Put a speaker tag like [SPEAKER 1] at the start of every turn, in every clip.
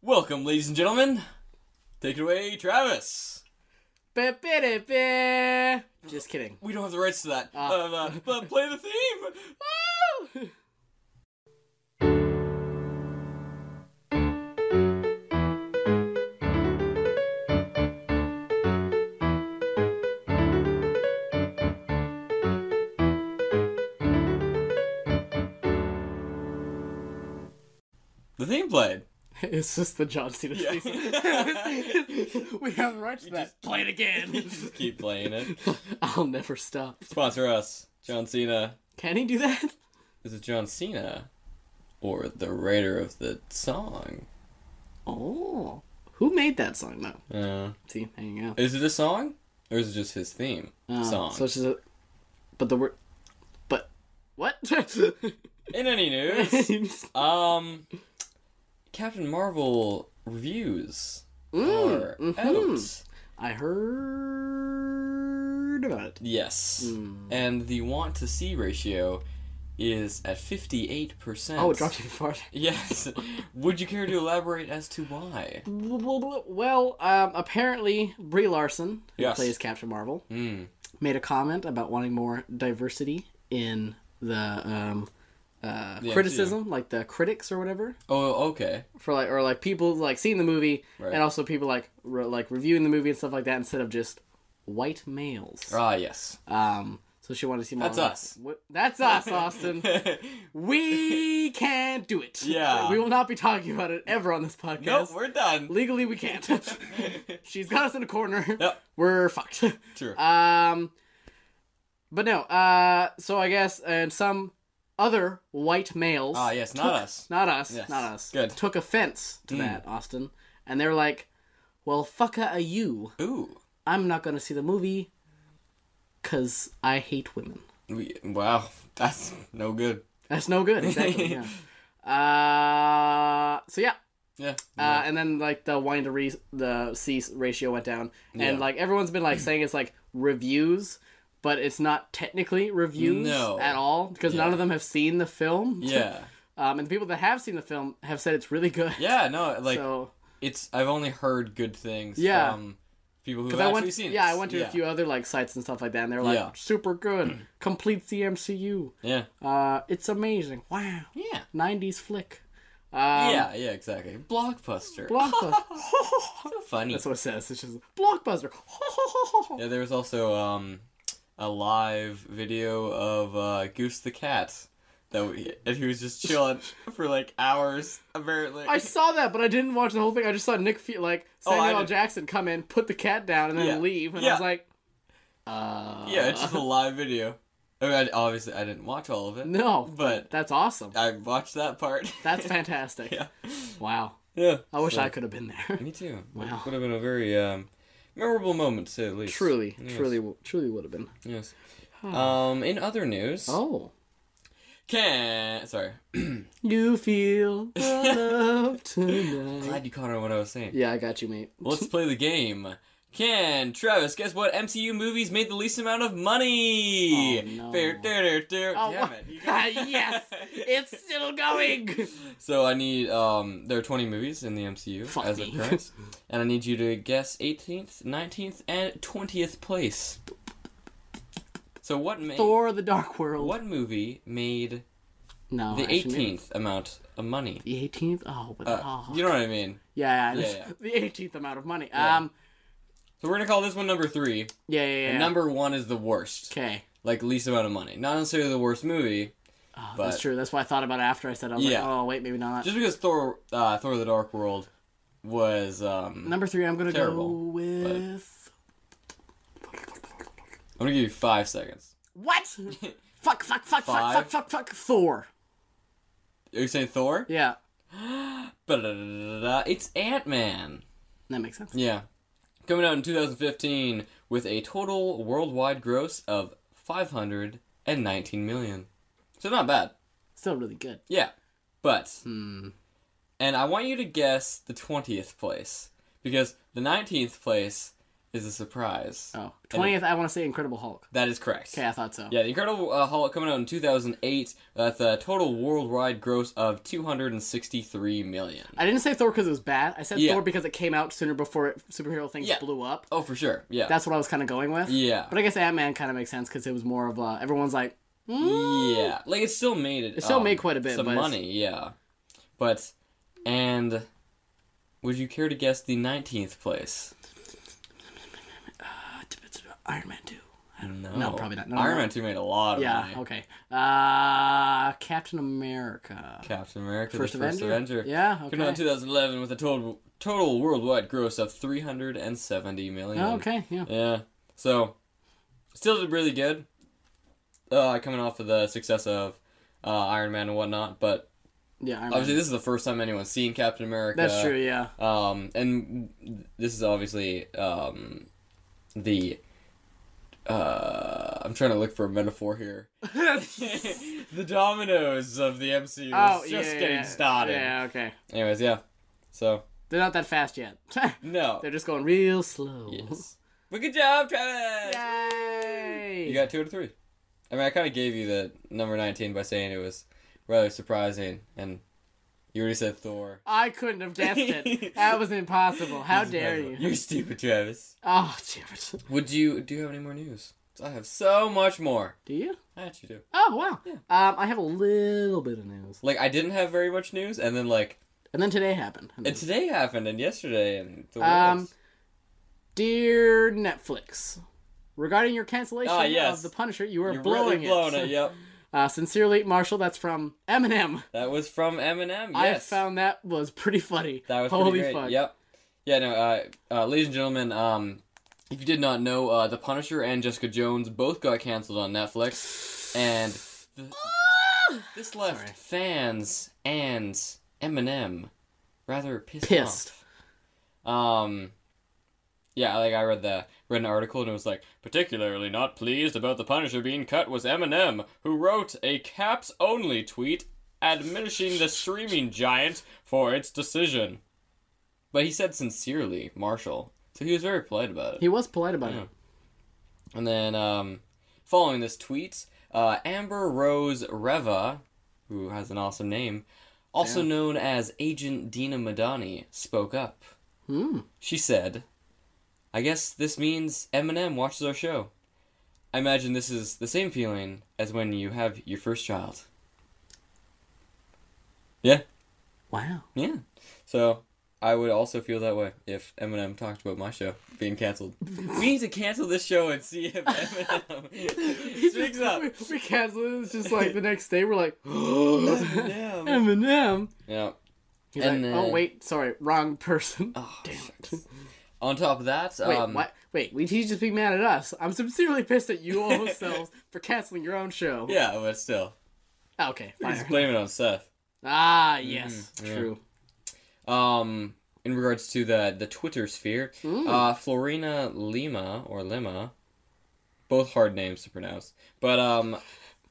[SPEAKER 1] Welcome, ladies and gentlemen. Take it away, Travis.
[SPEAKER 2] Ba-ba-da-ba. Just kidding.
[SPEAKER 1] We don't have the rights to that.
[SPEAKER 2] Ah.
[SPEAKER 1] Uh, uh, but play the theme.
[SPEAKER 2] Woo!
[SPEAKER 1] The theme played.
[SPEAKER 2] It's just the John Cena
[SPEAKER 1] Yeah.
[SPEAKER 2] face. we haven't watched that. Play it again.
[SPEAKER 1] Just keep playing it.
[SPEAKER 2] I'll never stop.
[SPEAKER 1] Sponsor us, John Cena.
[SPEAKER 2] Can he do that?
[SPEAKER 1] Is it John Cena or the writer of the song?
[SPEAKER 2] Oh. Who made that song though?
[SPEAKER 1] Uh,
[SPEAKER 2] See, there you go.
[SPEAKER 1] is it a song or is it just his theme
[SPEAKER 2] Uh,
[SPEAKER 1] song?
[SPEAKER 2] So it's just a but the word but what?
[SPEAKER 1] In any news,
[SPEAKER 2] Mm.
[SPEAKER 1] um, Captain Marvel reviews are
[SPEAKER 2] mhm.
[SPEAKER 1] out.
[SPEAKER 2] I heard about it.
[SPEAKER 1] Yes.
[SPEAKER 2] Mm.
[SPEAKER 1] And the want to see ratio is at 58%.
[SPEAKER 2] Oh, it dropped even farther.
[SPEAKER 1] Yes. Would you care to elaborate as to why?
[SPEAKER 2] Well, um, apparently Brie Larson, who
[SPEAKER 1] Yes.
[SPEAKER 2] plays Captain Marvel,
[SPEAKER 1] Hmm.
[SPEAKER 2] made a comment about wanting more diversity in the um, uh,
[SPEAKER 1] The
[SPEAKER 2] criticism, like the critics or whatever,
[SPEAKER 1] Oh, okay.
[SPEAKER 2] for like or like people like seeing the movie
[SPEAKER 1] Right.
[SPEAKER 2] and also people like re- like reviewing the movie and stuff like that instead of just white males.
[SPEAKER 1] Ah, yes.
[SPEAKER 2] Um, so she wanted to see more.
[SPEAKER 1] That's
[SPEAKER 2] like-
[SPEAKER 1] us.
[SPEAKER 2] What, that's us, Austin. we can't do it.
[SPEAKER 1] Yeah.
[SPEAKER 2] we will not be talking about it ever on this podcast.
[SPEAKER 1] nope, we're done.
[SPEAKER 2] Legally, we can't. She's got us in a corner.
[SPEAKER 1] Yep.
[SPEAKER 2] We're fucked.
[SPEAKER 1] True.
[SPEAKER 2] Um, but no. Uh, so I guess and some other white males,
[SPEAKER 1] Ah, yes, not us.
[SPEAKER 2] not us,
[SPEAKER 1] Yes.
[SPEAKER 2] not us,
[SPEAKER 1] Good. Mm.
[SPEAKER 2] took offense to that, Austin, and they're like, "Well, fucka a you.
[SPEAKER 1] Ooh.
[SPEAKER 2] I'm not gonna see the movie, cause I hate women.
[SPEAKER 1] We, wow, that's no good.
[SPEAKER 2] That's no good. Exactly. yeah. Uh, so yeah,
[SPEAKER 1] Yeah.
[SPEAKER 2] Uh, and then like the wine to re- the C ratio went down,
[SPEAKER 1] Yeah.
[SPEAKER 2] and like everyone's been like saying it's like reviews, but it's not technically reviews
[SPEAKER 1] No.
[SPEAKER 2] at all because none
[SPEAKER 1] Yeah.
[SPEAKER 2] of them have seen the film.
[SPEAKER 1] yeah.
[SPEAKER 2] Um, and the people that have seen the film have said it's really good.
[SPEAKER 1] Yeah, no, like,
[SPEAKER 2] so
[SPEAKER 1] it's, I've only heard good things
[SPEAKER 2] Yeah.
[SPEAKER 1] from people who have
[SPEAKER 2] because I
[SPEAKER 1] actually
[SPEAKER 2] went,
[SPEAKER 1] seen
[SPEAKER 2] yeah,
[SPEAKER 1] this.
[SPEAKER 2] I went to a few other like sites and stuff like that, and they're like
[SPEAKER 1] Yeah.
[SPEAKER 2] super good, completes the MCU.
[SPEAKER 1] Yeah.
[SPEAKER 2] Uh, it's amazing. Wow,
[SPEAKER 1] Yeah.
[SPEAKER 2] '90s flick. Um,
[SPEAKER 1] yeah, yeah, exactly. Blockbuster.
[SPEAKER 2] blockbuster.
[SPEAKER 1] so funny.
[SPEAKER 2] That's what it says. It's just blockbuster.
[SPEAKER 1] Yeah, there was also um, a live video of uh, Goose the cat that we, and he was just chilling for like hours apparently.
[SPEAKER 2] I saw that, but I didn't watch the whole thing. I just saw Nick, Fe- like
[SPEAKER 1] Oh, I
[SPEAKER 2] Samuel L.
[SPEAKER 1] did.
[SPEAKER 2] Jackson, come in, put the cat down, and then
[SPEAKER 1] Yeah.
[SPEAKER 2] leave. And
[SPEAKER 1] Yeah.
[SPEAKER 2] I was like, uh,
[SPEAKER 1] yeah, it's just a live video. I mean, I, obviously, I didn't watch all of it,
[SPEAKER 2] no,
[SPEAKER 1] but
[SPEAKER 2] that's awesome.
[SPEAKER 1] I watched that part.
[SPEAKER 2] That's fantastic.
[SPEAKER 1] yeah,
[SPEAKER 2] Wow,
[SPEAKER 1] yeah.
[SPEAKER 2] I wish
[SPEAKER 1] so-
[SPEAKER 2] I could have been there.
[SPEAKER 1] Me too.
[SPEAKER 2] Wow.
[SPEAKER 1] would have been a very um, memorable moment, to say the least.
[SPEAKER 2] truly,
[SPEAKER 1] Yes,
[SPEAKER 2] truly, truly would have been.
[SPEAKER 1] Yes. Um, in other news,
[SPEAKER 2] Oh,
[SPEAKER 1] can sorry,
[SPEAKER 2] you feel the love tonight.
[SPEAKER 1] glad you caught on what I was saying.
[SPEAKER 2] Yeah, I got you, mate.
[SPEAKER 1] Let's play the game. Can Travis guess what MCU movies made the least amount of money?
[SPEAKER 2] Oh, no.
[SPEAKER 1] Fair, der, der, der.
[SPEAKER 2] Oh,
[SPEAKER 1] Damn
[SPEAKER 2] what-
[SPEAKER 1] it. you got-
[SPEAKER 2] yes, it's still going.
[SPEAKER 1] so I need um there are 20 movies in the MCU
[SPEAKER 2] Fuck
[SPEAKER 1] as
[SPEAKER 2] me.
[SPEAKER 1] of current, and I need you to guess 18th, 19th, and 20th place. So what made
[SPEAKER 2] Thor: The Dark World.
[SPEAKER 1] what movie made
[SPEAKER 2] No,
[SPEAKER 1] the
[SPEAKER 2] actually, maybe-
[SPEAKER 1] 18th amount of money?
[SPEAKER 2] The eighteenth. Oh, but
[SPEAKER 1] Uh,
[SPEAKER 2] oh.
[SPEAKER 1] You know what I mean.
[SPEAKER 2] Yeah, yeah,
[SPEAKER 1] Yeah,
[SPEAKER 2] yeah,
[SPEAKER 1] yeah.
[SPEAKER 2] the eighteenth amount of money.
[SPEAKER 1] Yeah.
[SPEAKER 2] Um,
[SPEAKER 1] So we're gonna call this one number three.
[SPEAKER 2] yeah, yeah, yeah.
[SPEAKER 1] And number one is the worst,
[SPEAKER 2] okay,
[SPEAKER 1] like least amount of money. Not necessarily the worst movie.
[SPEAKER 2] oh,
[SPEAKER 1] But-
[SPEAKER 2] that's true. That's why I thought about it after I said. it. I was
[SPEAKER 1] Yeah.
[SPEAKER 2] like, oh wait, maybe not.
[SPEAKER 1] Just because Thor, uh, Thor: The Dark World was, um,
[SPEAKER 2] number three, I'm gonna
[SPEAKER 1] Terrible,
[SPEAKER 2] go with
[SPEAKER 1] I'm gonna give you five seconds.
[SPEAKER 2] what? fuck, fuck, fuck, fuck, fuck,
[SPEAKER 1] Five.
[SPEAKER 2] fuck, fuck. Thor.
[SPEAKER 1] Are you saying Thor?
[SPEAKER 2] Yeah,
[SPEAKER 1] Ba-da-da-da-da. It's Ant Man.
[SPEAKER 2] that makes sense.
[SPEAKER 1] Yeah, coming out in 2015 with a total worldwide gross of 519 million. So not bad.
[SPEAKER 2] Still really good.
[SPEAKER 1] Yeah, but
[SPEAKER 2] Hmm.
[SPEAKER 1] and I want you to guess the 20th place because the 19th place is a surprise.
[SPEAKER 2] Oh, 20th, I want to say Incredible Hulk.
[SPEAKER 1] That is correct.
[SPEAKER 2] Okay, I thought so.
[SPEAKER 1] Yeah, The Incredible uh, Hulk coming out in 2008 with a total worldwide gross of 263 million.
[SPEAKER 2] I didn't say Thor because it was bad. I said
[SPEAKER 1] Yeah.
[SPEAKER 2] Thor because it came out sooner before it, superhero things
[SPEAKER 1] Yeah.
[SPEAKER 2] blew up.
[SPEAKER 1] Oh, for sure. Yeah.
[SPEAKER 2] That's what I was kind of going with.
[SPEAKER 1] yeah.
[SPEAKER 2] But I guess Ant Man kind of makes sense because it was more of a everyone's like, "Hmm,
[SPEAKER 1] Yeah, like it still made it.
[SPEAKER 2] It still
[SPEAKER 1] um,
[SPEAKER 2] made quite a bit,
[SPEAKER 1] some
[SPEAKER 2] but it's-
[SPEAKER 1] money. Yeah, but and would you care to guess the nineteenth place?
[SPEAKER 2] uh, Iron Man 2.
[SPEAKER 1] No,
[SPEAKER 2] no, probably not. No, no,
[SPEAKER 1] Iron
[SPEAKER 2] no.
[SPEAKER 1] Man two made a lot of
[SPEAKER 2] Yeah,
[SPEAKER 1] money.
[SPEAKER 2] okay. Uh, Captain America.
[SPEAKER 1] Captain America,
[SPEAKER 2] First,
[SPEAKER 1] the
[SPEAKER 2] Avenger?
[SPEAKER 1] first Avenger,
[SPEAKER 2] Yeah,
[SPEAKER 1] came out in
[SPEAKER 2] okay.
[SPEAKER 1] 2011 with a total total worldwide gross of 370 million.
[SPEAKER 2] Oh, okay, yeah.
[SPEAKER 1] Yeah, so still did really good. Uh, coming off of the success of uh, Iron Man and whatnot, but
[SPEAKER 2] Yeah, Iron
[SPEAKER 1] obviously uh,
[SPEAKER 2] Man.
[SPEAKER 1] this is the first time anyone's seen Captain America.
[SPEAKER 2] That's true, yeah.
[SPEAKER 1] Um, and this is obviously um, the. Uh, I'm trying to look for a metaphor here. the dominoes of the MCU
[SPEAKER 2] oh,
[SPEAKER 1] is
[SPEAKER 2] yeah,
[SPEAKER 1] just
[SPEAKER 2] yeah,
[SPEAKER 1] getting
[SPEAKER 2] yeah.
[SPEAKER 1] started.
[SPEAKER 2] Yeah, okay.
[SPEAKER 1] Anyways, yeah. So
[SPEAKER 2] They're not that fast yet.
[SPEAKER 1] no.
[SPEAKER 2] They're just going real slow.
[SPEAKER 1] Yes. But good job, Travis.
[SPEAKER 2] Yay!
[SPEAKER 1] You got two out of three. I mean, I kind of gave you the number 19 by saying it was rather surprising, and you already said Thor.
[SPEAKER 2] I couldn't have guessed it. that was impossible. How dare you?
[SPEAKER 1] You're stupid, Travis.
[SPEAKER 2] Oh, damn it.
[SPEAKER 1] Would you do you have any more news? 'Cause I have so much more.
[SPEAKER 2] Do you?
[SPEAKER 1] I actually do.
[SPEAKER 2] Oh, wow. Um, I have a little bit of news.
[SPEAKER 1] Like I didn't have very much news, and then like
[SPEAKER 2] And then today happened. And
[SPEAKER 1] and today happened, and yesterday, and the
[SPEAKER 2] Um,
[SPEAKER 1] world.
[SPEAKER 2] Dear Netflix, regarding your cancellation
[SPEAKER 1] Ah, yes.
[SPEAKER 2] of The Punisher, you are
[SPEAKER 1] You're
[SPEAKER 2] blowing
[SPEAKER 1] really blowing
[SPEAKER 2] it.
[SPEAKER 1] it. Yep,
[SPEAKER 2] Uh, sincerely, Marshall, that's from Eminem.
[SPEAKER 1] that was from Eminem. Yes,
[SPEAKER 2] I found that was pretty funny.
[SPEAKER 1] that was
[SPEAKER 2] Holy
[SPEAKER 1] pretty great.
[SPEAKER 2] fuck.
[SPEAKER 1] Yep, yeah. No, uh, uh, ladies and gentlemen, um, if you did not know, uh, The Punisher and Jessica Jones both got canceled on Netflix, and th- this left
[SPEAKER 2] Ah! Sorry.
[SPEAKER 1] fans and Eminem rather pissed,
[SPEAKER 2] Pissed.
[SPEAKER 1] off. Um, yeah, like I read the read an article and it was like particularly not pleased about the Punisher being cut was Eminem, who wrote a caps only tweet admonishing the streaming giant for its decision. But he said sincerely, Marshall. So he was very polite about it.
[SPEAKER 2] He was polite about it.
[SPEAKER 1] And then, um, following this tweet, uh, Amber Rose Reva, who has an awesome name, also known as Agent Dina Madani, spoke up.
[SPEAKER 2] Hmm.
[SPEAKER 1] She said, I guess this means Eminem watches our show. I imagine this is the same feeling as when you have your first child. Yeah,
[SPEAKER 2] Wow.
[SPEAKER 1] yeah. So, I would also feel that way if Eminem talked about my show being canceled. we need to cancel this show and see if Eminem speaks up.
[SPEAKER 2] We, we cancel it. It's just like the next day we're like,
[SPEAKER 1] Eminem.
[SPEAKER 2] Eminem.
[SPEAKER 1] Yeah.
[SPEAKER 2] He's
[SPEAKER 1] And
[SPEAKER 2] like,
[SPEAKER 1] then-
[SPEAKER 2] oh wait, sorry, wrong person.
[SPEAKER 1] Oh,
[SPEAKER 2] Damn it.
[SPEAKER 1] shucks. On top of that,
[SPEAKER 2] Wait,
[SPEAKER 1] um,
[SPEAKER 2] what? Wait, we he's just being mad at us. I'm sincerely pissed at you all yourselves for canceling your own show.
[SPEAKER 1] yeah, but still,
[SPEAKER 2] Ah, okay,
[SPEAKER 1] he's
[SPEAKER 2] fine.
[SPEAKER 1] blaming on Seth.
[SPEAKER 2] Ah, yes,
[SPEAKER 1] Mhm, yeah.
[SPEAKER 2] true.
[SPEAKER 1] um in regards to the the Twitter sphere,
[SPEAKER 2] Mm.
[SPEAKER 1] uh, Florina Lima or Lima, both hard names to pronounce, but um,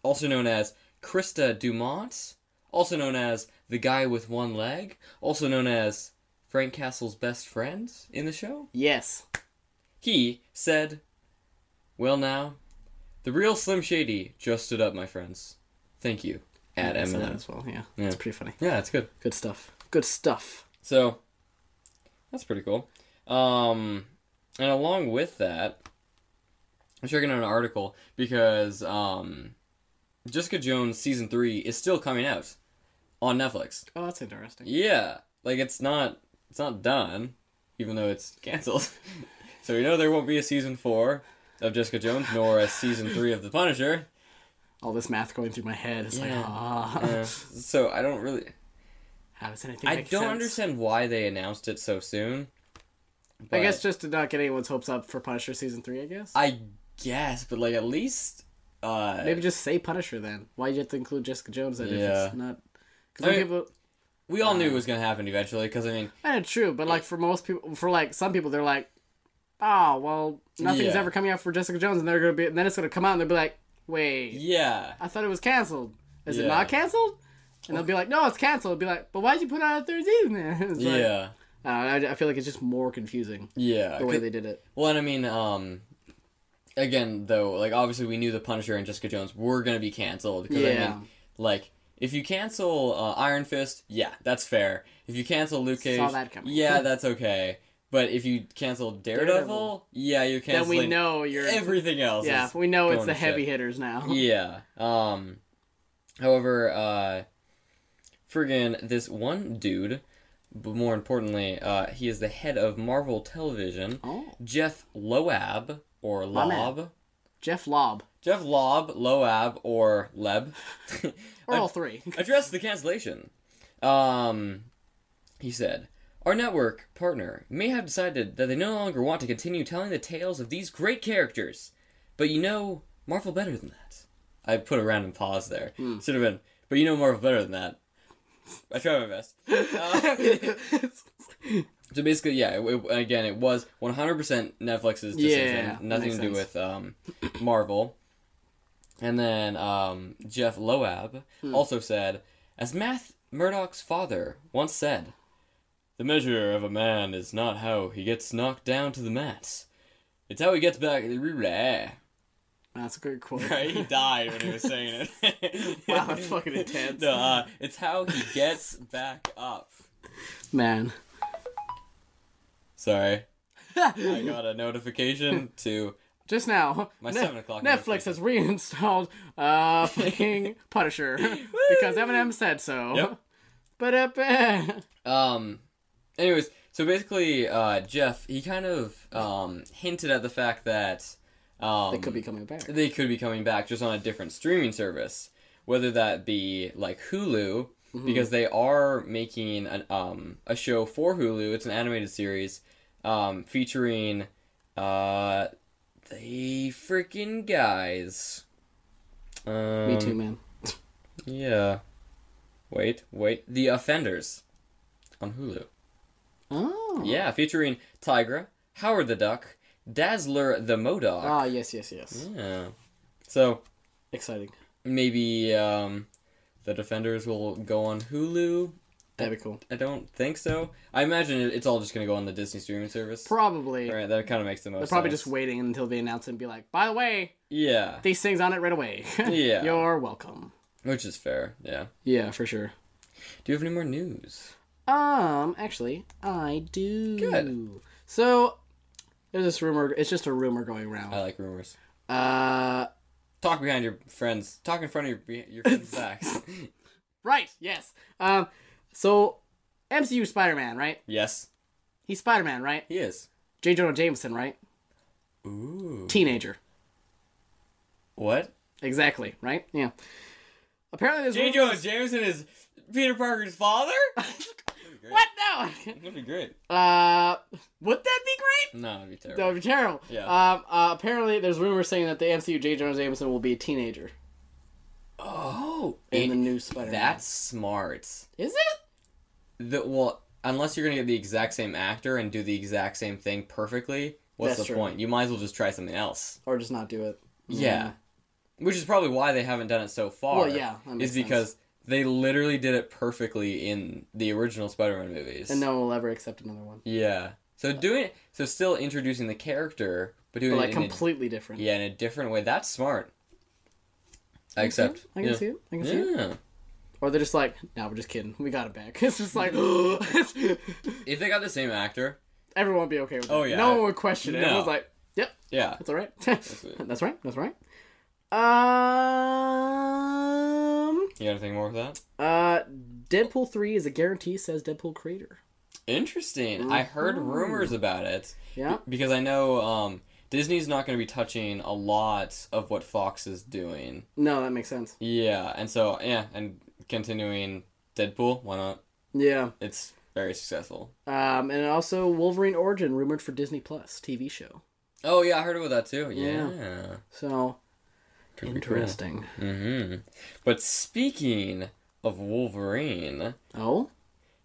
[SPEAKER 1] also known as Krista Dumont, also known as the guy with one leg, also known as Frank Castle's best friend in the show,
[SPEAKER 2] Yes.
[SPEAKER 1] he said, "Well now, the real Slim Shady just stood up, my friends. Thank you." At
[SPEAKER 2] I saw that
[SPEAKER 1] Eminem.
[SPEAKER 2] as well. Yeah.
[SPEAKER 1] Yeah.
[SPEAKER 2] it's pretty funny.
[SPEAKER 1] Yeah, it's good.
[SPEAKER 2] Good stuff. Good stuff.
[SPEAKER 1] So that's pretty cool. Um, and along with that, I'm checking out an article because um, Jessica Jones season three is still coming out on Netflix.
[SPEAKER 2] Oh, that's interesting.
[SPEAKER 1] Yeah, like it's not it's not done, even though it's canceled. so we know there won't be a season four of Jessica Jones, nor a season three of The Punisher.
[SPEAKER 2] All this math going through my head. It's like,
[SPEAKER 1] Yeah.
[SPEAKER 2] ah,
[SPEAKER 1] Uh, so I don't really
[SPEAKER 2] how does anything?
[SPEAKER 1] I
[SPEAKER 2] make
[SPEAKER 1] don't
[SPEAKER 2] sense?
[SPEAKER 1] understand why they announced it so soon.
[SPEAKER 2] I
[SPEAKER 1] but-
[SPEAKER 2] guess just to not get anyone's hopes up for Punisher season three. I guess.
[SPEAKER 1] I guess, but like at least uh
[SPEAKER 2] Maybe just say Punisher then. Why do you have to include Jessica Jones? Then if
[SPEAKER 1] Yeah.
[SPEAKER 2] it's not.
[SPEAKER 1] I
[SPEAKER 2] Because
[SPEAKER 1] mean-
[SPEAKER 2] people.
[SPEAKER 1] we all knew it was gonna happen eventually. Because I mean,
[SPEAKER 2] Yeah, true, but like for most people, for like some people, they're like, oh well, nothing's
[SPEAKER 1] Yeah.
[SPEAKER 2] ever coming out for Jessica Jones, and they're gonna be, and then it's gonna come out, and they'll be like, wait,
[SPEAKER 1] yeah,
[SPEAKER 2] I thought it was canceled. Is it
[SPEAKER 1] Yeah.
[SPEAKER 2] not canceled? And they'll be like, no, it's canceled. I'll be like, but why'd you put out a third season? then? It's like,
[SPEAKER 1] yeah,
[SPEAKER 2] I, don't know, I I feel like it's just more confusing
[SPEAKER 1] Yeah.
[SPEAKER 2] the way they did it.
[SPEAKER 1] Well, and I mean, um, again, though, like obviously we knew the Punisher and Jessica Jones were gonna be canceled. Cause, I
[SPEAKER 2] Yeah.
[SPEAKER 1] mean, like if you cancel uh, Iron Fist, yeah, that's fair. If you cancel Luke Cage,
[SPEAKER 2] Saw that coming.
[SPEAKER 1] yeah, that's okay. But if you cancel Daredevil,
[SPEAKER 2] Daredevil.
[SPEAKER 1] yeah, you're
[SPEAKER 2] Then we
[SPEAKER 1] canceling
[SPEAKER 2] know you're
[SPEAKER 1] everything else.
[SPEAKER 2] yeah,
[SPEAKER 1] is-
[SPEAKER 2] we know it's
[SPEAKER 1] going
[SPEAKER 2] the
[SPEAKER 1] to
[SPEAKER 2] heavy
[SPEAKER 1] shit.
[SPEAKER 2] hitters now.
[SPEAKER 1] yeah. Um, however, uh, friggin' this one dude, but more importantly, uh, he is the head of Marvel Television.
[SPEAKER 2] Oh,
[SPEAKER 1] Jeff Loab or
[SPEAKER 2] My man.
[SPEAKER 1] Lob.
[SPEAKER 2] Jeff Lobb
[SPEAKER 1] Jeff Lob, Loab, or Leb
[SPEAKER 2] or all three.
[SPEAKER 1] addressed the cancellation. Um, he said, Our network partner may have decided that they no longer want to continue telling the tales of these great characters, but you know Marvel better than that. I put a random pause there. Should have been, but you know Marvel better than that. I try my best. Oh. So basically, yeah. It, it- again, it was 100% Netflix's decision,
[SPEAKER 2] Yeah,
[SPEAKER 1] nothing
[SPEAKER 2] makes
[SPEAKER 1] to do
[SPEAKER 2] sense.
[SPEAKER 1] with um, Marvel. And then um, Jeff Loab
[SPEAKER 2] Hmm.
[SPEAKER 1] also said, as Matt Murdock's father once said, "The measure of a man is not how he gets knocked down to the mat; it's how he gets back." Right?
[SPEAKER 2] That's a good quote.
[SPEAKER 1] He died when he was saying it.
[SPEAKER 2] Wow, that's fucking intense.
[SPEAKER 1] No, uh, it's how he gets back up.
[SPEAKER 2] Man.
[SPEAKER 1] Sorry. I got a notification to
[SPEAKER 2] Just now,
[SPEAKER 1] My 7 o'clock
[SPEAKER 2] Netflix has reinstalled uh, fucking Punisher because Eminem said so.
[SPEAKER 1] Yep.
[SPEAKER 2] But up, eh.
[SPEAKER 1] um anyways, so basically uh Jeff, he kind of um hinted at the fact that um
[SPEAKER 2] it could be coming back.
[SPEAKER 1] they could be coming back just on a different streaming service, whether that be like Hulu
[SPEAKER 2] Mm-hmm.
[SPEAKER 1] because they are making an um a show for Hulu, it's an animated series um featuring uh the freaking guys. Um,
[SPEAKER 2] Me too, man.
[SPEAKER 1] Yeah. Wait, wait. The Offenders on Hulu.
[SPEAKER 2] Oh.
[SPEAKER 1] Yeah, featuring Tigra, Howard the Duck, Dazzler the Modoc.
[SPEAKER 2] Ah, yes, yes, yes.
[SPEAKER 1] Yeah. So
[SPEAKER 2] Exciting.
[SPEAKER 1] maybe um, the Defenders will go on Hulu.
[SPEAKER 2] That'd be cool.
[SPEAKER 1] I don't think so. I imagine it- it's all just gonna go on the Disney streaming service.
[SPEAKER 2] Probably.
[SPEAKER 1] All right, that kind of makes the most.
[SPEAKER 2] They're probably
[SPEAKER 1] sense.
[SPEAKER 2] just waiting until they announce it and be like, by the way,
[SPEAKER 1] Yeah,
[SPEAKER 2] these things on it right away.
[SPEAKER 1] Yeah.
[SPEAKER 2] You're welcome.
[SPEAKER 1] which is fair. Yeah.
[SPEAKER 2] Yeah, for sure.
[SPEAKER 1] Do you have any more news?
[SPEAKER 2] Um, actually, I do.
[SPEAKER 1] Good.
[SPEAKER 2] So, there's this rumor. It's just a rumor going
[SPEAKER 1] I
[SPEAKER 2] around.
[SPEAKER 1] like rumors.
[SPEAKER 2] Uh,
[SPEAKER 1] Talk behind your friends. Talk in front of your your friends' backs.
[SPEAKER 2] right. Yes. Um, so MCU Spider-Man, right?
[SPEAKER 1] yes,
[SPEAKER 2] He's Spider-Man, right?
[SPEAKER 1] he is.
[SPEAKER 2] J. Jonah Jameson, right?
[SPEAKER 1] Ooh.
[SPEAKER 2] Teenager.
[SPEAKER 1] What?
[SPEAKER 2] Exactly. Right. Yeah. Apparently, there's
[SPEAKER 1] J.
[SPEAKER 2] rumor-
[SPEAKER 1] Jonah Jameson is Peter Parker's father?
[SPEAKER 2] what? No.
[SPEAKER 1] That'd be great.
[SPEAKER 2] Uh, would that be great?
[SPEAKER 1] No, that'd be terrible.
[SPEAKER 2] That would be terrible.
[SPEAKER 1] Yeah.
[SPEAKER 2] Um, uh, apparently, there's rumors saying that the MCU J. Jonah Jameson will be a teenager
[SPEAKER 1] Oh,
[SPEAKER 2] in
[SPEAKER 1] it-
[SPEAKER 2] the new Spider-Man.
[SPEAKER 1] that's smart.
[SPEAKER 2] is it?
[SPEAKER 1] The, well, unless you're gonna get the exact same actor and do the exact same thing perfectly, what's
[SPEAKER 2] That's
[SPEAKER 1] the
[SPEAKER 2] true.
[SPEAKER 1] point? You might as well just try something else.
[SPEAKER 2] Or just not do it? Mm-hmm.
[SPEAKER 1] Yeah, which is probably why they haven't done it so far.
[SPEAKER 2] Well, yeah, that makes
[SPEAKER 1] is because they literally did it perfectly in the original Spider-Man movies.
[SPEAKER 2] And no one will ever accept another one.
[SPEAKER 1] Yeah. So doing so, still introducing the character, but doing
[SPEAKER 2] But
[SPEAKER 1] it
[SPEAKER 2] like
[SPEAKER 1] in a
[SPEAKER 2] completely different.
[SPEAKER 1] Yeah, in a different way. That's smart. I accept.
[SPEAKER 2] I can
[SPEAKER 1] yeah.
[SPEAKER 2] see it. I can see it.
[SPEAKER 1] Yeah.
[SPEAKER 2] Or they're just like, nah, we're just kidding. We got it back. It's just like,
[SPEAKER 1] If they got the same actor,
[SPEAKER 2] everyone would be okay with it.
[SPEAKER 1] Oh, yeah.
[SPEAKER 2] No one would question it.
[SPEAKER 1] No.
[SPEAKER 2] Everyone's like, yep,
[SPEAKER 1] yeah.
[SPEAKER 2] that's all right.
[SPEAKER 1] it.
[SPEAKER 2] that's right. That's right. Um,
[SPEAKER 1] You got anything more with that?
[SPEAKER 2] uh, Deadpool 3 is a guarantee, says Deadpool creator.
[SPEAKER 1] Interesting. I heard rumors about it
[SPEAKER 2] Yeah.
[SPEAKER 1] because I know um, Disney's not going to be touching a lot of what Fox is doing.
[SPEAKER 2] No, that makes sense.
[SPEAKER 1] Yeah, and so yeah, and continuing Deadpool, why not?
[SPEAKER 2] Yeah.
[SPEAKER 1] It's very successful.
[SPEAKER 2] Um, and also Wolverine Origin rumored for Disney Plus TV show.
[SPEAKER 1] Oh yeah, I heard about that too.
[SPEAKER 2] Yeah.
[SPEAKER 1] Yeah.
[SPEAKER 2] So,
[SPEAKER 1] Pretty
[SPEAKER 2] interesting.
[SPEAKER 1] Mm-hmm. But speaking of Wolverine,
[SPEAKER 2] Oh?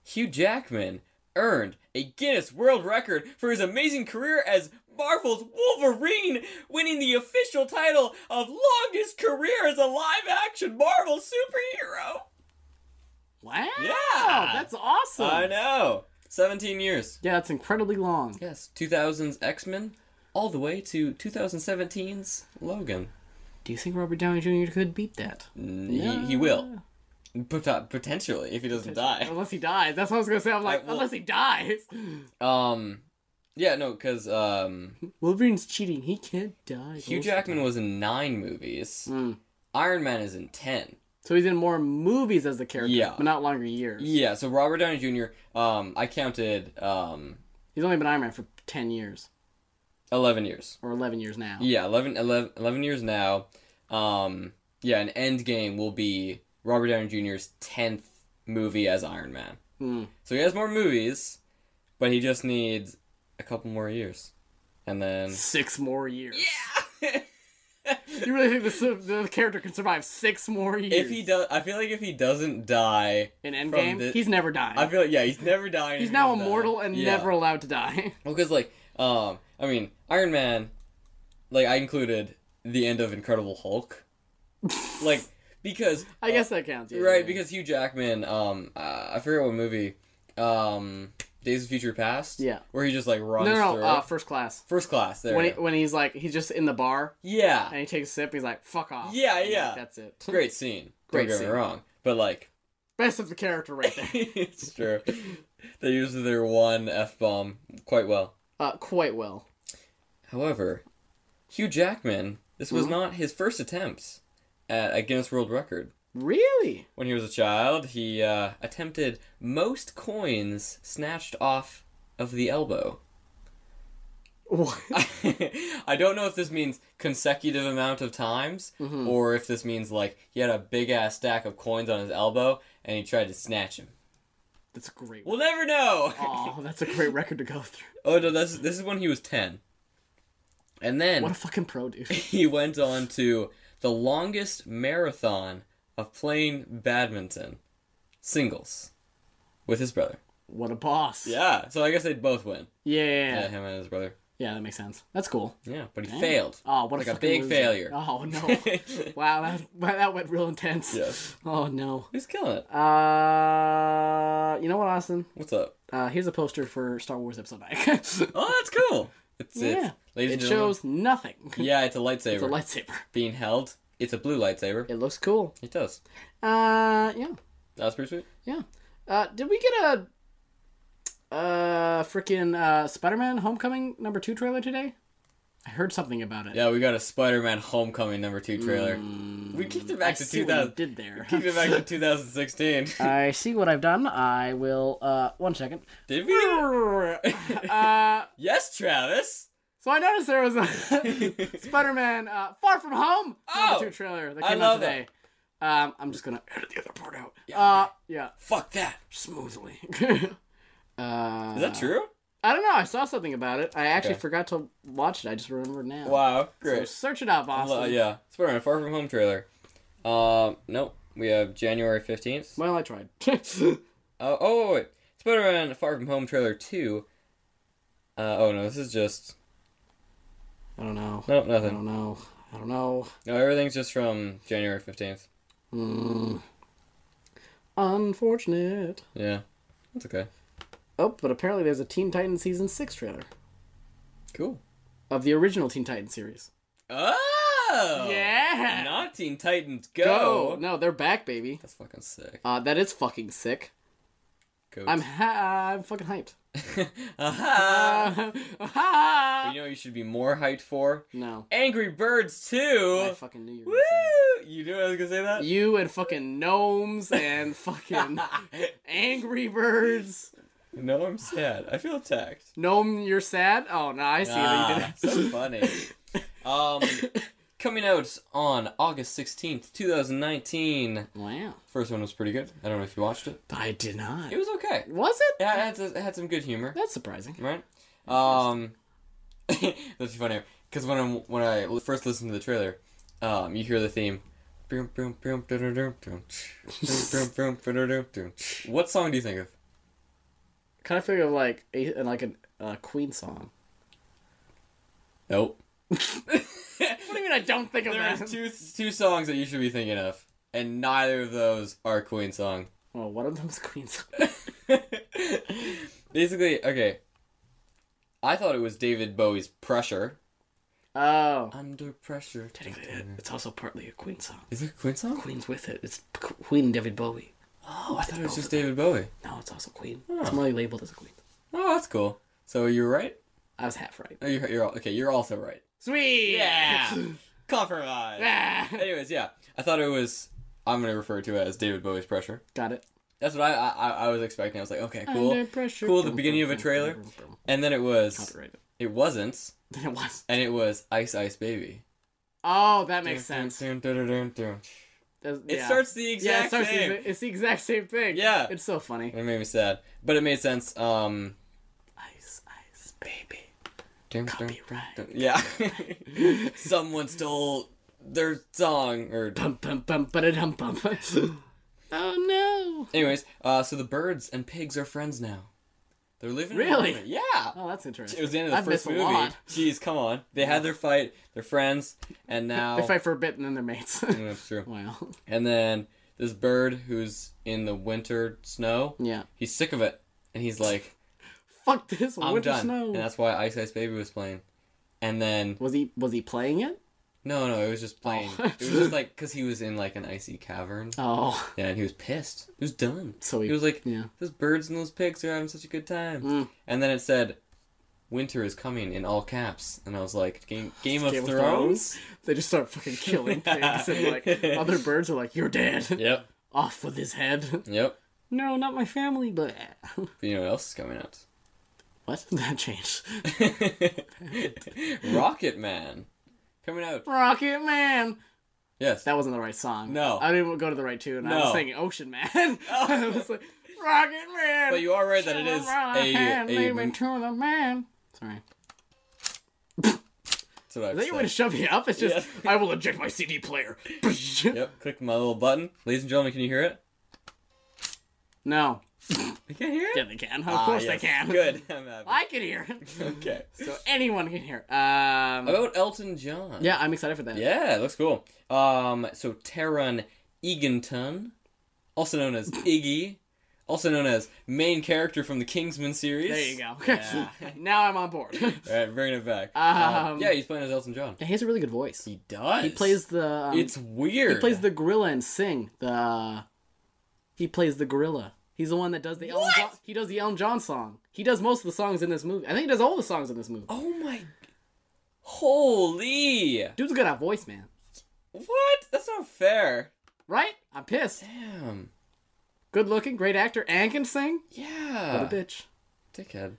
[SPEAKER 1] Hugh Jackman earned a Guinness World Record for his amazing career as Marvel's Wolverine, winning the official title of longest career as a live action Marvel superhero.
[SPEAKER 2] Wow,
[SPEAKER 1] Yeah.
[SPEAKER 2] that's awesome.
[SPEAKER 1] I know. 17 years.
[SPEAKER 2] Yeah, it's incredibly long.
[SPEAKER 1] Yes, 2000's X Men, all the way to 2017's Logan.
[SPEAKER 2] Do you think Robert Downey Jr. could beat that?
[SPEAKER 1] Mm, He, he will. Pot- Potentially, if he doesn't die.
[SPEAKER 2] Unless he dies. That's what I was gonna say. I'm like,
[SPEAKER 1] I- well-
[SPEAKER 2] unless he dies.
[SPEAKER 1] Um, yeah, no, because um,
[SPEAKER 2] Wolverine's cheating. He can't die.
[SPEAKER 1] Hugh
[SPEAKER 2] Wolf-
[SPEAKER 1] Jackman was in nine movies.
[SPEAKER 2] Mm.
[SPEAKER 1] Iron Man is in ten.
[SPEAKER 2] So he's in more movies as the character,
[SPEAKER 1] Yeah.
[SPEAKER 2] but not longer years.
[SPEAKER 1] Yeah, so Robert Downey Jr. Um, I counted um,
[SPEAKER 2] He's only been Iron Man for ten years
[SPEAKER 1] eleven years.
[SPEAKER 2] or eleven years now.
[SPEAKER 1] Yeah, 11, 11, 11 years now. Um, yeah, and Endgame will be Robert Downey Jr.'s tenth movie as Iron Man.
[SPEAKER 2] Mm.
[SPEAKER 1] So he has more movies, but he just needs a couple more years, and then
[SPEAKER 2] Six more years.
[SPEAKER 1] yeah.
[SPEAKER 2] You really think the, the character can survive six more years?
[SPEAKER 1] if he does, I feel like if he doesn't die,
[SPEAKER 2] in Endgame,
[SPEAKER 1] the-
[SPEAKER 2] he's never died.
[SPEAKER 1] I feel like yeah, he's never dying.
[SPEAKER 2] he's
[SPEAKER 1] if
[SPEAKER 2] now
[SPEAKER 1] he doesn't
[SPEAKER 2] immortal
[SPEAKER 1] die.
[SPEAKER 2] and
[SPEAKER 1] Yeah.
[SPEAKER 2] never allowed to die.
[SPEAKER 1] Well, because like, um, I mean, Iron Man, like I included the end of Incredible Hulk, like because
[SPEAKER 2] I guess that counts. yeah,
[SPEAKER 1] right
[SPEAKER 2] yeah.
[SPEAKER 1] because Hugh Jackman, um, uh, I forget what movie, um, Days of Future Past,
[SPEAKER 2] Yeah.
[SPEAKER 1] where he just like runs
[SPEAKER 2] no, no,
[SPEAKER 1] through
[SPEAKER 2] no uh,
[SPEAKER 1] it.
[SPEAKER 2] first class.
[SPEAKER 1] First Class. There,
[SPEAKER 2] When he,
[SPEAKER 1] we go.
[SPEAKER 2] when he's like he's just in the bar
[SPEAKER 1] yeah,
[SPEAKER 2] and he takes a sip, he's like, "Fuck off."
[SPEAKER 1] Yeah,
[SPEAKER 2] And, like,
[SPEAKER 1] yeah.
[SPEAKER 2] that's it.
[SPEAKER 1] great scene.
[SPEAKER 2] Great
[SPEAKER 1] Don't get
[SPEAKER 2] scene.
[SPEAKER 1] me wrong, but like,
[SPEAKER 2] Best of the character right there.
[SPEAKER 1] it's true. they used their one f bomb quite well.
[SPEAKER 2] uh, quite well.
[SPEAKER 1] However, Hugh Jackman, this was
[SPEAKER 2] Mhm.
[SPEAKER 1] not his first attempt at a Guinness World Record.
[SPEAKER 2] Really?
[SPEAKER 1] When he was a child, he uh, attempted most coins snatched off of the elbow.
[SPEAKER 2] What?
[SPEAKER 1] I don't know if this means consecutive amount of times,
[SPEAKER 2] Mhm.
[SPEAKER 1] or if this means like he had a big ass stack of coins on his elbow and he tried to snatch him.
[SPEAKER 2] That's a great.
[SPEAKER 1] We'll never know.
[SPEAKER 2] Oh, that's a great record to go through.
[SPEAKER 1] Oh no, this this is when he was ten, and then
[SPEAKER 2] What a fucking pro, dude.
[SPEAKER 1] he went on to the longest marathon of playing badminton singles with his brother.
[SPEAKER 2] What a boss.
[SPEAKER 1] Yeah, so I guess they'd both win.
[SPEAKER 2] Yeah. Yeah,
[SPEAKER 1] Yeah,
[SPEAKER 2] yeah.
[SPEAKER 1] him and his brother.
[SPEAKER 2] Yeah, that makes sense. That's cool.
[SPEAKER 1] Yeah, but he failed.
[SPEAKER 2] Oh, what
[SPEAKER 1] Like
[SPEAKER 2] a,
[SPEAKER 1] a
[SPEAKER 2] fucking
[SPEAKER 1] big
[SPEAKER 2] loser.
[SPEAKER 1] failure.
[SPEAKER 2] Oh no. wow, that wow, that went real intense.
[SPEAKER 1] yes,
[SPEAKER 2] Oh no.
[SPEAKER 1] he's killing it.
[SPEAKER 2] Uh, you know what, Austin?
[SPEAKER 1] What's up?
[SPEAKER 2] Uh, here's a poster for Star Wars Episode Nine.
[SPEAKER 1] Oh, that's cool. It's
[SPEAKER 2] Yeah.
[SPEAKER 1] it's ladies and
[SPEAKER 2] it
[SPEAKER 1] gentlemen.
[SPEAKER 2] shows nothing.
[SPEAKER 1] Yeah, it's a lightsaber
[SPEAKER 2] It's a lightsaber.
[SPEAKER 1] being held. It's a blue lightsaber.
[SPEAKER 2] It looks cool.
[SPEAKER 1] It does.
[SPEAKER 2] Uh, yeah,
[SPEAKER 1] That's pretty sweet.
[SPEAKER 2] yeah. Uh, did we get a uh freaking uh Spider-Man Homecoming number two trailer today? I heard something about it.
[SPEAKER 1] Yeah, we got a Spider-Man Homecoming number two trailer. we kicked it back
[SPEAKER 2] Mm, I
[SPEAKER 1] to
[SPEAKER 2] see what you
[SPEAKER 1] 2000.
[SPEAKER 2] did there.
[SPEAKER 1] Kicked it back to 2016.
[SPEAKER 2] I see what I've done. I will. Uh, one second.
[SPEAKER 1] Did we?
[SPEAKER 2] uh,
[SPEAKER 1] Yes, Travis.
[SPEAKER 2] so I noticed there was a Spider-Man uh, Far From Home
[SPEAKER 1] Oh!
[SPEAKER 2] number two trailer that
[SPEAKER 1] I
[SPEAKER 2] came out
[SPEAKER 1] love
[SPEAKER 2] today. Um, I'm just gonna edit the other part out. Uh, yeah,
[SPEAKER 1] Fuck that.
[SPEAKER 2] smoothly. uh,
[SPEAKER 1] Is that true?
[SPEAKER 2] I don't know. I saw something about it. I actually
[SPEAKER 1] Okay.
[SPEAKER 2] forgot to watch it. I just remembered now.
[SPEAKER 1] Wow,
[SPEAKER 2] So
[SPEAKER 1] great.
[SPEAKER 2] search it up, Austin.
[SPEAKER 1] Lo- yeah, Spider-Man Far From Home trailer. Um, nope. We have January 15th.
[SPEAKER 2] Well, I tried.
[SPEAKER 1] Oh, oh wait. Spider-Man Far From Home trailer 2. Uh, oh no, this is just
[SPEAKER 2] I don't know.
[SPEAKER 1] nope,
[SPEAKER 2] I
[SPEAKER 1] nothing.
[SPEAKER 2] don't know. I don't know.
[SPEAKER 1] No, everything's just from January 15th.
[SPEAKER 2] Mm. Unfortunate.
[SPEAKER 1] Yeah. That's okay.
[SPEAKER 2] Oh, but apparently there's a Teen Titans season six trailer
[SPEAKER 1] Cool.
[SPEAKER 2] of the original Teen Titans series.
[SPEAKER 1] Oh!
[SPEAKER 2] yeah.
[SPEAKER 1] Not Teen Titans Go!
[SPEAKER 2] Go. No, they're back, baby.
[SPEAKER 1] That's fucking sick.
[SPEAKER 2] Uh, that is fucking sick.
[SPEAKER 1] Go.
[SPEAKER 2] I'm ha- I'm fucking hyped.
[SPEAKER 1] Aha!
[SPEAKER 2] Uh, ha-
[SPEAKER 1] You know what you should be more hyped for?
[SPEAKER 2] Uh, no,
[SPEAKER 1] Angry Birds 2!
[SPEAKER 2] I fucking knew you. Were
[SPEAKER 1] Woo!
[SPEAKER 2] gonna say
[SPEAKER 1] You knew I was gonna say that?
[SPEAKER 2] that. You and fucking gnomes and fucking Angry Birds.
[SPEAKER 1] no, I'm sad. I feel attacked.
[SPEAKER 2] Gnome, you're sad. Oh no, I see
[SPEAKER 1] Ah,
[SPEAKER 2] that you
[SPEAKER 1] so
[SPEAKER 2] did that.
[SPEAKER 1] funny. Um, coming out on August 16th, 2019.
[SPEAKER 2] Wow,
[SPEAKER 1] First one was pretty good. I don't know if you watched it.
[SPEAKER 2] I did not.
[SPEAKER 1] It was okay.
[SPEAKER 2] Was it?
[SPEAKER 1] It had, it had some good humor,
[SPEAKER 2] That's surprising.
[SPEAKER 1] right? Um, that's funny because when I'm when I l- first listened to the trailer, um, you hear the theme. What song do you think of?
[SPEAKER 2] Kind of figure like a like an uh, Queen song.
[SPEAKER 1] Nope.
[SPEAKER 2] What do you mean I don't think of
[SPEAKER 1] There's
[SPEAKER 2] that?
[SPEAKER 1] two two songs that you should be thinking of, and neither of those are Queen song.
[SPEAKER 2] Well, one of them's Queen's.
[SPEAKER 1] Basically, okay. I thought it was David Bowie's Pressure.
[SPEAKER 2] Oh.
[SPEAKER 1] Under pressure.
[SPEAKER 2] Technically, it- it's also partly a Queen song.
[SPEAKER 1] Is it a Queen song?
[SPEAKER 2] Queen's with it. It's Q- Queen and David Bowie.
[SPEAKER 1] Oh, I thought it was just David Bowie.
[SPEAKER 2] No, it's also Queen. It's only labeled as a Queen.
[SPEAKER 1] Oh, that's cool. So you're right.
[SPEAKER 2] I was half right.
[SPEAKER 1] Oh, you're, you're all, okay. You're also right.
[SPEAKER 2] Sweet.
[SPEAKER 1] Compromise.
[SPEAKER 2] Ah.
[SPEAKER 1] Anyways, yeah. I thought it was. I'm gonna refer to it as David Bowie's Pressure.
[SPEAKER 2] Got it.
[SPEAKER 1] That's what I I, I- I was expecting. I was like, okay, cool,
[SPEAKER 2] Under pressure.
[SPEAKER 1] cool. The beginning of a trailer, and then it was.
[SPEAKER 2] Copyrighted.
[SPEAKER 1] It wasn't,
[SPEAKER 2] It was.
[SPEAKER 1] and it was Ice Ice Baby.
[SPEAKER 2] Oh, that makes sense.
[SPEAKER 1] Dun, dun, dun, dun, dun.
[SPEAKER 2] That's-
[SPEAKER 1] It
[SPEAKER 2] yeah.
[SPEAKER 1] starts the
[SPEAKER 2] Yeah, it
[SPEAKER 1] exact
[SPEAKER 2] starts the
[SPEAKER 1] same.
[SPEAKER 2] exa- it's the exact same thing.
[SPEAKER 1] Yeah.
[SPEAKER 2] It's so funny.
[SPEAKER 1] It made me sad, but it made sense. Um,
[SPEAKER 2] Ice, ice, baby.
[SPEAKER 1] dun, dun,
[SPEAKER 2] Copyright.
[SPEAKER 1] yeah. Someone stole their song, or
[SPEAKER 2] Bum, bum, bum, ba-da-dum, bum. oh, no.
[SPEAKER 1] anyways. Uh, so the birds and pigs are friends now. They're living. in a
[SPEAKER 2] Really?
[SPEAKER 1] moment. Yeah.
[SPEAKER 2] Oh, that's
[SPEAKER 1] It
[SPEAKER 2] interesting.
[SPEAKER 1] was the end of the
[SPEAKER 2] I've
[SPEAKER 1] first
[SPEAKER 2] missed a
[SPEAKER 1] movie.
[SPEAKER 2] lot.
[SPEAKER 1] Jeez, come on. They had their fight. They're friends, and now
[SPEAKER 2] They fight for a bit and then they're mates.
[SPEAKER 1] Mm, That's true.
[SPEAKER 2] wow.
[SPEAKER 1] And then this bird who's in the winter snow,
[SPEAKER 2] Yeah.
[SPEAKER 1] he's sick of it, and he's like,
[SPEAKER 2] Fuck this
[SPEAKER 1] "I'm
[SPEAKER 2] winter
[SPEAKER 1] done."
[SPEAKER 2] snow.
[SPEAKER 1] And that's why Ice Ice Baby was playing. And then
[SPEAKER 2] Was he was he playing it?
[SPEAKER 1] no, no, it was just playing.
[SPEAKER 2] Oh.
[SPEAKER 1] it was just like because he was in like an icy cavern.
[SPEAKER 2] Oh,
[SPEAKER 1] Yeah, and he was pissed. He was done.
[SPEAKER 2] So he-
[SPEAKER 1] was like,
[SPEAKER 2] yeah.
[SPEAKER 1] those birds and those pigs are having such a good time.
[SPEAKER 2] Mm.
[SPEAKER 1] And then it said, "Winter is coming" in all caps, and I was like, "Game, Game,
[SPEAKER 2] Game
[SPEAKER 1] of
[SPEAKER 2] of
[SPEAKER 1] Thrones."
[SPEAKER 2] They just start fucking killing pigs and like other birds are like, "You're dead."
[SPEAKER 1] Yep,
[SPEAKER 2] Off with his head.
[SPEAKER 1] yep.
[SPEAKER 2] no, not my family, but
[SPEAKER 1] But you know what else is coming out?
[SPEAKER 2] what? That changed.
[SPEAKER 1] Rocket Man coming out.
[SPEAKER 2] Rocket Man.
[SPEAKER 1] Yes.
[SPEAKER 2] That wasn't the right song.
[SPEAKER 1] No.
[SPEAKER 2] I didn't go to the right tune. I
[SPEAKER 1] No.
[SPEAKER 2] was singing Ocean Man. I was like, Rocket Man.
[SPEAKER 1] But you are right that it is
[SPEAKER 2] hand,
[SPEAKER 1] a,
[SPEAKER 2] lead me
[SPEAKER 1] a
[SPEAKER 2] to the man. Sorry.
[SPEAKER 1] that's what I
[SPEAKER 2] Is that your way to
[SPEAKER 1] would say.
[SPEAKER 2] shove me up? It's just
[SPEAKER 1] Yeah.
[SPEAKER 2] I will eject my CD player.
[SPEAKER 1] Yep. Click my little button, ladies and gentlemen. Can you hear it?
[SPEAKER 2] No.
[SPEAKER 1] You can't hear it.
[SPEAKER 2] Yeah, they can. Of
[SPEAKER 1] Ah,
[SPEAKER 2] course
[SPEAKER 1] yes.
[SPEAKER 2] they can.
[SPEAKER 1] Good. I'm happy.
[SPEAKER 2] I can hear it.
[SPEAKER 1] Okay.
[SPEAKER 2] so anyone can hear. Um,
[SPEAKER 1] About Elton John.
[SPEAKER 2] yeah, I'm excited for that.
[SPEAKER 1] Yeah, it looks cool. Um, so Taron Egerton, also known as Iggy, also known as main character from the Kingsman series.
[SPEAKER 2] There you go.
[SPEAKER 1] Yeah.
[SPEAKER 2] now I'm on board.
[SPEAKER 1] All right, bringing it back. Uh,
[SPEAKER 2] Um,
[SPEAKER 1] yeah, he's playing as Elton John.
[SPEAKER 2] he has a really good voice.
[SPEAKER 1] He does.
[SPEAKER 2] He plays the. Um,
[SPEAKER 1] It's weird.
[SPEAKER 2] he plays the gorilla and sing the. He plays the gorilla. He's the one that does the Elton
[SPEAKER 1] What?
[SPEAKER 2] John. He does the Elton John song. He does most of the songs in this movie. I think he does all the songs in this movie.
[SPEAKER 1] Oh my. Holy.
[SPEAKER 2] Dude's got a voice, man.
[SPEAKER 1] What? That's not fair.
[SPEAKER 2] Right? I'm pissed.
[SPEAKER 1] Damn.
[SPEAKER 2] Good looking, great actor, and can sing.
[SPEAKER 1] Yeah.
[SPEAKER 2] What a bitch.
[SPEAKER 1] Dickhead.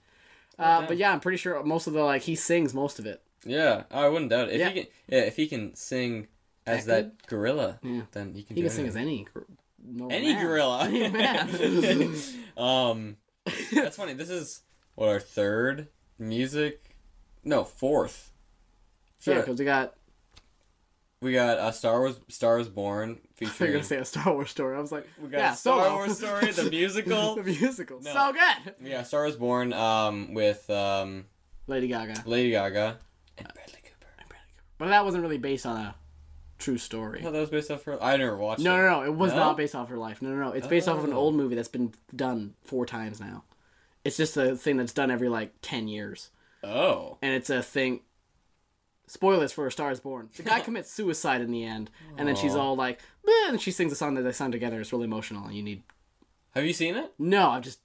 [SPEAKER 2] Uh, but yeah, I'm pretty sure most of the like he sings most of it.
[SPEAKER 1] Yeah, oh, I wouldn't doubt it. If
[SPEAKER 2] Yeah.
[SPEAKER 1] he can, yeah, if he can sing as
[SPEAKER 2] That
[SPEAKER 1] that, gorilla,
[SPEAKER 2] Yeah.
[SPEAKER 1] then he can.
[SPEAKER 2] He
[SPEAKER 1] do
[SPEAKER 2] can sing
[SPEAKER 1] anything.
[SPEAKER 2] as any gr- normal
[SPEAKER 1] Any
[SPEAKER 2] man.
[SPEAKER 1] gorilla.
[SPEAKER 2] Any man.
[SPEAKER 1] um, that's funny. This is what our third music, no fourth.
[SPEAKER 2] yeah,
[SPEAKER 1] Sure.
[SPEAKER 2] because we got.
[SPEAKER 1] we got uh, Star Wars. Star Wars Born
[SPEAKER 2] They're
[SPEAKER 1] featuring.
[SPEAKER 2] gonna say a Star Wars story. I was like,
[SPEAKER 1] we got
[SPEAKER 2] yeah,
[SPEAKER 1] Star
[SPEAKER 2] Solo.
[SPEAKER 1] Wars story, the
[SPEAKER 2] the
[SPEAKER 1] musical.
[SPEAKER 2] musical,
[SPEAKER 1] No.
[SPEAKER 2] so good.
[SPEAKER 1] yeah, Star Wars Born. Um, with um,
[SPEAKER 2] Lady Gaga,
[SPEAKER 1] Lady Gaga
[SPEAKER 2] Uh,
[SPEAKER 1] and Bradley Cooper.
[SPEAKER 2] but that wasn't really based on a true story.
[SPEAKER 1] I thought that was based off her. I never watched.
[SPEAKER 2] No,
[SPEAKER 1] it.
[SPEAKER 2] no, no. It was
[SPEAKER 1] No?
[SPEAKER 2] not based off her life. No, no, no. It's based off of an
[SPEAKER 1] Oh.
[SPEAKER 2] old movie that's been done four times now. It's just a thing that's done every like ten years.
[SPEAKER 1] Oh.
[SPEAKER 2] and it's a thing. Spoilers for A Star Is Born. The guy commits suicide in the end, and then she's
[SPEAKER 1] Aw.
[SPEAKER 2] all like, "Bleh," and she sings a song that they sung together. It's really emotional. and You need
[SPEAKER 1] Have you seen it?
[SPEAKER 2] no. I've just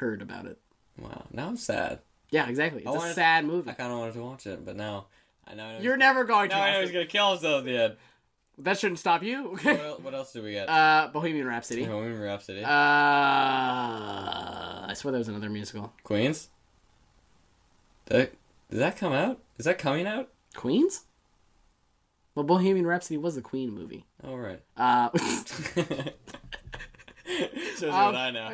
[SPEAKER 2] heard about it.
[SPEAKER 1] Wow. Now I'm sad.
[SPEAKER 2] Yeah, exactly. It's
[SPEAKER 1] wanted-
[SPEAKER 2] a sad
[SPEAKER 1] I
[SPEAKER 2] movie.
[SPEAKER 1] kind of wanted to watch it, but now I know. I know
[SPEAKER 2] You're never going to.
[SPEAKER 1] now I know
[SPEAKER 2] watch
[SPEAKER 1] he's
[SPEAKER 2] it.
[SPEAKER 1] gonna kill himself at the end.
[SPEAKER 2] That shouldn't stop you.
[SPEAKER 1] What
[SPEAKER 2] Okay.
[SPEAKER 1] el- what else do we get?
[SPEAKER 2] Uh, Bohemian Rhapsody. Uh,
[SPEAKER 1] Bohemian Rhapsody.
[SPEAKER 2] I swear there was another musical.
[SPEAKER 1] Queens. That did that come out? Is that coming out?
[SPEAKER 2] Queens. Well, Bohemian Rhapsody was a Queen movie.
[SPEAKER 1] All right.
[SPEAKER 2] Uh,
[SPEAKER 1] Shows you
[SPEAKER 2] Um,
[SPEAKER 1] what I know.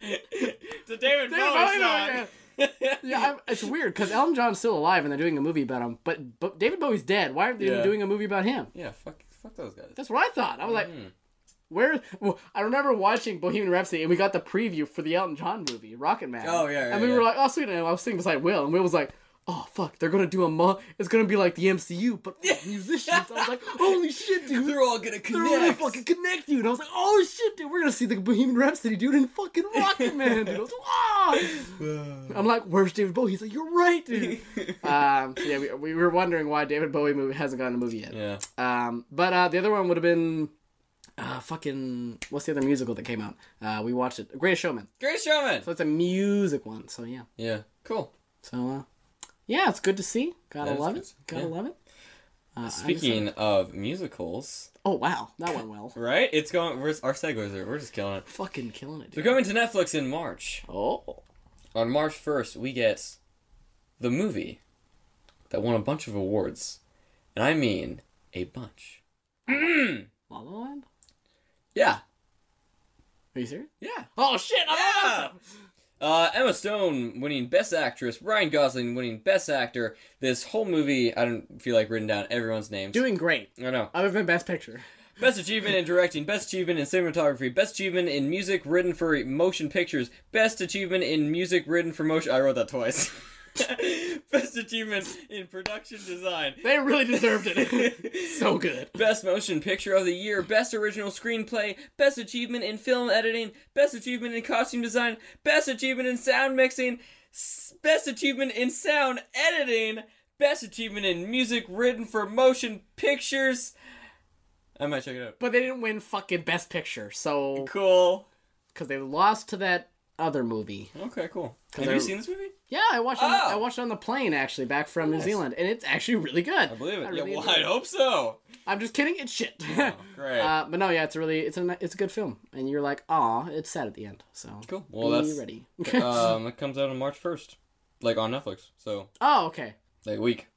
[SPEAKER 1] it's a David,
[SPEAKER 2] Bowie
[SPEAKER 1] Bowie song.
[SPEAKER 2] Yeah, I, it's weird because Elton John's still alive and they're doing a movie about him, but but David Bowie's dead. Why aren't they
[SPEAKER 1] Yeah.
[SPEAKER 2] doing a movie about him?
[SPEAKER 1] yeah. Fuck. Fuck those guys.
[SPEAKER 2] That's what I thought. I was like,
[SPEAKER 1] Mm.
[SPEAKER 2] where? Well, I remember watching Bohemian Rhapsody and we got the preview for the Elton John movie, Rocket Man.
[SPEAKER 1] Oh, yeah, yeah,
[SPEAKER 2] and we were
[SPEAKER 1] yeah.
[SPEAKER 2] like, oh sweet. And I was sitting beside Will, and Will was like, oh fuck, they're gonna do a mo- it's gonna be like the MCU, but with musicians. I was like, holy shit, dude.
[SPEAKER 3] They're all gonna
[SPEAKER 2] They're gonna
[SPEAKER 3] connect.
[SPEAKER 2] fucking connect, dude. I was like, oh shit, dude, we're gonna see the Bohemian Rhapsody, dude, in fucking Rocket Man, dude. I was like, wow. I'm like, where's David Bowie? He's like, you're right, dude. um, so yeah, we, we were wondering why David Bowie movie hasn't gotten a movie yet.
[SPEAKER 1] Yeah.
[SPEAKER 2] Um, but uh, the other one would have been uh, fucking what's the other musical that came out? Uh, we watched it, Greatest Showman.
[SPEAKER 1] Great showman.
[SPEAKER 2] So it's a music one. So yeah,
[SPEAKER 1] Yeah. Cool.
[SPEAKER 2] so uh, yeah, it's good to see. Gotta
[SPEAKER 1] That is
[SPEAKER 2] love
[SPEAKER 1] good
[SPEAKER 2] it.
[SPEAKER 1] to-
[SPEAKER 2] Gotta
[SPEAKER 1] yeah.
[SPEAKER 2] love it. Uh, I'm excited.
[SPEAKER 1] Speaking of musicals,
[SPEAKER 2] oh wow, that went well.
[SPEAKER 1] right? It's going. We're, our segues are. We're just killing it.
[SPEAKER 2] Fucking killing it.
[SPEAKER 1] They're
[SPEAKER 2] Dude.
[SPEAKER 1] coming to Netflix in March.
[SPEAKER 2] Oh,
[SPEAKER 1] On March first, we get the movie that won a bunch of awards, and I mean a bunch.
[SPEAKER 2] La La Land.
[SPEAKER 1] Yeah.
[SPEAKER 2] Are you serious?
[SPEAKER 1] Yeah.
[SPEAKER 2] Oh shit! I'm
[SPEAKER 1] Yeah!
[SPEAKER 2] awesome!
[SPEAKER 1] Uh, Emma Stone winning Best Actress, Ryan Gosling winning Best Actor. This whole movie, I don't feel like writing down everyone's names.
[SPEAKER 2] Doing great.
[SPEAKER 1] I know.
[SPEAKER 2] Other than Best Picture.
[SPEAKER 1] Best achievement in directing, best achievement in cinematography, best achievement in music written for motion pictures, best achievement in music written for motion. I wrote that twice. best achievement in production design.
[SPEAKER 2] They really deserved it. so good.
[SPEAKER 1] Best motion picture of the year, best original screenplay, best achievement in film editing, best achievement in costume design, best achievement in sound mixing, s- best achievement in sound editing, best achievement in music written for motion pictures. I might check it out.
[SPEAKER 2] But they didn't win fucking Best Picture, so
[SPEAKER 1] Cool.
[SPEAKER 2] because they lost to that other movie.
[SPEAKER 1] Okay, cool. Have
[SPEAKER 2] Have you
[SPEAKER 1] you
[SPEAKER 2] they're-
[SPEAKER 1] seen
[SPEAKER 2] seen
[SPEAKER 1] this movie?
[SPEAKER 2] Yeah, I watched. it On
[SPEAKER 1] Oh.
[SPEAKER 2] I watched it on the plane actually, back from New
[SPEAKER 1] Nice.
[SPEAKER 2] Zealand, and it's actually really good.
[SPEAKER 1] I believe it.
[SPEAKER 2] really
[SPEAKER 1] yeah, well,
[SPEAKER 2] enjoyed
[SPEAKER 1] I
[SPEAKER 2] it.
[SPEAKER 1] hope so.
[SPEAKER 2] I'm just kidding. It's shit.
[SPEAKER 1] Oh, Great.
[SPEAKER 2] uh, but no, yeah, it's a really, it's a, ni- it's a good film, and you're like, ah, it's sad at the end. So
[SPEAKER 1] cool. Well,
[SPEAKER 2] be
[SPEAKER 1] that's
[SPEAKER 2] ready.
[SPEAKER 1] um, it comes out on March first, like on Netflix. So
[SPEAKER 2] oh, okay.
[SPEAKER 1] like week.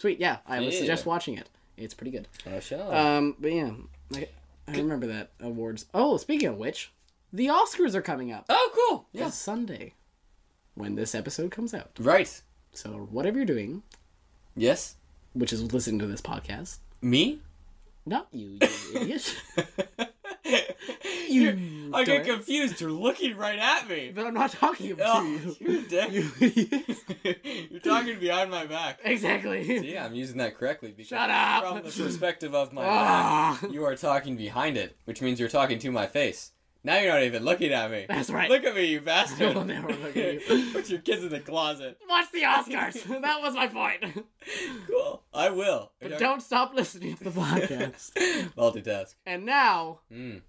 [SPEAKER 2] Sweet. Yeah, I would
[SPEAKER 1] Yeah. Oh.
[SPEAKER 2] suggest watching it. It's pretty good.
[SPEAKER 1] I shall.
[SPEAKER 2] Um, but yeah, I, I remember that awards. Oh, speaking of which, the Oscars are coming up.
[SPEAKER 1] oh, cool.
[SPEAKER 2] It's Sunday, when this episode comes out.
[SPEAKER 1] Right.
[SPEAKER 2] So whatever you're doing,
[SPEAKER 1] Yes.
[SPEAKER 2] which is listening to this podcast,
[SPEAKER 1] Me.
[SPEAKER 2] not you, you idiot.
[SPEAKER 1] You're-
[SPEAKER 2] You
[SPEAKER 1] I get
[SPEAKER 2] dork.
[SPEAKER 1] confused. You're looking right at me.
[SPEAKER 2] But I'm not talking about
[SPEAKER 1] Oh,
[SPEAKER 2] you.
[SPEAKER 1] you're a dick. you're talking behind my back.
[SPEAKER 2] exactly.
[SPEAKER 1] Yeah, I'm using that correctly because
[SPEAKER 2] Shut up.
[SPEAKER 1] from the perspective of my back,
[SPEAKER 2] Ah,
[SPEAKER 1] you are talking behind it, which means you're talking to my face. Now you're not even looking at me.
[SPEAKER 2] that's right.
[SPEAKER 1] Look at me, you bastard.
[SPEAKER 2] I will never look at you.
[SPEAKER 1] Put your kids in the closet.
[SPEAKER 2] Watch the Oscars. that was my point.
[SPEAKER 1] Cool. I will.
[SPEAKER 2] But don't stop listening to the podcast.
[SPEAKER 1] Multitask.
[SPEAKER 2] and now,
[SPEAKER 1] Mm.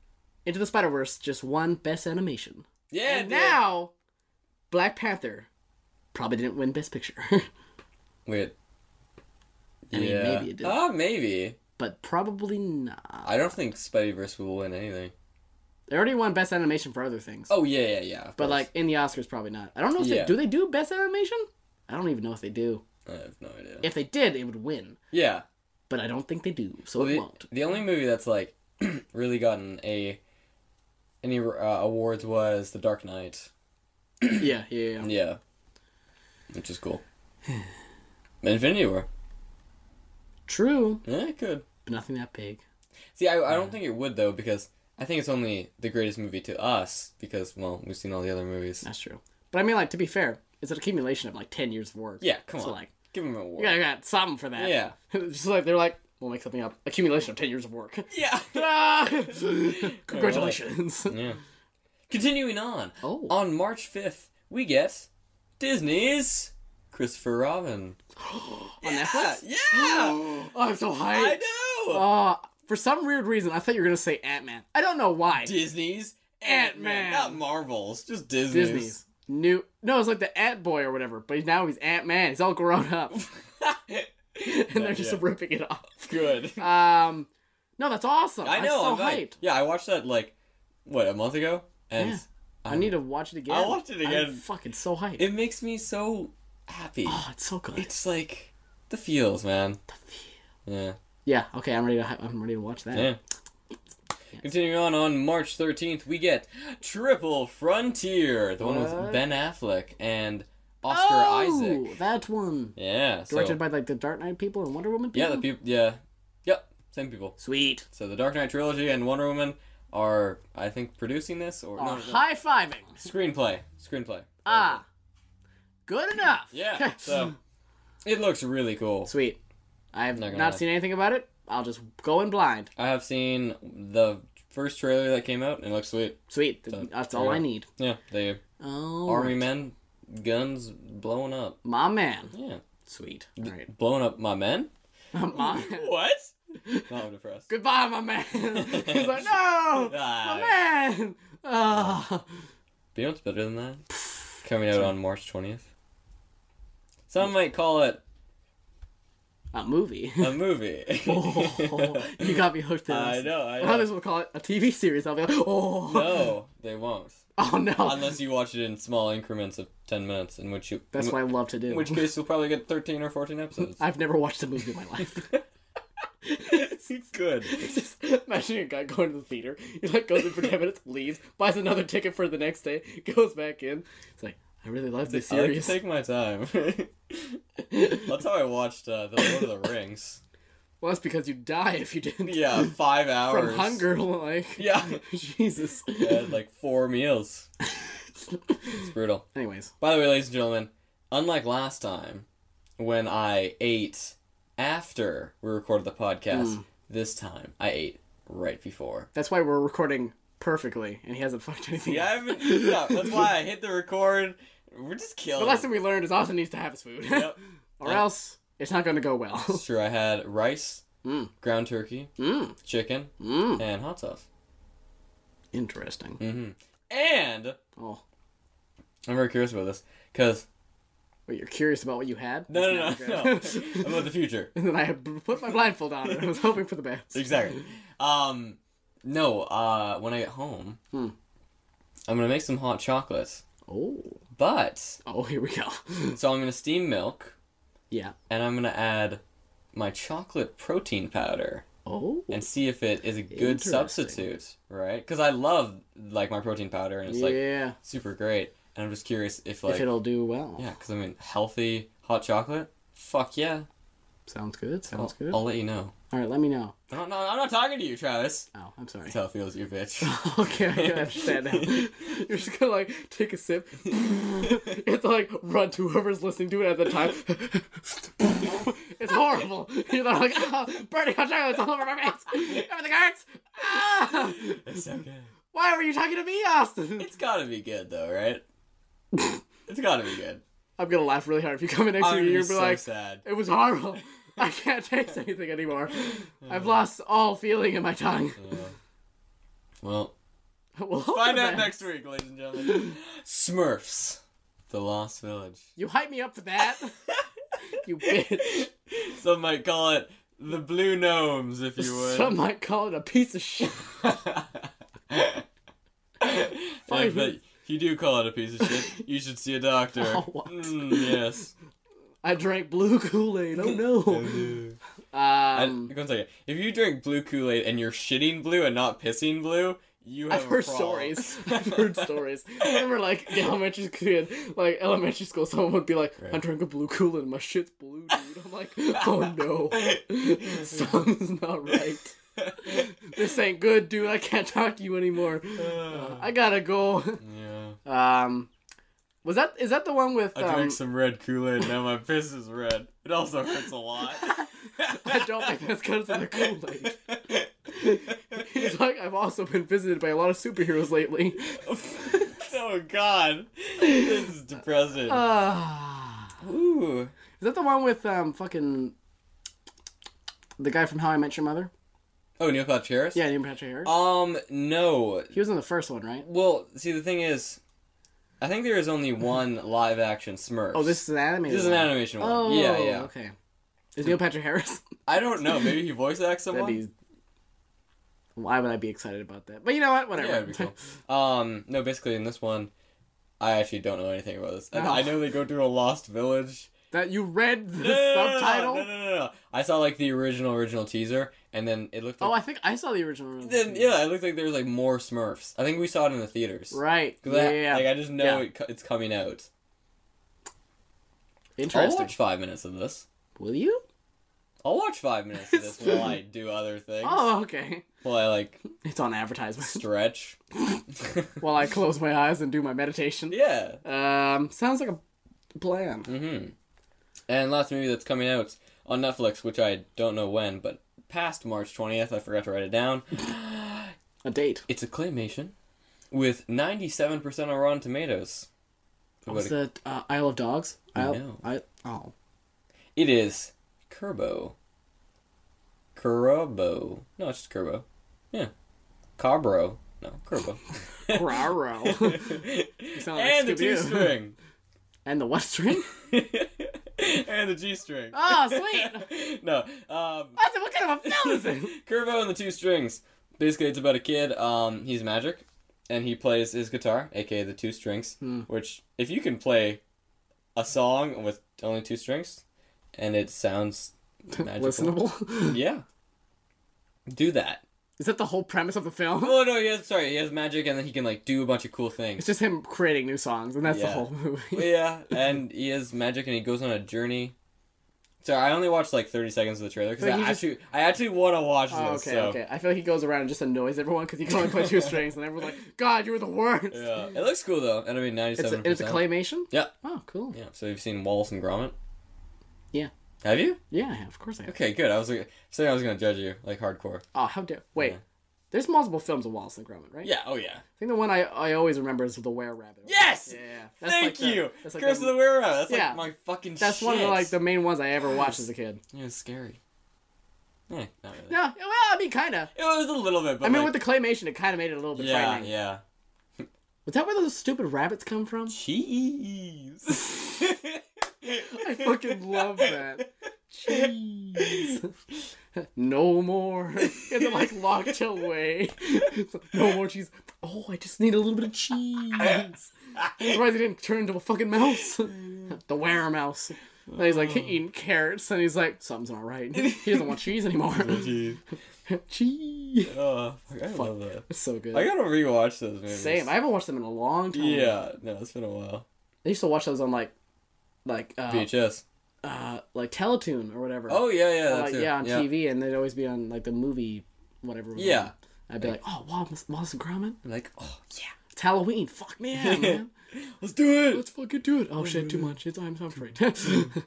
[SPEAKER 2] Into the Spider Verse just won Best Animation.
[SPEAKER 1] Yeah,
[SPEAKER 2] and
[SPEAKER 1] dude.
[SPEAKER 2] now, Black Panther probably didn't win Best Picture,
[SPEAKER 1] Wait.
[SPEAKER 2] I mean,
[SPEAKER 1] Yeah.
[SPEAKER 2] maybe it did. Uh,
[SPEAKER 1] Ah, maybe.
[SPEAKER 2] but probably not.
[SPEAKER 1] I don't think Spideyverse will win anything.
[SPEAKER 2] They already won Best Animation for other things.
[SPEAKER 1] Oh yeah, yeah, yeah. of
[SPEAKER 2] but
[SPEAKER 1] course.
[SPEAKER 2] like in the Oscars, probably not. I don't know if
[SPEAKER 1] Yeah.
[SPEAKER 2] they do. They do Best Animation. I don't even know if they do.
[SPEAKER 1] I have no idea.
[SPEAKER 2] If they did, it would win.
[SPEAKER 1] Yeah.
[SPEAKER 2] but I don't think they do, so it
[SPEAKER 1] The,
[SPEAKER 2] won't.
[SPEAKER 1] the only movie that's like really gotten a any uh, awards was The Dark Knight.
[SPEAKER 2] yeah, yeah, yeah.
[SPEAKER 1] Yeah. Which is cool. Infinity War.
[SPEAKER 2] True,
[SPEAKER 1] Yeah, it could.
[SPEAKER 2] but nothing that big.
[SPEAKER 1] See, I, I don't think it would though because I think it's only the greatest movie to us because well we've seen all the other movies.
[SPEAKER 2] That's true. But I mean, like to be fair, it's an accumulation of like ten years of work.
[SPEAKER 1] Yeah, come
[SPEAKER 2] so,
[SPEAKER 1] on.
[SPEAKER 2] like,
[SPEAKER 1] Give him an award.
[SPEAKER 2] you gotta got something for that.
[SPEAKER 1] Yeah.
[SPEAKER 2] just like they're like, we'll make something up. Accumulation of ten years of work.
[SPEAKER 1] Yeah.
[SPEAKER 2] Ta-da! Congratulations.
[SPEAKER 1] yeah. Continuing on.
[SPEAKER 2] Oh.
[SPEAKER 1] On March 5th, we get Disney's Christopher Robin.
[SPEAKER 2] On Netflix.
[SPEAKER 1] Yeah.
[SPEAKER 2] Oh, I'm so
[SPEAKER 1] I
[SPEAKER 2] hyped.
[SPEAKER 1] know.
[SPEAKER 2] Ah, Oh, for some weird reason, I thought you were gonna say Ant Man. I don't know why.
[SPEAKER 1] Disney's
[SPEAKER 2] Ant-Man.
[SPEAKER 1] Not Marvel's, just Disney's.
[SPEAKER 2] Disney's new. No, it's like the Ant Boy or whatever. But now he's Ant Man. He's all grown up, and they're just
[SPEAKER 1] Yeah.
[SPEAKER 2] ripping it off.
[SPEAKER 1] Good.
[SPEAKER 2] Um, no, that's awesome.
[SPEAKER 1] I
[SPEAKER 2] I'm
[SPEAKER 1] know.
[SPEAKER 2] so
[SPEAKER 1] I'm hyped. Yeah, I watched that like what a month ago, and
[SPEAKER 2] Yeah. I need to watch it again.
[SPEAKER 1] I'll watch it again.
[SPEAKER 2] I'm fucking so hyped.
[SPEAKER 1] it makes me so happy.
[SPEAKER 2] oh, it's so good.
[SPEAKER 1] It's like the feels, man. Yeah.
[SPEAKER 2] yeah. Okay, I'm ready to. hy- I'm ready to watch that.
[SPEAKER 1] Yeah. Continuing on, on March 13th, we get Triple Frontier, the one with
[SPEAKER 2] What?
[SPEAKER 1] Ben Affleck and Oscar
[SPEAKER 2] Oh,
[SPEAKER 1] Isaac.
[SPEAKER 2] that one
[SPEAKER 1] Yeah, so,
[SPEAKER 2] directed by like the Dark Knight people and Wonder Woman. People?
[SPEAKER 1] yeah, the people, yeah, yep, same people.
[SPEAKER 2] Sweet.
[SPEAKER 1] So the Dark Knight trilogy and Wonder Woman are, I think, producing this or no,
[SPEAKER 2] Oh,
[SPEAKER 1] no,
[SPEAKER 2] High fiving.
[SPEAKER 1] screenplay, screenplay.
[SPEAKER 2] Ah, good enough.
[SPEAKER 1] yeah. So It looks really cool.
[SPEAKER 2] Sweet. I have
[SPEAKER 1] Not
[SPEAKER 2] not,
[SPEAKER 1] gonna lie.
[SPEAKER 2] seen anything about it. I'll just go in blind.
[SPEAKER 1] I have seen the first trailer that came out and it looks sweet.
[SPEAKER 2] Sweet.
[SPEAKER 1] So,
[SPEAKER 2] That's
[SPEAKER 1] there
[SPEAKER 2] all
[SPEAKER 1] you
[SPEAKER 2] I
[SPEAKER 1] go.
[SPEAKER 2] need.
[SPEAKER 1] Yeah, they
[SPEAKER 2] Oh,
[SPEAKER 1] army men, guns blowing up.
[SPEAKER 2] my man.
[SPEAKER 1] Yeah,
[SPEAKER 2] Sweet. All right.
[SPEAKER 1] blowing up my men.
[SPEAKER 2] my.
[SPEAKER 1] What? Now I'm depressed.
[SPEAKER 2] Goodbye, my man. He's like, no, Oh, my man. Ah.
[SPEAKER 1] But you know what's better than that? Coming out on March 20th. Some might call it
[SPEAKER 2] a movie.
[SPEAKER 1] a movie.
[SPEAKER 2] oh, you got me hooked. In
[SPEAKER 1] I
[SPEAKER 2] this.
[SPEAKER 1] know, I know.
[SPEAKER 2] Others will call it a TV series. I'll be like, oh,
[SPEAKER 1] No, they won't.
[SPEAKER 2] oh no.
[SPEAKER 1] Unless you watch it in small increments of 10 minutes, in which you.
[SPEAKER 2] That's what I love to do.
[SPEAKER 1] In which case, you'll probably get 13 or 14 episodes.
[SPEAKER 2] I've never watched a movie in my life.
[SPEAKER 1] It's good.
[SPEAKER 2] It's just imagining a guy going to the theater. He like goes in for ten minutes, leaves, buys another ticket for the next day, goes back in. It's like I really love this
[SPEAKER 1] I like to
[SPEAKER 2] series.
[SPEAKER 1] take my time. That's how I watched uh, The Lord of the Rings.
[SPEAKER 2] well, that's because you die if you didn't.
[SPEAKER 1] Yeah, five hours.
[SPEAKER 2] From hunger, like
[SPEAKER 1] Yeah.
[SPEAKER 2] Jesus.
[SPEAKER 1] I had like four meals. It's brutal.
[SPEAKER 2] Anyways,
[SPEAKER 1] By the way, ladies and gentlemen, unlike last time when I ate after we recorded the podcast,
[SPEAKER 2] Mm.
[SPEAKER 1] this time I ate right before.
[SPEAKER 2] that's why we're recording perfectly, and he hasn't fucked anything.
[SPEAKER 1] Yeah, I
[SPEAKER 2] up.
[SPEAKER 1] haven't. Yeah, that's why I hit the record. We're just
[SPEAKER 2] The
[SPEAKER 1] killing.
[SPEAKER 2] lesson we learned is Austin needs to have his food,
[SPEAKER 1] Yep.
[SPEAKER 2] or else it's not going to go well. Hmm,
[SPEAKER 1] It's true. I had rice, ground turkey,
[SPEAKER 2] Mm.
[SPEAKER 1] chicken,
[SPEAKER 2] Mm.
[SPEAKER 1] and hot sauce.
[SPEAKER 2] Interesting.
[SPEAKER 1] Mm-hmm. And
[SPEAKER 2] Oh,
[SPEAKER 1] I'm very curious about this because
[SPEAKER 2] wait, you're curious about what you had?
[SPEAKER 1] no, no,
[SPEAKER 2] That's
[SPEAKER 1] no,
[SPEAKER 2] not
[SPEAKER 1] no,
[SPEAKER 2] good.
[SPEAKER 1] about the future.
[SPEAKER 2] and then I had b- put my blindfold on, and I was hoping for the best.
[SPEAKER 1] Exactly. Um, no. Uh, when I get home,
[SPEAKER 2] Hmm.
[SPEAKER 1] I'm gonna make some hot chocolate.
[SPEAKER 2] Oh,
[SPEAKER 1] But
[SPEAKER 2] oh, here we go.
[SPEAKER 1] so I'm gonna steam milk,
[SPEAKER 2] Yeah.
[SPEAKER 1] and I'm gonna add my chocolate protein powder
[SPEAKER 2] Oh,
[SPEAKER 1] and see if it is a good
[SPEAKER 2] Interesting.
[SPEAKER 1] substitute, right? Because I love like my protein powder, and it's like
[SPEAKER 2] yeah.
[SPEAKER 1] super great. And I'm just curious if like
[SPEAKER 2] if it'll do well,
[SPEAKER 1] yeah, because I mean healthy hot chocolate. Fuck yeah!
[SPEAKER 2] sounds good. Sounds
[SPEAKER 1] I'll,
[SPEAKER 2] good.
[SPEAKER 1] I'll let you know.
[SPEAKER 2] All right, let me know.
[SPEAKER 1] No, no, I'm not talking to you, Travis.
[SPEAKER 2] Oh, I'm sorry.
[SPEAKER 1] That's how it feels, you bitch.
[SPEAKER 2] Okay, I can understand now. You're just gonna like take a sip. it's like run to whoever's listening to it at the time. it's horrible. You're like, oh, burning hot chocolate's all over my face. Everything hurts. Ah!
[SPEAKER 1] it's okay.
[SPEAKER 2] Why were you talking to me, Austin?
[SPEAKER 1] It's gotta be good though, right? it's gotta be good.
[SPEAKER 2] I'm gonna laugh really hard if you come in next
[SPEAKER 1] I'm
[SPEAKER 2] year.
[SPEAKER 1] gonna be
[SPEAKER 2] You'll be
[SPEAKER 1] so
[SPEAKER 2] like,
[SPEAKER 1] sad.
[SPEAKER 2] it was horrible. I can't taste anything anymore. I've
[SPEAKER 1] Uh,
[SPEAKER 2] lost all feeling in my tongue.
[SPEAKER 1] Well,
[SPEAKER 2] Well,
[SPEAKER 1] find out
[SPEAKER 2] man,
[SPEAKER 1] next week, ladies and gentlemen. Smurfs, The Lost Village.
[SPEAKER 2] You hype me up for that. you bitch.
[SPEAKER 1] Some might call it the Blue Gnomes, if you would.
[SPEAKER 2] Some might call it a piece of shit.
[SPEAKER 1] Yeah, but if you do call it a piece of shit, you should see a doctor.
[SPEAKER 2] Oh, what?
[SPEAKER 1] Mm, yes.
[SPEAKER 2] I drank blue Kool Aid. Oh no. Um,
[SPEAKER 1] And- one second. If you drink blue Kool Aid and you're shitting blue and not pissing blue, you have
[SPEAKER 2] I've
[SPEAKER 1] a
[SPEAKER 2] heard
[SPEAKER 1] problem.
[SPEAKER 2] stories. I've heard stories. I remember, like the elementary school, like elementary school, someone would be like, "I drank a blue Kool Aid. and My shit's blue, dude." I'm like, "Oh no,
[SPEAKER 1] Uh,
[SPEAKER 2] something's not right. This ain't good, dude. I can't talk to you anymore. Uh, I gotta go."
[SPEAKER 1] yeah.
[SPEAKER 2] Um, was that is that the one with?
[SPEAKER 1] I
[SPEAKER 2] Um,
[SPEAKER 1] drank some red Kool Aid. Now my piss is red. It also hurts a lot.
[SPEAKER 2] I don't think that's because of the Kool Aid. He's like, I've also been visited by a lot of superheroes lately.
[SPEAKER 1] oh God, this is depressing.
[SPEAKER 2] Uh, Ah.
[SPEAKER 1] Ooh,
[SPEAKER 2] Is that the one with um fucking the guy from How I Met Your Mother?
[SPEAKER 1] oh Neil Patrick Harris.
[SPEAKER 2] Yeah, Neil Patrick Harris.
[SPEAKER 1] Um, no.
[SPEAKER 2] he was in the first one, right?
[SPEAKER 1] Well, see, the thing is, I think there is only one live action Smurf.
[SPEAKER 2] Oh, this is an animated.
[SPEAKER 1] This is an
[SPEAKER 2] one.
[SPEAKER 1] animation one.
[SPEAKER 2] Oh,
[SPEAKER 1] yeah, yeah.
[SPEAKER 2] Okay. Is Neil Patrick Harris?
[SPEAKER 1] I don't know. Maybe he voice acts
[SPEAKER 2] That'd
[SPEAKER 1] someone.
[SPEAKER 2] be. Why would I be excited about that? But you know what? Whatever.
[SPEAKER 1] Yeah, it'd be cool. Um, no, basically in this one, I actually don't know anything about this. And
[SPEAKER 2] Oh.
[SPEAKER 1] I know they go through a lost village.
[SPEAKER 2] that you read the
[SPEAKER 1] No, no, no, no,
[SPEAKER 2] subtitle.
[SPEAKER 1] No, no, no, no. I saw like the original original teaser, and then it looked. Like,
[SPEAKER 2] Oh, I think I saw the original. one.
[SPEAKER 1] then yeah, it looked like there was like more Smurfs. I think we saw it in the theaters.
[SPEAKER 2] Right.
[SPEAKER 1] 'Cause
[SPEAKER 2] Yeah.
[SPEAKER 1] I,
[SPEAKER 2] yeah,
[SPEAKER 1] Like
[SPEAKER 2] yeah.
[SPEAKER 1] I just know
[SPEAKER 2] Yeah.
[SPEAKER 1] it co- it's coming out. I'll
[SPEAKER 2] Interesting.
[SPEAKER 1] watch five minutes of this.
[SPEAKER 2] Will you?
[SPEAKER 1] I'll watch five minutes of this while I do other things.
[SPEAKER 2] Oh, okay.
[SPEAKER 1] While I like
[SPEAKER 2] It's on advertisement.
[SPEAKER 1] stretch.
[SPEAKER 2] While I close my eyes and do my meditation.
[SPEAKER 1] yeah.
[SPEAKER 2] Um, sounds like a plan.
[SPEAKER 1] Mm-hmm. And last movie that's coming out on Netflix, which I don't know when, but past March 20th, I forgot to write it down.
[SPEAKER 2] A date.
[SPEAKER 1] It's a claymation with 97% on Rotten Tomatoes.
[SPEAKER 2] Was
[SPEAKER 1] About
[SPEAKER 2] that uh, Isle of Dogs? Isle,
[SPEAKER 1] No.
[SPEAKER 2] I, oh.
[SPEAKER 1] a- It is Kerbo. Kerbo. No, it's just Kerbo. Yeah. Cabro. No, Kerbo.
[SPEAKER 2] Raro. sound like
[SPEAKER 1] and the G
[SPEAKER 2] Scooby-Doo.
[SPEAKER 1] string.
[SPEAKER 2] and the West String?
[SPEAKER 1] and the G string.
[SPEAKER 2] Oh, sweet.
[SPEAKER 1] no. Um,
[SPEAKER 2] What, the- what kind of a film is it?
[SPEAKER 1] Curvo and the Two Strings. Basically, it's about a kid. Um, he's magic, and he plays his guitar, aka the two strings.
[SPEAKER 2] Hmm.
[SPEAKER 1] Which, if you can play a song with only two strings, and it sounds magical,
[SPEAKER 2] Listenable?
[SPEAKER 1] yeah, do that.
[SPEAKER 2] Is that the whole premise of the film?
[SPEAKER 1] Oh no, he has sorry, he has magic, and then he can like do a bunch of cool
[SPEAKER 2] It's
[SPEAKER 1] things.
[SPEAKER 2] just him creating new songs, and that's the
[SPEAKER 1] Yeah.
[SPEAKER 2] whole movie.
[SPEAKER 1] yeah, and he has magic, and he goes on a journey. Sorry, I only watched like thirty seconds of the trailer because
[SPEAKER 2] But
[SPEAKER 1] I
[SPEAKER 2] he just-
[SPEAKER 1] actually, I actually want to watch
[SPEAKER 2] Oh,
[SPEAKER 1] this.
[SPEAKER 2] okay,
[SPEAKER 1] so.
[SPEAKER 2] okay. I feel like he goes around and just annoys everyone because he can only play two strings, and everyone's like, "God, you were the worst."
[SPEAKER 1] Yeah, it looks cool though, and I mean
[SPEAKER 2] It's
[SPEAKER 1] ninety-seven.
[SPEAKER 2] a, it's a claymation.
[SPEAKER 1] Yeah.
[SPEAKER 2] Oh, cool.
[SPEAKER 1] Yeah. So you've seen Wallace and Gromit?
[SPEAKER 2] Yeah.
[SPEAKER 1] Have you?
[SPEAKER 2] Yeah, of course I have.
[SPEAKER 1] Okay, good. I was like, saying I was gonna judge you like hardcore.
[SPEAKER 2] Oh, how dare! Wait,
[SPEAKER 1] Yeah.
[SPEAKER 2] there's multiple films of Wallace and Gromit, right?
[SPEAKER 1] Yeah. Oh yeah.
[SPEAKER 2] I think the one I, I always remember is the Were Rabbit.
[SPEAKER 1] Yes.
[SPEAKER 2] Yeah. That's
[SPEAKER 1] Thank
[SPEAKER 2] like the-
[SPEAKER 1] you.
[SPEAKER 2] that's like
[SPEAKER 1] Curse
[SPEAKER 2] the-
[SPEAKER 1] of the Were Rabbit. That's
[SPEAKER 2] Yeah.
[SPEAKER 1] like my fucking.
[SPEAKER 2] That's
[SPEAKER 1] shit.
[SPEAKER 2] one of the, like the main ones I ever watched as a kid.
[SPEAKER 1] It was scary. Eh, not really.
[SPEAKER 2] No, well, I mean, kind of.
[SPEAKER 1] It was a little bit, but
[SPEAKER 2] I mean,
[SPEAKER 1] like,
[SPEAKER 2] with the claymation, it kind of made it a little bit
[SPEAKER 1] yeah,
[SPEAKER 2] frightening.
[SPEAKER 1] yeah.
[SPEAKER 2] Was that where those stupid rabbits come from?
[SPEAKER 1] Cheese.
[SPEAKER 2] I fucking love that. Jeez. no more. In the like locked away. no more cheese. Oh, I just need a little bit of cheese. Surprised he didn't turn into a fucking mouse. the were mouse. And he's
[SPEAKER 1] Oh.
[SPEAKER 2] like eating carrots, and he's like, something's not right. He doesn't want cheese anymore.
[SPEAKER 1] Cheese.
[SPEAKER 2] cheese.
[SPEAKER 1] Oh, fuck, I love that.
[SPEAKER 2] It's so good.
[SPEAKER 1] I gotta rewatch those movies.
[SPEAKER 2] Same. I haven't watched them in a long time.
[SPEAKER 1] Yeah. No, it's been a while.
[SPEAKER 2] I used to watch those on like, like, uh,
[SPEAKER 1] VHS.
[SPEAKER 2] uh like Teletoon or whatever.
[SPEAKER 1] Oh yeah, yeah,
[SPEAKER 2] uh,
[SPEAKER 1] that's it.
[SPEAKER 2] yeah, on TV, and they'd always be on like the movie, whatever. was
[SPEAKER 1] Yeah.
[SPEAKER 2] on. I'd be like, oh, Wallace, Wallace and Gromit,
[SPEAKER 1] I'm like, oh yeah,
[SPEAKER 2] it's Halloween. Fuck me, yeah, man,
[SPEAKER 1] let's do it.
[SPEAKER 2] let's fucking do it. Oh shit, too much. It's I'm, I'm afraid.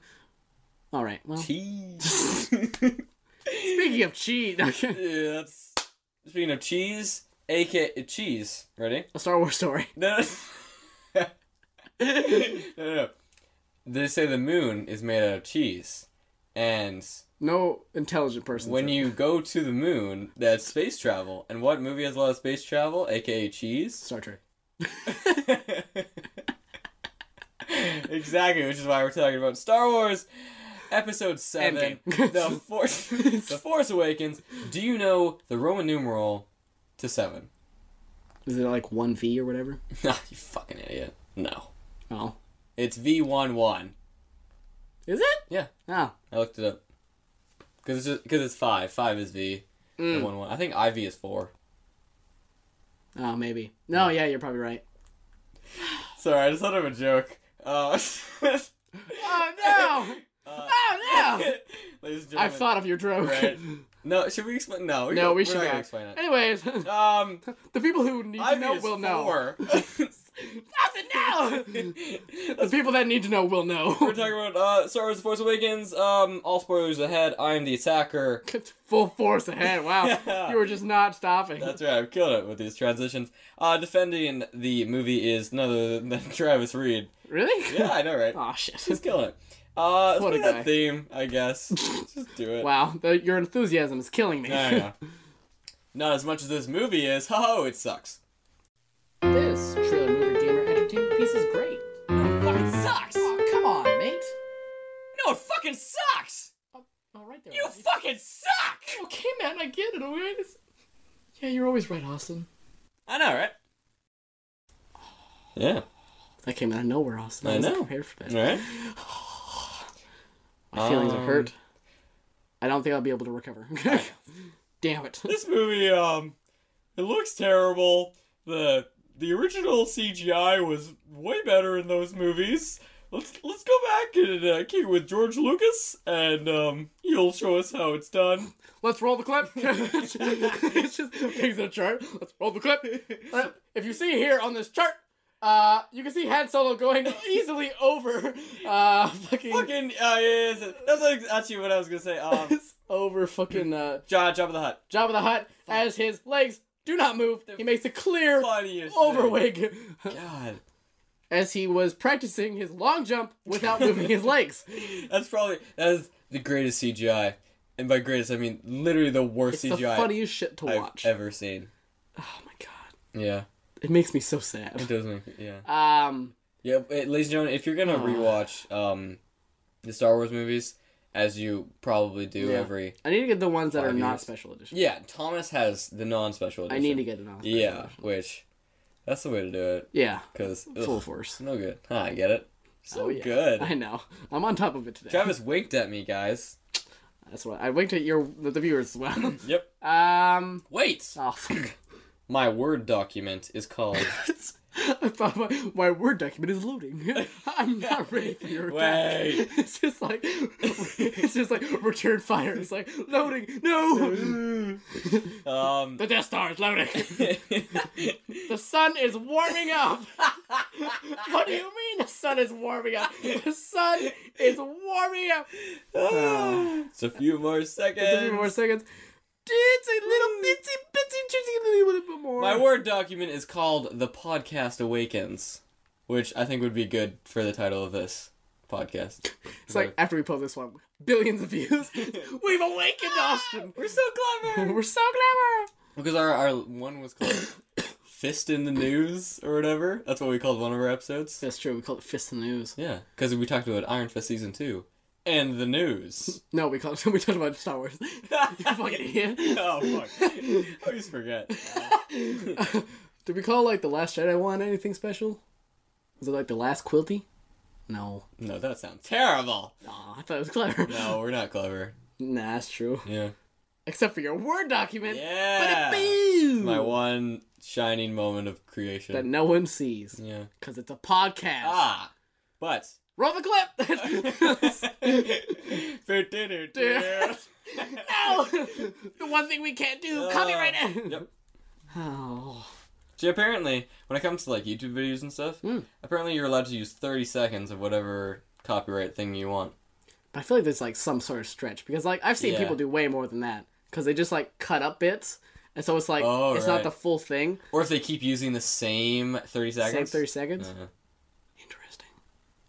[SPEAKER 2] All right. Well,
[SPEAKER 1] Cheese.
[SPEAKER 2] speaking of cheat, a
[SPEAKER 1] yeah, that's. Speaking of cheese, aka cheese. Ready?
[SPEAKER 2] Star Wars story.
[SPEAKER 1] No. no, no, no. They say the moon is made out of cheese, and
[SPEAKER 2] No intelligent person.
[SPEAKER 1] when
[SPEAKER 2] said-
[SPEAKER 1] you go to the moon, that's space travel. And what movie has a lot of space travel? Aka cheese.
[SPEAKER 2] Star Trek.
[SPEAKER 1] exactly, which is why we're talking about Star Wars Episode 7
[SPEAKER 2] Endgame.
[SPEAKER 1] the, Force, the Force Awakens. Do you know the Roman numeral to 7?
[SPEAKER 2] Is it like one V or whatever?
[SPEAKER 1] Nah, you fucking idiot. No.
[SPEAKER 2] Oh,
[SPEAKER 1] It's V11.
[SPEAKER 2] is it?
[SPEAKER 1] Yeah,
[SPEAKER 2] Oh,
[SPEAKER 1] I looked it up. Because it's, just- 'cause it's 5. 5 is V. and
[SPEAKER 2] Mm.
[SPEAKER 1] 1 1. I think IV is 4.
[SPEAKER 2] oh, maybe. No, yeah, you're probably right.
[SPEAKER 1] Sorry, I just thought of a joke. Uh,
[SPEAKER 2] Oh no!
[SPEAKER 1] uh,
[SPEAKER 2] Oh no!
[SPEAKER 1] ladies and gentlemen.
[SPEAKER 2] I've thought of your joke.
[SPEAKER 1] Right. No, should we explain? No, we
[SPEAKER 2] No, we
[SPEAKER 1] we're
[SPEAKER 2] should
[SPEAKER 1] not gonna
[SPEAKER 2] not.
[SPEAKER 1] explain it.
[SPEAKER 2] Anyways,
[SPEAKER 1] Um,
[SPEAKER 2] the people who need
[SPEAKER 1] I
[SPEAKER 2] to know will know. Thousand now.
[SPEAKER 1] We're
[SPEAKER 2] The people that need to know will know.
[SPEAKER 1] talking about uh, Star Wars: The Force Awakens. Um, all spoilers ahead. I am the attacker.
[SPEAKER 2] Full force ahead. Wow,
[SPEAKER 1] Yeah.
[SPEAKER 2] you were just not stopping.
[SPEAKER 1] That's right. I've killed it with these transitions. Uh, defending the movie is none other than Travis Reed.
[SPEAKER 2] really?
[SPEAKER 1] Yeah, I know, right?
[SPEAKER 2] Oh shit.
[SPEAKER 1] He's killing it. Uh, let's
[SPEAKER 2] What a
[SPEAKER 1] play that
[SPEAKER 2] guy.
[SPEAKER 1] theme, I guess. Just do it.
[SPEAKER 2] Wow, the, your enthusiasm is killing me.
[SPEAKER 1] I know. Not as much as this movie is. Ho, it sucks.
[SPEAKER 2] this trailer movie gamer entertainment piece is great.
[SPEAKER 1] No, it fucking sucks.
[SPEAKER 2] Oh, come on, mate.
[SPEAKER 1] No, it fucking sucks.
[SPEAKER 2] All oh, right there.
[SPEAKER 1] You
[SPEAKER 2] Austin.
[SPEAKER 1] fucking suck.
[SPEAKER 2] okay, man? I get it. All right. It's- Yeah, you're always right, Austin.
[SPEAKER 1] I know, right? Yeah.
[SPEAKER 2] That came out of nowhere, Austin. I,
[SPEAKER 1] I
[SPEAKER 2] wasn't
[SPEAKER 1] know.
[SPEAKER 2] prepared for that.
[SPEAKER 1] Right?
[SPEAKER 2] My feelings are
[SPEAKER 1] Um,
[SPEAKER 2] hurt. I don't think I'll be able to recover. Damn it.
[SPEAKER 1] This movie, um, it looks terrible. The the original CGI was way better in those movies. Let's let's go back and uh, keep it with George Lucas, and um, he'll show us how it's done.
[SPEAKER 2] Let's roll the clip. it's just takes a chart. Let's roll the clip. All right, If you see here on this chart, Uh, you can see Han Solo going easily over. Uh, fucking,
[SPEAKER 1] Fucking, uh, yeah, yeah, yeah. that's like, actually what I was gonna say. Um,
[SPEAKER 2] over fucking uh,
[SPEAKER 1] John, Job of the Hut.
[SPEAKER 2] Jabba the Hutt as his legs do not move. He makes a clear
[SPEAKER 1] Funniest. thing.
[SPEAKER 2] overwig
[SPEAKER 1] God.
[SPEAKER 2] as he was practicing his long jump without moving his legs.
[SPEAKER 1] That's probably that is the greatest CGI, and by greatest I mean literally the worst
[SPEAKER 2] It's the
[SPEAKER 1] CGI
[SPEAKER 2] funniest shit to
[SPEAKER 1] I've
[SPEAKER 2] watch.
[SPEAKER 1] ever seen.
[SPEAKER 2] Oh my god,
[SPEAKER 1] Yeah,
[SPEAKER 2] it makes me so
[SPEAKER 1] it
[SPEAKER 2] sad.
[SPEAKER 1] does make yeah
[SPEAKER 2] Um,
[SPEAKER 1] yeah. but, ladies and gentlemen, if you're gonna rewatch um the Star Wars movies, as you probably do
[SPEAKER 2] Yeah.
[SPEAKER 1] every
[SPEAKER 2] I need to get the ones that are not
[SPEAKER 1] years.
[SPEAKER 2] special edition.
[SPEAKER 1] yeah, Thomas has the non-special
[SPEAKER 2] I
[SPEAKER 1] edition.
[SPEAKER 2] need to get it on. special
[SPEAKER 1] yeah,
[SPEAKER 2] edition.
[SPEAKER 1] which that's the way to do it
[SPEAKER 2] yeah,
[SPEAKER 1] because
[SPEAKER 2] full
[SPEAKER 1] it's
[SPEAKER 2] force.
[SPEAKER 1] no good. Huh, I get it. So
[SPEAKER 2] Oh, yeah.
[SPEAKER 1] good.
[SPEAKER 2] I know. I'm on top of it today.
[SPEAKER 1] Travis winked at me, guys.
[SPEAKER 2] That's what I winked at your the, the viewers as well.
[SPEAKER 1] Yep.
[SPEAKER 2] um.
[SPEAKER 1] Wait.
[SPEAKER 2] Oh fuck.
[SPEAKER 1] My Word document is called.
[SPEAKER 2] I thought my, my word document is loading. I'm not ready for your attack.
[SPEAKER 1] Wait.
[SPEAKER 2] It's just like it's just like return fire. It's like loading. No,
[SPEAKER 1] um.
[SPEAKER 2] the Death Star is loading. The sun is warming up. what do you mean the sun is warming up? The sun is warming up.
[SPEAKER 1] it's a few more
[SPEAKER 2] Just a few
[SPEAKER 1] seconds.
[SPEAKER 2] more seconds. It's a little bitsy bitsy bitsy little bit more.
[SPEAKER 1] My Word document is called The Podcast Awakens, which I think would be good for the title of this podcast.
[SPEAKER 2] It's like after we post this one, billions of views. We've awakened Austin.
[SPEAKER 1] We're so clever!
[SPEAKER 2] We're so clever.
[SPEAKER 1] because our, our one was called Fist in the News or whatever. That's what we called one of our episodes.
[SPEAKER 2] That's true. We call it Fist in the News.
[SPEAKER 1] Yeah, because we talked about Iron Fist Season 2 and the news.
[SPEAKER 2] No, we call it. We talked about Star Wars. you fucking idiot.
[SPEAKER 1] oh, fuck. I always forget.
[SPEAKER 2] Did we call like the Last Jedi one anything special? Was it like the Last Quilty? No.
[SPEAKER 1] No, that sounds terrible.
[SPEAKER 2] Aw, I thought it was clever.
[SPEAKER 1] No, we're not clever.
[SPEAKER 2] Nah, that's true.
[SPEAKER 1] Yeah.
[SPEAKER 2] Except for your Word document.
[SPEAKER 1] Yeah.
[SPEAKER 2] Ba-da-boo!
[SPEAKER 1] My one shining moment of creation.
[SPEAKER 2] That no one sees
[SPEAKER 1] yeah.
[SPEAKER 2] because it's a podcast.
[SPEAKER 1] Ah, but.
[SPEAKER 2] Roll the clip. no, the one thing we can't do. copyright.
[SPEAKER 1] Ah. Yep.
[SPEAKER 2] Oh.
[SPEAKER 1] See, apparently, when it comes to like YouTube videos and stuff,
[SPEAKER 2] Hmm.
[SPEAKER 1] apparently you're allowed to use 30 seconds of whatever copyright thing you want.
[SPEAKER 2] But I feel like there's like some sort of stretch because like I've seen
[SPEAKER 1] Yeah.
[SPEAKER 2] people do way more than that because they just like cut up bits, and so it's like
[SPEAKER 1] Oh,
[SPEAKER 2] it's
[SPEAKER 1] right.
[SPEAKER 2] not the full thing.
[SPEAKER 1] Or if they keep using the same 30 seconds.
[SPEAKER 2] Same thirty seconds.
[SPEAKER 1] Uh-huh.
[SPEAKER 2] Interesting.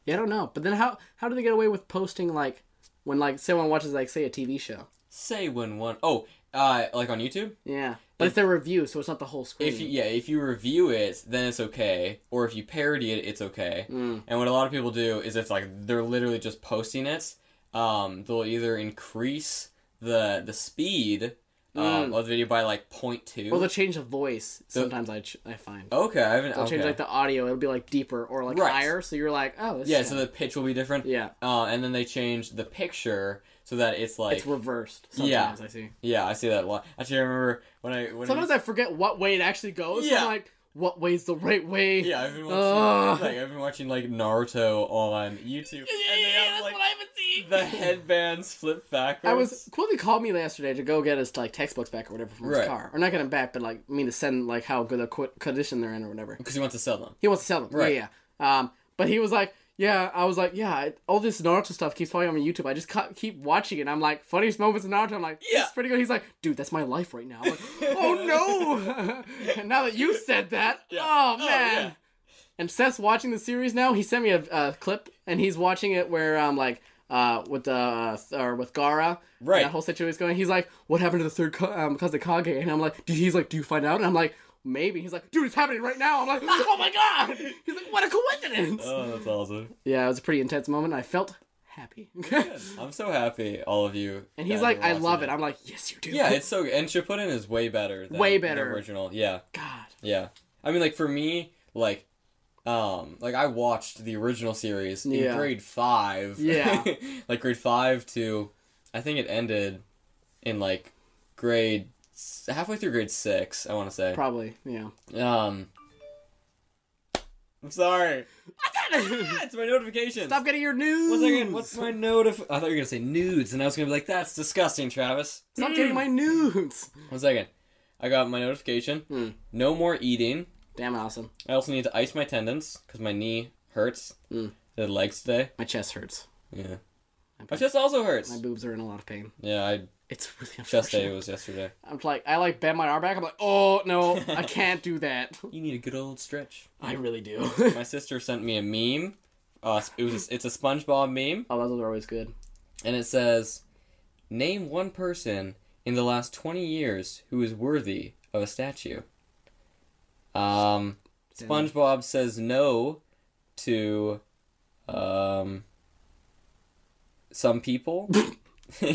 [SPEAKER 2] Yeah, I don't know. But then how how do they get away with posting like when like someone watches like say a TV show?
[SPEAKER 1] Say when one. Oh, uh, like on YouTube?
[SPEAKER 2] Yeah, but it's their review, so it's not the whole screen.
[SPEAKER 1] If you, yeah, if you review it, then it's okay. Or if you parody it, it's okay.
[SPEAKER 2] Mm.
[SPEAKER 1] And what a lot of people do is if like they're literally just posting it, um, they'll either increase the the speed um, of the video by like point two.
[SPEAKER 2] Mm. well, they'll change the voice. Sometimes I ch- I find
[SPEAKER 1] okay, I haven't.
[SPEAKER 2] they'll
[SPEAKER 1] Okay.
[SPEAKER 2] change like the audio. It'll be like deeper or like
[SPEAKER 1] Right.
[SPEAKER 2] higher. So you're like, oh, this
[SPEAKER 1] yeah,
[SPEAKER 2] shit.
[SPEAKER 1] so the pitch will be different.
[SPEAKER 2] yeah,
[SPEAKER 1] Uh, and then they change the picture so that it's like
[SPEAKER 2] it's reversed.
[SPEAKER 1] Yeah.
[SPEAKER 2] Sometimes I see.
[SPEAKER 1] yeah, I see that a lot. Actually, I remember when I when
[SPEAKER 2] Sometimes
[SPEAKER 1] I,
[SPEAKER 2] I forget what way it actually goes.
[SPEAKER 1] Yeah.
[SPEAKER 2] I'm like, what way's the right way?
[SPEAKER 1] yeah I've been watching
[SPEAKER 2] Ugh.
[SPEAKER 1] like I've been watching like Naruto on YouTube and they have like
[SPEAKER 2] I've been seeing.
[SPEAKER 1] the headbands flip backwards.
[SPEAKER 2] I was Quilty called me yesterday to go get his like textbooks back or whatever from his
[SPEAKER 1] Right.
[SPEAKER 2] car, or not get them back, but like me to send like how good a qu- condition they're in or whatever.
[SPEAKER 1] because he wants to sell them.
[SPEAKER 2] He wants to sell them,
[SPEAKER 1] Right.
[SPEAKER 2] yeah, yeah. Um, but he was like, yeah, I was like, yeah, I- all this Naruto stuff keeps falling on my YouTube. I just ca- keep watching it. and I'm like, funniest moments in Naruto. I'm like, yeah,
[SPEAKER 1] Yeah.
[SPEAKER 2] it's pretty good. He's like, dude, that's my life right now. I'm like, oh no! and now that you said that,
[SPEAKER 1] Yeah.
[SPEAKER 2] oh
[SPEAKER 1] Oh,
[SPEAKER 2] man.
[SPEAKER 1] yeah.
[SPEAKER 2] And Seth's watching the series now. He sent me a, a clip, and he's watching it where um like uh with the uh, or with Gara, and
[SPEAKER 1] Right.
[SPEAKER 2] That whole situation is going. He's like, "What happened to the third co- um, Kazekage?" And I'm like, "Dude," he's like, "Do you find out?" And I'm like, "Maybe." He's like, "Dude, it's happening right now." I'm like, "Oh my god!" He's like, "What a coincidence!"
[SPEAKER 1] Oh, that's awesome.
[SPEAKER 2] yeah, it was a pretty intense moment. I felt happy,
[SPEAKER 1] I'm so happy all of you.
[SPEAKER 2] and he's
[SPEAKER 1] guys
[SPEAKER 2] like,
[SPEAKER 1] are
[SPEAKER 2] "I
[SPEAKER 1] watching
[SPEAKER 2] love it." I'm like, "Yes, you do."
[SPEAKER 1] Yeah, it's so and Shippuden is way better than
[SPEAKER 2] Way
[SPEAKER 1] the
[SPEAKER 2] better.
[SPEAKER 1] original. Yeah.
[SPEAKER 2] God.
[SPEAKER 1] Yeah. I mean like for me, like um like I watched the original series
[SPEAKER 2] Yeah.
[SPEAKER 1] in grade 5.
[SPEAKER 2] Yeah.
[SPEAKER 1] like grade 5 to I think it ended in like grade s- halfway through grade 6, I want to say.
[SPEAKER 2] Probably, yeah.
[SPEAKER 1] um I'm sorry. Ah, it's my notifications.
[SPEAKER 2] Stop getting your news.
[SPEAKER 1] One second, what's my notif? I thought you were gonna say nudes, and I was gonna be like, "That's disgusting, Travis."
[SPEAKER 2] Stop getting my news. Hmm.
[SPEAKER 1] One second, I got my notification. No more eating.
[SPEAKER 2] Damn, Allison.
[SPEAKER 1] I also need to ice my tendons because my knee hurts.
[SPEAKER 2] Mm.
[SPEAKER 1] The legs today.
[SPEAKER 2] My chest hurts.
[SPEAKER 1] Yeah. My
[SPEAKER 2] My boobs,
[SPEAKER 1] chest also hurts.
[SPEAKER 2] my boobs are in a lot of pain.
[SPEAKER 1] Yeah, I
[SPEAKER 2] It's really
[SPEAKER 1] chest day
[SPEAKER 2] unfortunate.
[SPEAKER 1] was yesterday.
[SPEAKER 2] I'm like, I like bend my arm back. I'm like, oh no, I can't do that.
[SPEAKER 1] You need a good old stretch.
[SPEAKER 2] I really do.
[SPEAKER 1] My sister sent me a meme. Uh, sp- it was a, it's a SpongeBob meme,
[SPEAKER 2] oh, those are always good.
[SPEAKER 1] and it says, "Name one person in the last twenty years who is worthy of a statue." Um, SpongeBob says no to um, some people.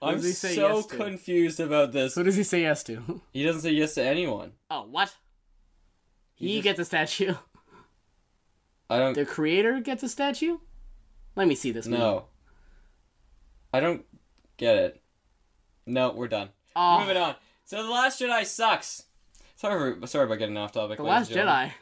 [SPEAKER 1] I'm
[SPEAKER 2] does he say
[SPEAKER 1] so
[SPEAKER 2] yes to?
[SPEAKER 1] confused about this.
[SPEAKER 2] So does he say yes to?
[SPEAKER 1] He doesn't say yes to anyone.
[SPEAKER 2] Oh, what? He,
[SPEAKER 1] He just-
[SPEAKER 2] gets a statue.
[SPEAKER 1] I don't
[SPEAKER 2] The creator gets a statue. Let me see this. meme.
[SPEAKER 1] No. I don't get it. No, we're done.
[SPEAKER 2] Oh,
[SPEAKER 1] Moving on. So the Last Jedi sucks. Sorry, for, sorry about getting off topic.
[SPEAKER 2] the
[SPEAKER 1] ladies
[SPEAKER 2] Last
[SPEAKER 1] and gentlemen.
[SPEAKER 2] Jedi.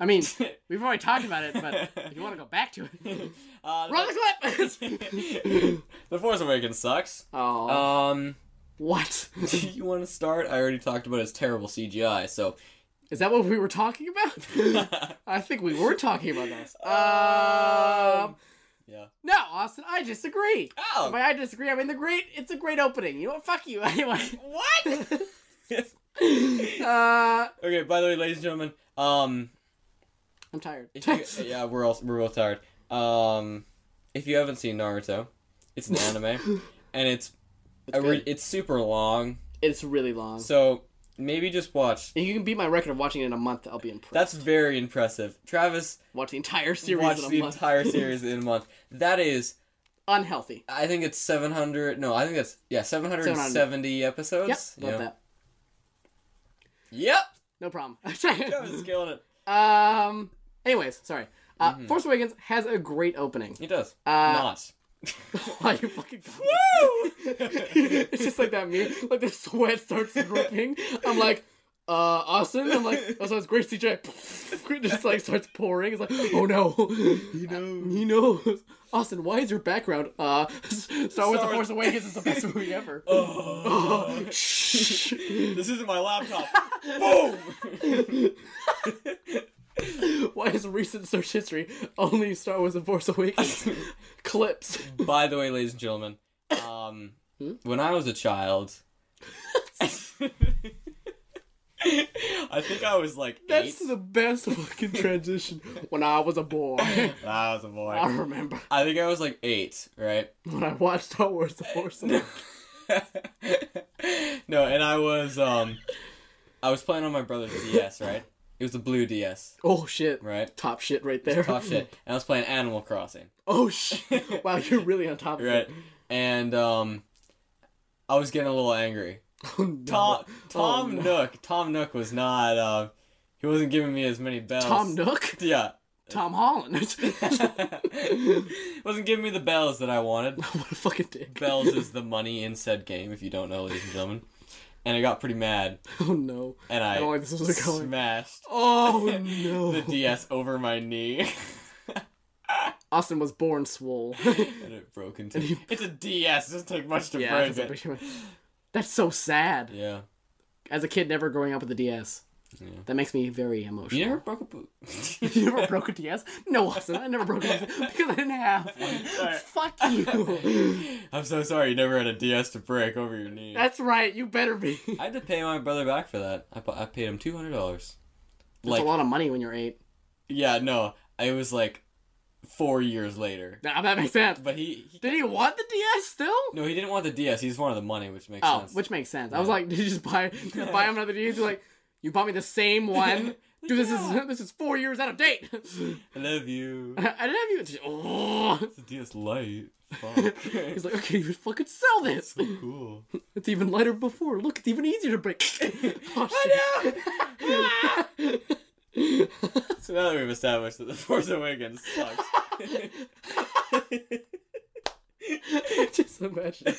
[SPEAKER 2] I mean, we've already talked about it, but if you want to go back to it,
[SPEAKER 1] Uh,
[SPEAKER 2] run the clip.
[SPEAKER 1] the, the Force Awakens sucks.
[SPEAKER 2] oh,
[SPEAKER 1] Um,
[SPEAKER 2] what
[SPEAKER 1] do you want to start? I already talked about its terrible CGI. So
[SPEAKER 2] is that? What we were talking about? I think we were talking about this. Um,
[SPEAKER 1] Um, yeah.
[SPEAKER 2] no, Austin, I disagree.
[SPEAKER 1] Oh.
[SPEAKER 2] By I disagree, I mean the great. It's a great opening. You know what? Fuck you. Anyway.
[SPEAKER 1] What?
[SPEAKER 2] Uh,
[SPEAKER 1] okay. By the way, ladies and gentlemen, um,
[SPEAKER 2] I'm tired.
[SPEAKER 1] If you, yeah, we're all we're both tired. Um, if you haven't seen Naruto, it's an anime, and it's
[SPEAKER 2] It's
[SPEAKER 1] a re-
[SPEAKER 2] good.
[SPEAKER 1] it's super long.
[SPEAKER 2] It's really long.
[SPEAKER 1] So maybe just watch.
[SPEAKER 2] if you can beat my record of watching it in a month, I'll be impressed.
[SPEAKER 1] That's very impressive. Travis
[SPEAKER 2] Watch the entire series
[SPEAKER 1] watched
[SPEAKER 2] in a
[SPEAKER 1] the
[SPEAKER 2] month.
[SPEAKER 1] entire series in a month. That is,
[SPEAKER 2] Unhealthy.
[SPEAKER 1] I think it's seven hundred. No, I think that's yeah, seven hundred and seventy
[SPEAKER 2] Yep.
[SPEAKER 1] episodes.
[SPEAKER 2] Love
[SPEAKER 1] yeah.
[SPEAKER 2] that.
[SPEAKER 1] Yep.
[SPEAKER 2] No problem.
[SPEAKER 1] Travis is killing it.
[SPEAKER 2] um. Anyways, sorry. Uh, Force Awakens has a great opening.
[SPEAKER 1] He does
[SPEAKER 2] Uh,
[SPEAKER 1] Mm-hmm. not.
[SPEAKER 2] Why you fucking? it's just like that meme. Like the sweat starts dripping. I'm like, uh, Austin. I'm like, oh, so it's great CJ. It just like starts pouring. It's like, oh no.
[SPEAKER 1] You know.
[SPEAKER 2] He knows. Austin, why is your background? Uh, Star Wars: The
[SPEAKER 1] Wars-
[SPEAKER 2] Force Awakens is the best movie ever.
[SPEAKER 1] Oh,
[SPEAKER 2] Shh.
[SPEAKER 1] this isn't my laptop. Boom.
[SPEAKER 2] Why is recent search history only Star Wars: The Force Awakens clips?
[SPEAKER 1] By the way, ladies and gentlemen, um,
[SPEAKER 2] Hmm?
[SPEAKER 1] when I was a child, I think I was like
[SPEAKER 2] That's
[SPEAKER 1] eight.
[SPEAKER 2] the best fucking transition. When I was a boy,
[SPEAKER 1] I was a
[SPEAKER 2] I
[SPEAKER 1] boy.
[SPEAKER 2] remember
[SPEAKER 1] I think I was like eight, right?
[SPEAKER 2] when I watched Star Wars: The Force Awakens.
[SPEAKER 1] no, and I was um, I was playing on my brother's DS, right? It was a blue DS,
[SPEAKER 2] Oh shit!
[SPEAKER 1] right?
[SPEAKER 2] Top shit right there.
[SPEAKER 1] Top shit. And I was playing Animal Crossing.
[SPEAKER 2] Oh shit! Wow, you're really on top of
[SPEAKER 1] right?
[SPEAKER 2] it.
[SPEAKER 1] And um, I was getting a little angry.
[SPEAKER 2] Oh, no.
[SPEAKER 1] Tom Tom
[SPEAKER 2] oh, no.
[SPEAKER 1] Nook Tom Nook was not. Uh, he wasn't giving me as many bells.
[SPEAKER 2] Tom Nook,
[SPEAKER 1] Yeah.
[SPEAKER 2] Tom Holland.
[SPEAKER 1] wasn't giving me the bells that I wanted.
[SPEAKER 2] what a fucking dick.
[SPEAKER 1] Bells is the money in said game, if you don't know, ladies and gentlemen. And I got pretty mad,
[SPEAKER 2] Oh no.
[SPEAKER 1] and I,
[SPEAKER 2] I don't like this is going.
[SPEAKER 1] smashed
[SPEAKER 2] Oh no.
[SPEAKER 1] the DS over my knee,
[SPEAKER 2] Austin was born swole.
[SPEAKER 1] and it broke into. It's a DS. It doesn't take much to
[SPEAKER 2] yeah,
[SPEAKER 1] break
[SPEAKER 2] that's, a
[SPEAKER 1] it.
[SPEAKER 2] big one. That's so sad.
[SPEAKER 1] Yeah.
[SPEAKER 2] As a kid, never growing up with a DS.
[SPEAKER 1] Yeah.
[SPEAKER 2] That makes me very emotional.
[SPEAKER 1] You never broke a boot.
[SPEAKER 2] You never broke a DS? No, Austin, I never broke a DS because I didn't have one.
[SPEAKER 1] Sorry.
[SPEAKER 2] Fuck you.
[SPEAKER 1] I'm so sorry. You never had a DS to break over your knee.
[SPEAKER 2] That's right. You better be.
[SPEAKER 1] I had to pay my brother back for that. I, pa- I paid him two hundred dollars.
[SPEAKER 2] That's
[SPEAKER 1] Like,
[SPEAKER 2] a lot of money when you're eight.
[SPEAKER 1] yeah, no, it was like four years later.
[SPEAKER 2] Nah, that makes sense.
[SPEAKER 1] But he, he
[SPEAKER 2] Did he want the DS still?
[SPEAKER 1] no, he didn't want the DS. He just wanted the money, which makes
[SPEAKER 2] Oh,
[SPEAKER 1] sense.
[SPEAKER 2] which makes sense. I was like, did you just buy did you buy him another DS? You're like, you bought me the same one. Dude, this is this is four years out of date.
[SPEAKER 1] I love you.
[SPEAKER 2] I didn't have you. Oh.
[SPEAKER 1] It's a DS Lite. Fuck.
[SPEAKER 2] He's like, okay, you fucking sell this.
[SPEAKER 1] so cool.
[SPEAKER 2] It's even lighter before. Look, it's even easier to break. oh,
[SPEAKER 1] I
[SPEAKER 2] shit.
[SPEAKER 1] So now that we've established that the Force Awakens sucks,
[SPEAKER 2] Just imagine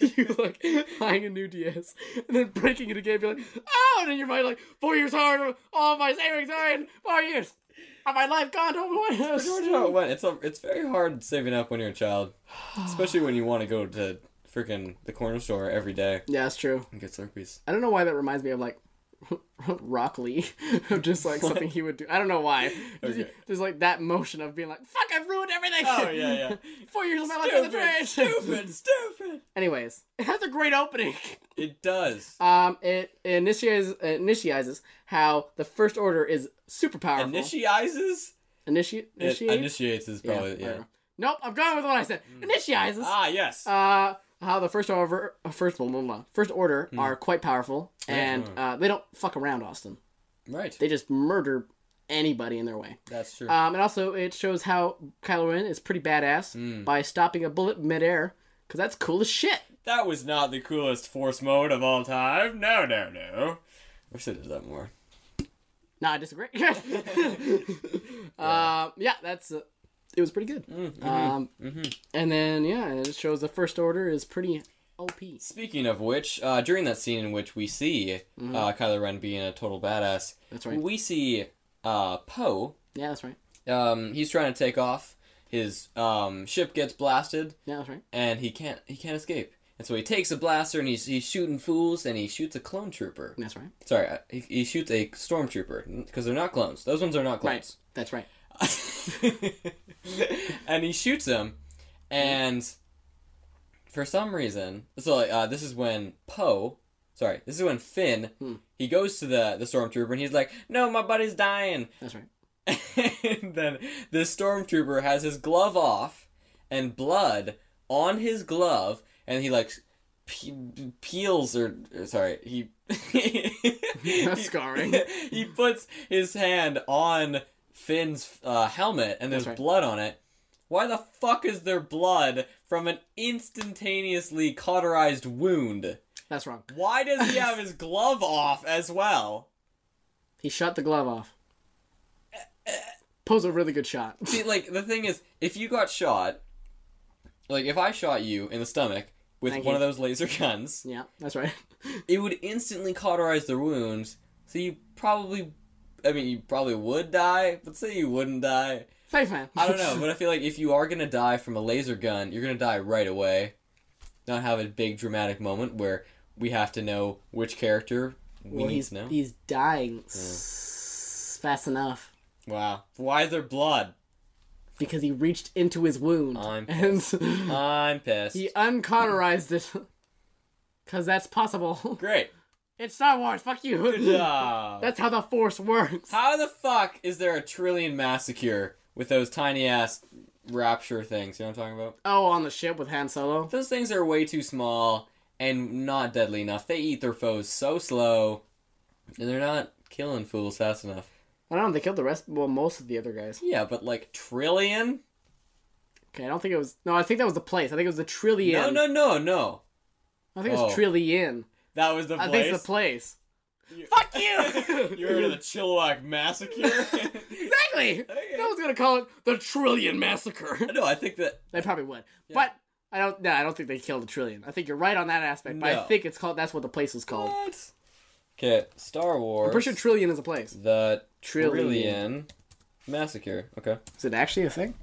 [SPEAKER 2] you like buying a new DS and then breaking it again, be like, oh, and in your mind like four years hard, all my savings are in four years. Have my life gone over one
[SPEAKER 1] Pretty much how it went. It's a, it's very hard saving up when you're a child, especially when you want to go to freaking the corner store every day
[SPEAKER 2] Yeah, that's true.
[SPEAKER 1] and get Slurpees.
[SPEAKER 2] I don't know why that reminds me of like Rock Lee, of just like something he would do. I don't know why. Just-
[SPEAKER 1] Okay.
[SPEAKER 2] There's like that motion of being like, "Fuck, I've ruined everything."
[SPEAKER 1] Oh, yeah, yeah.
[SPEAKER 2] Four years of my life on the train.
[SPEAKER 1] stupid, stupid.
[SPEAKER 2] Anyways, it has a great opening.
[SPEAKER 1] It does.
[SPEAKER 2] Um, it initiates it initiates how the First Order is super powerful.
[SPEAKER 1] Initiates?
[SPEAKER 2] Initi-
[SPEAKER 1] It
[SPEAKER 2] initiate.
[SPEAKER 1] initiates is probably, yeah.
[SPEAKER 2] whatever. Nope, I'm going with what I said. Initiates.
[SPEAKER 1] Ah, Hmm. yes.
[SPEAKER 2] Uh, how the first order, uh, first blah, blah, blah, first order are quite powerful, and
[SPEAKER 1] Mhm.
[SPEAKER 2] uh, they don't fuck around, Austin.
[SPEAKER 1] right. Uh,
[SPEAKER 2] They just murder anybody in their way.
[SPEAKER 1] That's true.
[SPEAKER 2] Um, and also it shows how Kylo Ren is pretty badass
[SPEAKER 1] Hmm.
[SPEAKER 2] by stopping a bullet midair, because that's cool as shit.
[SPEAKER 1] that was not the coolest force mode of all time. No, no, no. Wish they did that more.
[SPEAKER 2] No, I disagree. Um, yeah, that's uh, it was pretty good.
[SPEAKER 1] Mm, Uh, Mm-hmm.
[SPEAKER 2] Um, And then yeah, and it shows the first order is pretty OP.
[SPEAKER 1] Speaking of which, uh, during that scene in which we see uh, Kylo Ren being a total badass,
[SPEAKER 2] Mm-hmm. That's right.
[SPEAKER 1] we see uh, Poe.
[SPEAKER 2] Yeah, that's right.
[SPEAKER 1] Um, he's trying to take off. His um, ship gets blasted,
[SPEAKER 2] Yeah, that's right.
[SPEAKER 1] and he can't he can't escape. And so he takes a blaster, and he's he's shooting fools, and he shoots a clone trooper.
[SPEAKER 2] That's right.
[SPEAKER 1] Sorry, uh, he, he shoots a stormtrooper because they're not clones. Those ones are not clones.
[SPEAKER 2] Right. That's right.
[SPEAKER 1] and he shoots him, and for some reason, so like, uh, this is when Poe, sorry, this is when Finn, he goes to the the stormtrooper and he's like, "No, my buddy's dying."
[SPEAKER 2] That's right.
[SPEAKER 1] and then the stormtrooper has his glove off and blood on his glove, and he like pe- peels or, or sorry, he
[SPEAKER 2] That's scarring.
[SPEAKER 1] he puts his hand on Finn's uh, helmet and there's
[SPEAKER 2] That's right.
[SPEAKER 1] blood on it. Why the fuck is there blood from an instantaneously cauterized wound?
[SPEAKER 2] That's wrong.
[SPEAKER 1] Why does he have his glove off as well?
[SPEAKER 2] He shot the glove off. Poe's a really good shot.
[SPEAKER 1] See, like the thing is, if you got shot, like if I shot you in the stomach with
[SPEAKER 2] Thank
[SPEAKER 1] one
[SPEAKER 2] you.
[SPEAKER 1] of those laser guns,
[SPEAKER 2] yeah, that's right.
[SPEAKER 1] it would instantly cauterize the wounds. So you probably, I mean, you probably would die, but say you wouldn't die.
[SPEAKER 2] Thanks, man.
[SPEAKER 1] I don't know, but I feel like if you are gonna die from a laser gun, you're gonna die right away. Not have a big dramatic moment where we have to know which character we
[SPEAKER 2] well,
[SPEAKER 1] need
[SPEAKER 2] he's
[SPEAKER 1] to know.
[SPEAKER 2] he's dying s- fast enough
[SPEAKER 1] Wow, why is there blood?
[SPEAKER 2] because he reached into his wound
[SPEAKER 1] I'm
[SPEAKER 2] and
[SPEAKER 1] I'm pissed.
[SPEAKER 2] he uncauterized it. Cause that's possible.
[SPEAKER 1] Great.
[SPEAKER 2] it's Star Wars. Fuck you.
[SPEAKER 1] job.
[SPEAKER 2] That's how the Force works.
[SPEAKER 1] How the fuck is there a trillion massacre with those tiny ass rapture things? You know what I'm talking about?
[SPEAKER 2] Oh, on the ship with Han Solo.
[SPEAKER 1] Those things are way too small and not deadly enough. They eat their foes so slow, and they're not killing fools fast enough.
[SPEAKER 2] I don't know. They killed the rest. Well, most of the other guys.
[SPEAKER 1] Yeah, but like trillion?
[SPEAKER 2] Okay, I don't think it was. No, I think that was the place. I think it was the Trillion.
[SPEAKER 1] No, no, no, no.
[SPEAKER 2] I think it was
[SPEAKER 1] Oh.
[SPEAKER 2] Trillion.
[SPEAKER 1] That was the
[SPEAKER 2] I
[SPEAKER 1] place.
[SPEAKER 2] think it's the place.
[SPEAKER 1] You-
[SPEAKER 2] Fuck you!
[SPEAKER 1] you heard of the Chilliwack massacre?
[SPEAKER 2] Exactly. No one's gonna call it the Trillion Massacre.
[SPEAKER 1] no, I think that
[SPEAKER 2] They probably would, but I don't. No, I don't think they killed a trillion. I think you're right on that aspect, but
[SPEAKER 1] No.
[SPEAKER 2] I think it's called. That's what the place was called.
[SPEAKER 1] what? Okay, Star Wars.
[SPEAKER 2] I'm pretty sure trillion is a place.
[SPEAKER 1] the
[SPEAKER 2] Trillion.
[SPEAKER 1] trillion massacre. Okay.
[SPEAKER 2] Is it actually a thing?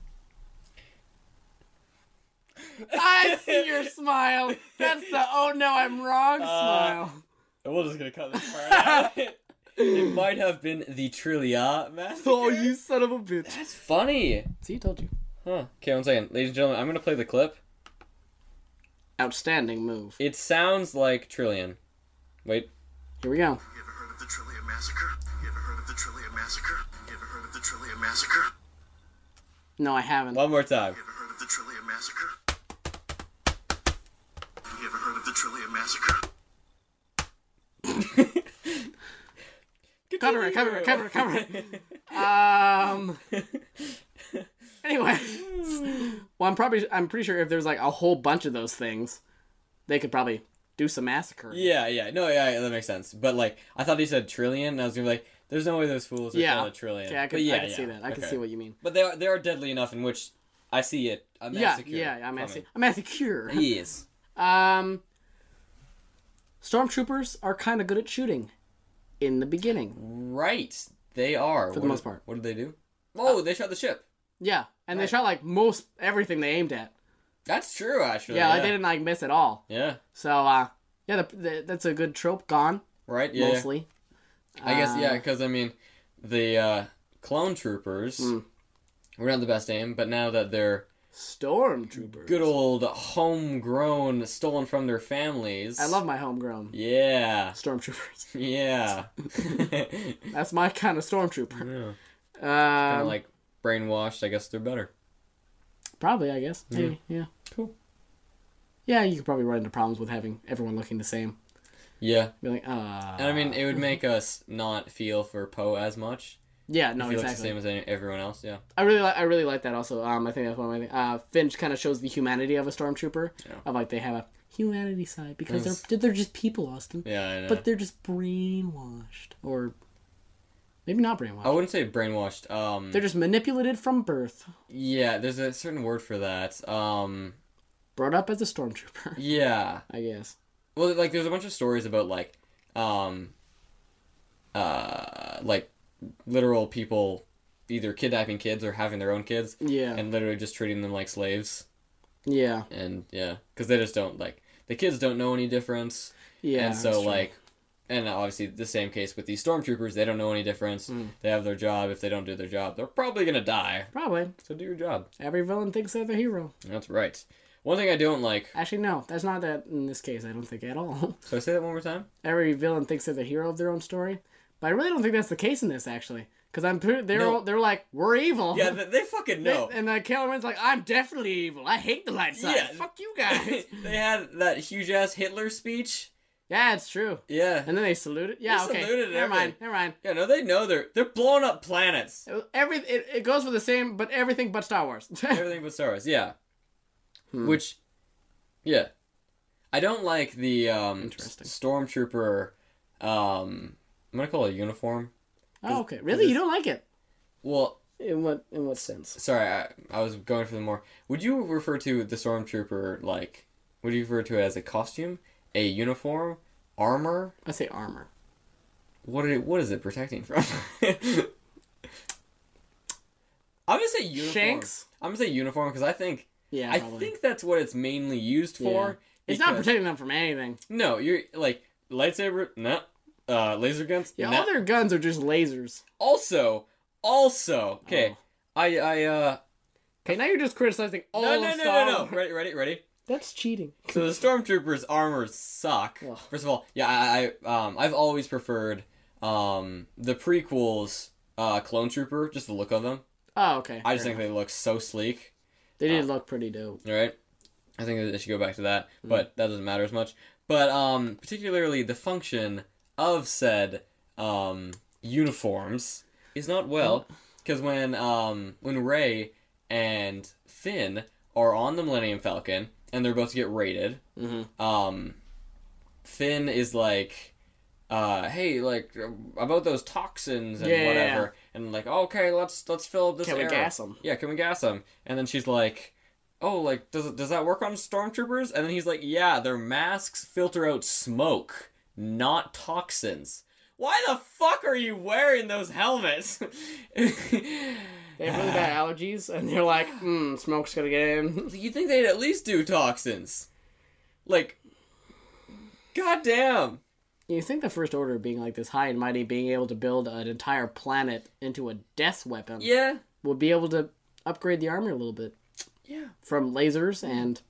[SPEAKER 2] I see your smile. That's the oh no, I'm
[SPEAKER 1] Uh,
[SPEAKER 2] wrong smile.
[SPEAKER 1] And We're just gonna cut this part out. it might have been the Trillia massacre.
[SPEAKER 2] Oh, you son of a bitch.
[SPEAKER 1] That's funny.
[SPEAKER 2] See, told you.
[SPEAKER 1] Huh. Okay, one second, ladies and gentlemen. I'm gonna play the clip.
[SPEAKER 2] Outstanding move.
[SPEAKER 1] It sounds like Trillion. Wait.
[SPEAKER 2] Here we go.
[SPEAKER 3] You ever heard of the Trillium Massacre? You ever heard of the Trillium Massacre? You ever heard of the Trillium Massacre?
[SPEAKER 2] No, I haven't.
[SPEAKER 1] One more time.
[SPEAKER 3] You ever heard of the Trillium Massacre? You ever heard of the Trillium Massacre?
[SPEAKER 2] Cover it, cover it, cover it, cover it. Um. Anyway, well, I'm probably, I'm pretty sure if there's like a whole bunch of those things, they could probably do some massacre.
[SPEAKER 1] Yeah, yeah. No, yeah, yeah, that makes sense. But like, I thought he said Trillion, and I was gonna be like, "There's no way those fools are
[SPEAKER 2] Yeah.
[SPEAKER 1] called a Trillion.
[SPEAKER 2] Okay, I
[SPEAKER 1] but
[SPEAKER 2] could,
[SPEAKER 1] yeah,
[SPEAKER 2] I could
[SPEAKER 1] yeah.
[SPEAKER 2] see that. I could
[SPEAKER 1] okay.
[SPEAKER 2] see what you mean.
[SPEAKER 1] But they are they are deadly enough in which I see it. A
[SPEAKER 2] Yeah,
[SPEAKER 1] massacre
[SPEAKER 2] yeah, yeah, I'm
[SPEAKER 1] coming.
[SPEAKER 2] massacre. I'm massacre.
[SPEAKER 1] Yes.
[SPEAKER 2] Um, stormtroopers are kind of good at shooting in the beginning.
[SPEAKER 1] Right. They are. For
[SPEAKER 2] the most part.
[SPEAKER 1] What did they do? Oh, they shot the ship.
[SPEAKER 2] Yeah, and they shot like most everything they aimed at.
[SPEAKER 1] That's true, actually.
[SPEAKER 2] Yeah,
[SPEAKER 1] Yeah,
[SPEAKER 2] Like, they didn't like miss at all.
[SPEAKER 1] Yeah.
[SPEAKER 2] So, uh, yeah, the, the, that's a good trope. Gone
[SPEAKER 1] Right. Yeah.
[SPEAKER 2] mostly.
[SPEAKER 1] I guess yeah,
[SPEAKER 2] Um,
[SPEAKER 1] because I mean, the uh, clone troopers
[SPEAKER 2] Mm.
[SPEAKER 1] were not the best name, but now that they're
[SPEAKER 2] Stormtroopers.
[SPEAKER 1] good old homegrown, stolen from their families.
[SPEAKER 2] I love my homegrown
[SPEAKER 1] Yeah,
[SPEAKER 2] stormtroopers.
[SPEAKER 1] yeah.
[SPEAKER 2] That's my kind of stormtrooper.
[SPEAKER 1] yeah. Kind
[SPEAKER 2] Um,
[SPEAKER 1] of like brainwashed. I guess they're better.
[SPEAKER 2] probably, I guess.
[SPEAKER 1] Yeah.
[SPEAKER 2] Maybe, yeah.
[SPEAKER 1] Cool.
[SPEAKER 2] Yeah, you could probably run into problems with having everyone looking the same.
[SPEAKER 1] Yeah,
[SPEAKER 2] Be like, ah.
[SPEAKER 1] and I mean, it would make us not feel for Poe as much.
[SPEAKER 2] yeah, no,
[SPEAKER 1] He looks
[SPEAKER 2] Oh, exactly.
[SPEAKER 1] the same as any- everyone else. Yeah.
[SPEAKER 2] I really, li- I really like that. Also, um, I think that's one of my things. Uh, Finch kind of shows the humanity of a stormtrooper.
[SPEAKER 1] Yeah.
[SPEAKER 2] Of like they have a humanity side because
[SPEAKER 1] Yes.
[SPEAKER 2] they're they're just people, Austin.
[SPEAKER 1] Yeah, I know.
[SPEAKER 2] But they're just brainwashed, or maybe not brainwashed.
[SPEAKER 1] I wouldn't say brainwashed. Um,
[SPEAKER 2] They're just manipulated from birth,
[SPEAKER 1] yeah, there's a certain word for that. Um,
[SPEAKER 2] brought up as a stormtrooper.
[SPEAKER 1] yeah.
[SPEAKER 2] I guess.
[SPEAKER 1] Well, like there's a bunch of stories about like, um, uh, like literal people either kidnapping kids or having their own kids
[SPEAKER 2] Yeah.
[SPEAKER 1] and literally just treating them like slaves.
[SPEAKER 2] yeah.
[SPEAKER 1] And yeah, because they just don't like the kids don't know any difference.
[SPEAKER 2] Yeah.
[SPEAKER 1] and
[SPEAKER 2] that's
[SPEAKER 1] so
[SPEAKER 2] true.
[SPEAKER 1] like, and obviously the same case with these stormtroopers. They don't know any difference.
[SPEAKER 2] Hmm.
[SPEAKER 1] They have their job. If they don't do their job, they're probably gonna die.
[SPEAKER 2] probably
[SPEAKER 1] So do your job.
[SPEAKER 2] every villain thinks they're the hero.
[SPEAKER 1] That's right. One thing I don't like.
[SPEAKER 2] Actually, no, that's not that in this case. I don't think at all.
[SPEAKER 1] So I say that one more time.
[SPEAKER 2] every villain thinks they're the hero of their own story, but I really don't think that's the case in this actually. Because I'm pretty, they're
[SPEAKER 1] No.
[SPEAKER 2] all, they're like we're evil.
[SPEAKER 1] Yeah, they, they fucking know.
[SPEAKER 2] And uh, Kellerman's like, I'm definitely evil. I hate the light side.
[SPEAKER 1] Yeah.
[SPEAKER 2] Fuck you guys.
[SPEAKER 1] they had that huge ass Hitler speech.
[SPEAKER 2] yeah, it's true.
[SPEAKER 1] Yeah.
[SPEAKER 2] And then they saluted. Yeah,
[SPEAKER 1] They
[SPEAKER 2] okay.
[SPEAKER 1] saluted
[SPEAKER 2] never mind.
[SPEAKER 1] everything.
[SPEAKER 2] Never mind.
[SPEAKER 1] Yeah, no, they know they're they're blowing up planets.
[SPEAKER 2] It- Every it, it goes for the same, but everything but Star Wars.
[SPEAKER 1] Everything but Star Wars, yeah. Which yeah. I don't like the um
[SPEAKER 2] Interesting.
[SPEAKER 1] s- stormtrooper um I'm gonna call it a uniform.
[SPEAKER 2] oh, okay. Really, you don't like it?
[SPEAKER 1] Well,
[SPEAKER 2] In what in what sense?
[SPEAKER 1] sorry, I, I was going for the more would you refer to the stormtrooper like would you refer to it as a costume? A uniform? Armor?
[SPEAKER 2] I say armor.
[SPEAKER 1] What it, what is it protecting from? I'm gonna say uniform.
[SPEAKER 2] Shanks?
[SPEAKER 1] I'm gonna say uniform because I think
[SPEAKER 2] Yeah,
[SPEAKER 1] I
[SPEAKER 2] probably.
[SPEAKER 1] think that's what it's mainly used
[SPEAKER 2] Yeah.
[SPEAKER 1] for.
[SPEAKER 2] it's not
[SPEAKER 1] because-
[SPEAKER 2] protecting them from anything.
[SPEAKER 1] No, you're like lightsaber. No, uh, laser guns.
[SPEAKER 2] Yeah,
[SPEAKER 1] nah.
[SPEAKER 2] all their guns are just lasers.
[SPEAKER 1] Also, also, okay.
[SPEAKER 2] Oh.
[SPEAKER 1] I I uh.
[SPEAKER 2] Okay, now you're just criticizing all
[SPEAKER 1] No
[SPEAKER 2] of
[SPEAKER 1] no no
[SPEAKER 2] Star
[SPEAKER 1] no no.
[SPEAKER 2] Wars.
[SPEAKER 1] Ready ready ready.
[SPEAKER 2] That's cheating.
[SPEAKER 1] So the stormtroopers' armors suck.
[SPEAKER 2] Ugh.
[SPEAKER 1] First of all, yeah, I, I um I've always preferred um the prequels uh clone trooper just the look of them.
[SPEAKER 2] Oh, okay.
[SPEAKER 1] I just
[SPEAKER 2] Fair
[SPEAKER 1] think Oh. they look so sleek.
[SPEAKER 2] enough. they did look pretty dope.
[SPEAKER 1] All right, I think that it should go back to that,
[SPEAKER 2] Mm-hmm.
[SPEAKER 1] but that doesn't matter as much. But um, particularly the function of said um, uniforms is not well
[SPEAKER 2] Oh.
[SPEAKER 1] because when um, when Ray and Finn are on the Millennium Falcon and they're about to get raided,
[SPEAKER 2] Mhm.
[SPEAKER 1] um, Finn is like, uh, "Hey, like about those toxins and
[SPEAKER 2] Yeah, yeah,
[SPEAKER 1] whatever," and like, "Okay, let's let's fill up this
[SPEAKER 2] Can we
[SPEAKER 1] air."
[SPEAKER 2] gas 'em?
[SPEAKER 1] Yeah, can we gas him? And then she's like, "Oh, like does it- does that work on stormtroopers?" And then he's like, "Yeah, their masks filter out smoke, not toxins." Why the fuck are you wearing those helmets?
[SPEAKER 2] They have really bad allergies, and they're like, hmm, smoke's gonna get in.
[SPEAKER 1] you think they'd at least do toxins? Like, goddamn.
[SPEAKER 2] You think the First Order being like this high and mighty, being able to build an entire planet into a death weapon,
[SPEAKER 1] Yeah.
[SPEAKER 2] will be able to upgrade the army a little bit
[SPEAKER 1] Yeah.
[SPEAKER 2] from lasers
[SPEAKER 1] Mm-hmm.
[SPEAKER 2] and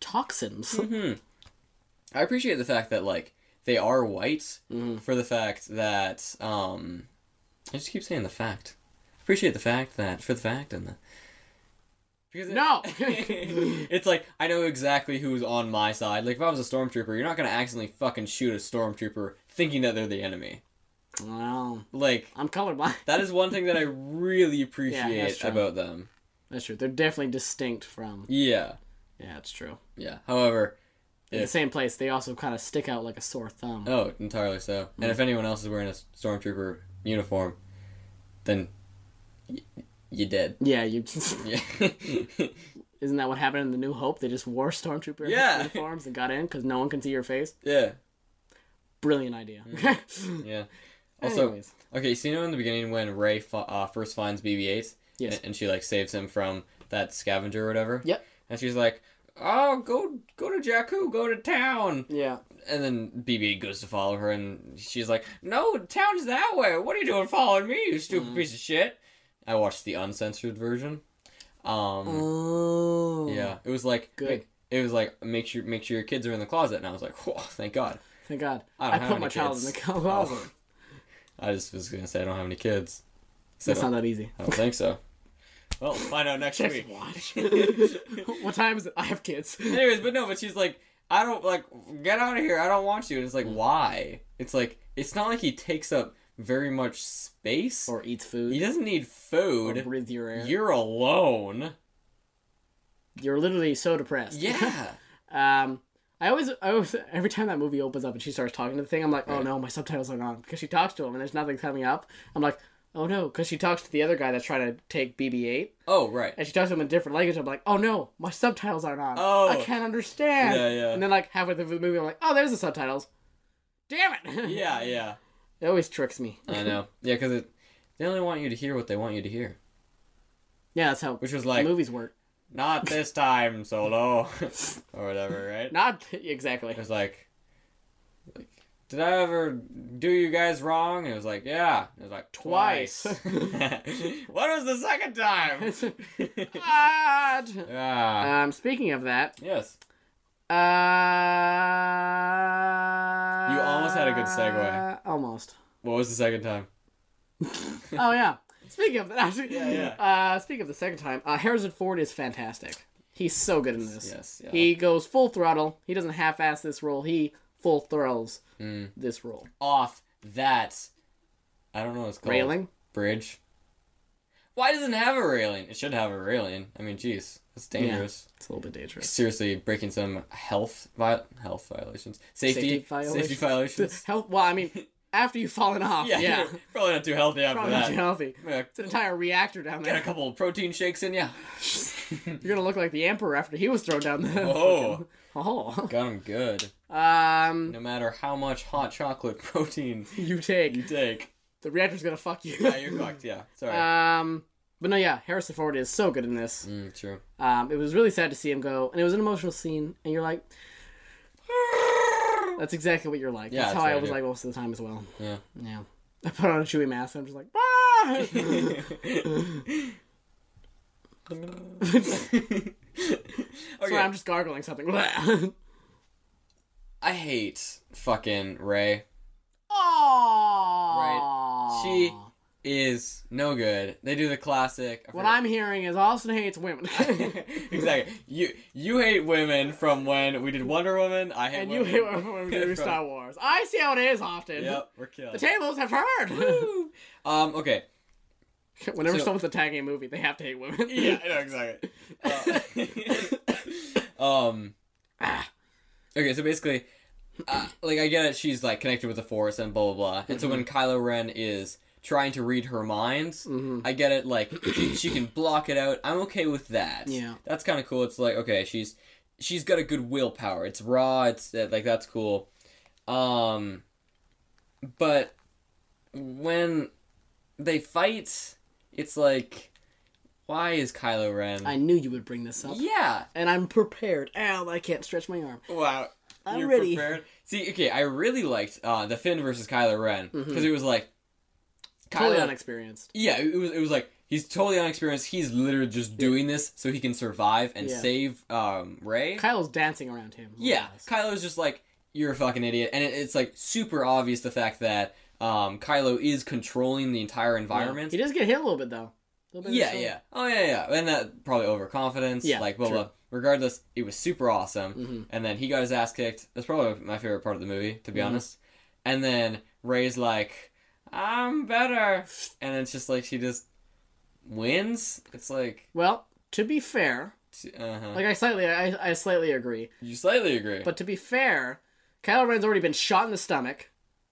[SPEAKER 2] toxins.
[SPEAKER 1] I appreciate the fact that like they are white
[SPEAKER 2] Mm-hmm.
[SPEAKER 1] for the fact that um I just keep saying the fact. Appreciate the fact that for the fact and the because it-
[SPEAKER 2] no!
[SPEAKER 1] it's like I know exactly who's on my side. Like if I was a stormtrooper, you're not gonna accidentally fucking shoot a stormtrooper thinking that they're the enemy.
[SPEAKER 2] wow.
[SPEAKER 1] Like
[SPEAKER 2] I'm colorblind.
[SPEAKER 1] that is one thing that I really appreciate
[SPEAKER 2] true.
[SPEAKER 1] about them.
[SPEAKER 2] That's true. They're definitely distinct from.
[SPEAKER 1] Yeah,
[SPEAKER 2] Yeah, it's true.
[SPEAKER 1] yeah. However,
[SPEAKER 2] In
[SPEAKER 1] Yeah.
[SPEAKER 2] the same place, they also kind of stick out like a sore thumb.
[SPEAKER 1] oh, entirely so. And
[SPEAKER 2] Hmm.
[SPEAKER 1] if anyone else is wearing a stormtrooper uniform, then y- you dead.
[SPEAKER 2] Yeah, you.
[SPEAKER 1] Yeah.
[SPEAKER 2] Isn't that what happened in the New Hope? They just wore stormtrooper
[SPEAKER 1] Yeah.
[SPEAKER 2] uniforms and got in because no one can see your face.
[SPEAKER 1] yeah.
[SPEAKER 2] Brilliant idea.
[SPEAKER 1] Yeah. Mm. Also,
[SPEAKER 2] Anyways.
[SPEAKER 1] okay, so you know in the beginning when Ray fi- uh, first finds BB 8?
[SPEAKER 2] Yes.
[SPEAKER 1] And, and she, like, saves him from that scavenger or whatever?
[SPEAKER 2] Yep.
[SPEAKER 1] And she's like, "Oh, go go to Jakku, go to town."
[SPEAKER 2] Yeah.
[SPEAKER 1] And then BB goes to follow her, and she's like, "No, town's that way. What are you doing following me, you stupid
[SPEAKER 2] Mm.
[SPEAKER 1] piece of shit?" I watched the uncensored version. Um,
[SPEAKER 2] Oh.
[SPEAKER 1] yeah, it was like
[SPEAKER 2] Good.
[SPEAKER 1] It, it was like make sure make sure your kids are in the closet, and I was like, "Whoa, thank God."
[SPEAKER 2] Thank God.
[SPEAKER 1] I don't
[SPEAKER 2] I,
[SPEAKER 1] have
[SPEAKER 2] put
[SPEAKER 1] any
[SPEAKER 2] my child in
[SPEAKER 1] kids.
[SPEAKER 2] the closet.
[SPEAKER 1] Oh. I just was gonna say I don't have any kids. So
[SPEAKER 2] That's not that easy.
[SPEAKER 1] I don't think so. Well, find out next
[SPEAKER 2] Just
[SPEAKER 1] week.
[SPEAKER 2] watch. what time is it? I have kids.
[SPEAKER 1] Anyways, but no, but she's like, I don't like get out of here. I don't want you. And it's
[SPEAKER 2] Mm.
[SPEAKER 1] like, why? It's like it's not like he takes up very much space.
[SPEAKER 2] Or eats
[SPEAKER 1] he
[SPEAKER 2] food.
[SPEAKER 1] doesn't need
[SPEAKER 2] Or
[SPEAKER 1] food.
[SPEAKER 2] breathe your air. You're,
[SPEAKER 1] You're alone.
[SPEAKER 2] literally so depressed.
[SPEAKER 1] Yeah.
[SPEAKER 2] Um, I always, I always, every time that movie opens up and she starts talking to the thing, I'm like, oh no, my subtitles aren't on because she talks to him and there's nothing coming up. I'm like, oh no, because she talks to the other guy that's trying to take BB-8
[SPEAKER 1] Oh right.
[SPEAKER 2] and she talks to him in a different language. I'm like, oh no, my subtitles aren't on.
[SPEAKER 1] Oh.
[SPEAKER 2] I can't understand.
[SPEAKER 1] Yeah, yeah.
[SPEAKER 2] And then like halfway through the movie, I'm like, oh, there's the subtitles. Damn it!
[SPEAKER 1] Yeah, yeah.
[SPEAKER 2] it always tricks me.
[SPEAKER 1] I know. Yeah, because it they only want you to hear what they want you to hear,
[SPEAKER 2] Yeah, that's how
[SPEAKER 1] which was like
[SPEAKER 2] movies work.
[SPEAKER 1] not this time, Solo, or whatever, right?
[SPEAKER 2] Not exactly.
[SPEAKER 1] It was like, like, did I ever do you guys wrong? And it was like, yeah. It was like
[SPEAKER 2] Twice.
[SPEAKER 1] twice. what was the second time?
[SPEAKER 2] God.
[SPEAKER 1] ah,
[SPEAKER 2] Um, speaking of that,
[SPEAKER 1] yes.
[SPEAKER 2] uh,
[SPEAKER 1] You almost had a good segue.
[SPEAKER 2] Almost.
[SPEAKER 1] What was the second time?
[SPEAKER 2] Oh yeah. Speaking of that, actually,
[SPEAKER 1] Yeah,
[SPEAKER 2] Uh, speaking of the second time, uh, Harrison Ford is fantastic. He's so good in this.
[SPEAKER 1] Yes. Yeah.
[SPEAKER 2] He goes full throttle. He doesn't half-ass this role. He full throws
[SPEAKER 1] Hmm.
[SPEAKER 2] this role.
[SPEAKER 1] Off that. I don't know what it's called.
[SPEAKER 2] Railing.
[SPEAKER 1] Bridge. Why doesn't it have a railing? It should have a railing. I mean, jeez, that's dangerous.
[SPEAKER 2] It's a little bit dangerous.
[SPEAKER 1] Seriously, breaking some health viol- health violations, safety
[SPEAKER 2] Safety
[SPEAKER 1] safety
[SPEAKER 2] violations.
[SPEAKER 1] violations.
[SPEAKER 2] Health. Well, I mean, after you've fallen off,
[SPEAKER 1] yeah,
[SPEAKER 2] yeah,
[SPEAKER 1] probably not too healthy after
[SPEAKER 2] probably
[SPEAKER 1] that.
[SPEAKER 2] not too healthy.
[SPEAKER 1] Yeah,
[SPEAKER 2] It's an entire reactor down
[SPEAKER 1] Got a
[SPEAKER 2] there.
[SPEAKER 1] couple of protein shakes in ya.
[SPEAKER 2] You're gonna look like the emperor after he was thrown down there.
[SPEAKER 1] Oh,
[SPEAKER 2] Oh.
[SPEAKER 1] got 'em good.
[SPEAKER 2] Um,
[SPEAKER 1] No matter how much hot chocolate protein
[SPEAKER 2] you take.
[SPEAKER 1] you take,
[SPEAKER 2] The reactor's gonna fuck you.
[SPEAKER 1] yeah, you're fucked. Yeah, sorry.
[SPEAKER 2] Um, but no, yeah, Harrison Ford is so good in this.
[SPEAKER 1] mm, true.
[SPEAKER 2] Um, it was really sad to see him go, and it was an emotional scene, and you're like, that's exactly what you're like.
[SPEAKER 1] Yeah,
[SPEAKER 2] that's,
[SPEAKER 1] that's
[SPEAKER 2] how
[SPEAKER 1] what
[SPEAKER 2] I
[SPEAKER 1] I
[SPEAKER 2] was
[SPEAKER 1] do.
[SPEAKER 2] like most of the time as well.
[SPEAKER 1] Yeah.
[SPEAKER 2] Yeah. I put on a chewy mask, and I'm just like, ah!
[SPEAKER 1] okay,
[SPEAKER 2] Sorry, I'm just gargling something. Aww.
[SPEAKER 1] I hate fucking Ray.
[SPEAKER 2] Right.
[SPEAKER 1] She is no good. They do the classic. I
[SPEAKER 2] What
[SPEAKER 1] forget-
[SPEAKER 2] I'm hearing is Austin hates women.
[SPEAKER 1] exactly. You you hate women from when we did Wonder Woman. I hate
[SPEAKER 2] and you
[SPEAKER 1] women.
[SPEAKER 2] hate women do
[SPEAKER 1] From-
[SPEAKER 2] Star Wars. I see how it is, Austin.
[SPEAKER 1] Yep, we're killed.
[SPEAKER 2] The tables have heard.
[SPEAKER 1] um. Okay.
[SPEAKER 2] Whenever
[SPEAKER 1] So-
[SPEAKER 2] someone's attacking a movie, they have to hate women.
[SPEAKER 1] yeah, I know exactly. Uh, um. Okay, so basically, uh, like I get it. She's like connected with the force and blah blah blah. And so when Kylo Ren is trying to read her minds, I get it. Like she, she can block it out. I'm okay with that.
[SPEAKER 2] Yeah.
[SPEAKER 1] that's kind of cool. It's like okay, she's she's got a good willpower. It's raw. It's uh, like that's cool. Um, but when they fight, it's like, why is Kylo Ren?
[SPEAKER 2] I knew you would bring this up.
[SPEAKER 1] yeah.
[SPEAKER 2] And I'm prepared. Ow, I can't stretch my arm.
[SPEAKER 1] Wow.
[SPEAKER 2] I'm ready.
[SPEAKER 1] prepared. See, okay, I really liked uh, the Finn versus Kylo Ren because it was like
[SPEAKER 2] Mm-hmm. Totally unexperienced.
[SPEAKER 1] Yeah, it was. It was like he's totally unexperienced. He's literally just doing this so he can survive and
[SPEAKER 2] Yeah.
[SPEAKER 1] save um, Ray.
[SPEAKER 2] Kylo's dancing around him.
[SPEAKER 1] Yeah, Kylo's just like you're a fucking idiot, and it, it's like super obvious the fact that um, Kylo is controlling the entire environment.
[SPEAKER 2] He does get hit a little bit, though. A little bit
[SPEAKER 1] Yeah,
[SPEAKER 2] so-
[SPEAKER 1] yeah. Oh, yeah, yeah. And that probably overconfidence.
[SPEAKER 2] Yeah,
[SPEAKER 1] like blah
[SPEAKER 2] true. Mm-hmm.
[SPEAKER 1] blah. Regardless, it was super awesome. And then he got his ass kicked. That's probably my favorite part of the movie, to be
[SPEAKER 2] Mm-hmm.
[SPEAKER 1] honest. And then Ray's like, "I'm better," and it's just like she just wins. It's like,
[SPEAKER 2] Well, to be fair,
[SPEAKER 1] uh huh.
[SPEAKER 2] like I slightly, I, I slightly agree.
[SPEAKER 1] you slightly agree.
[SPEAKER 2] But to be fair, Kylo Ren's already been shot in the stomach,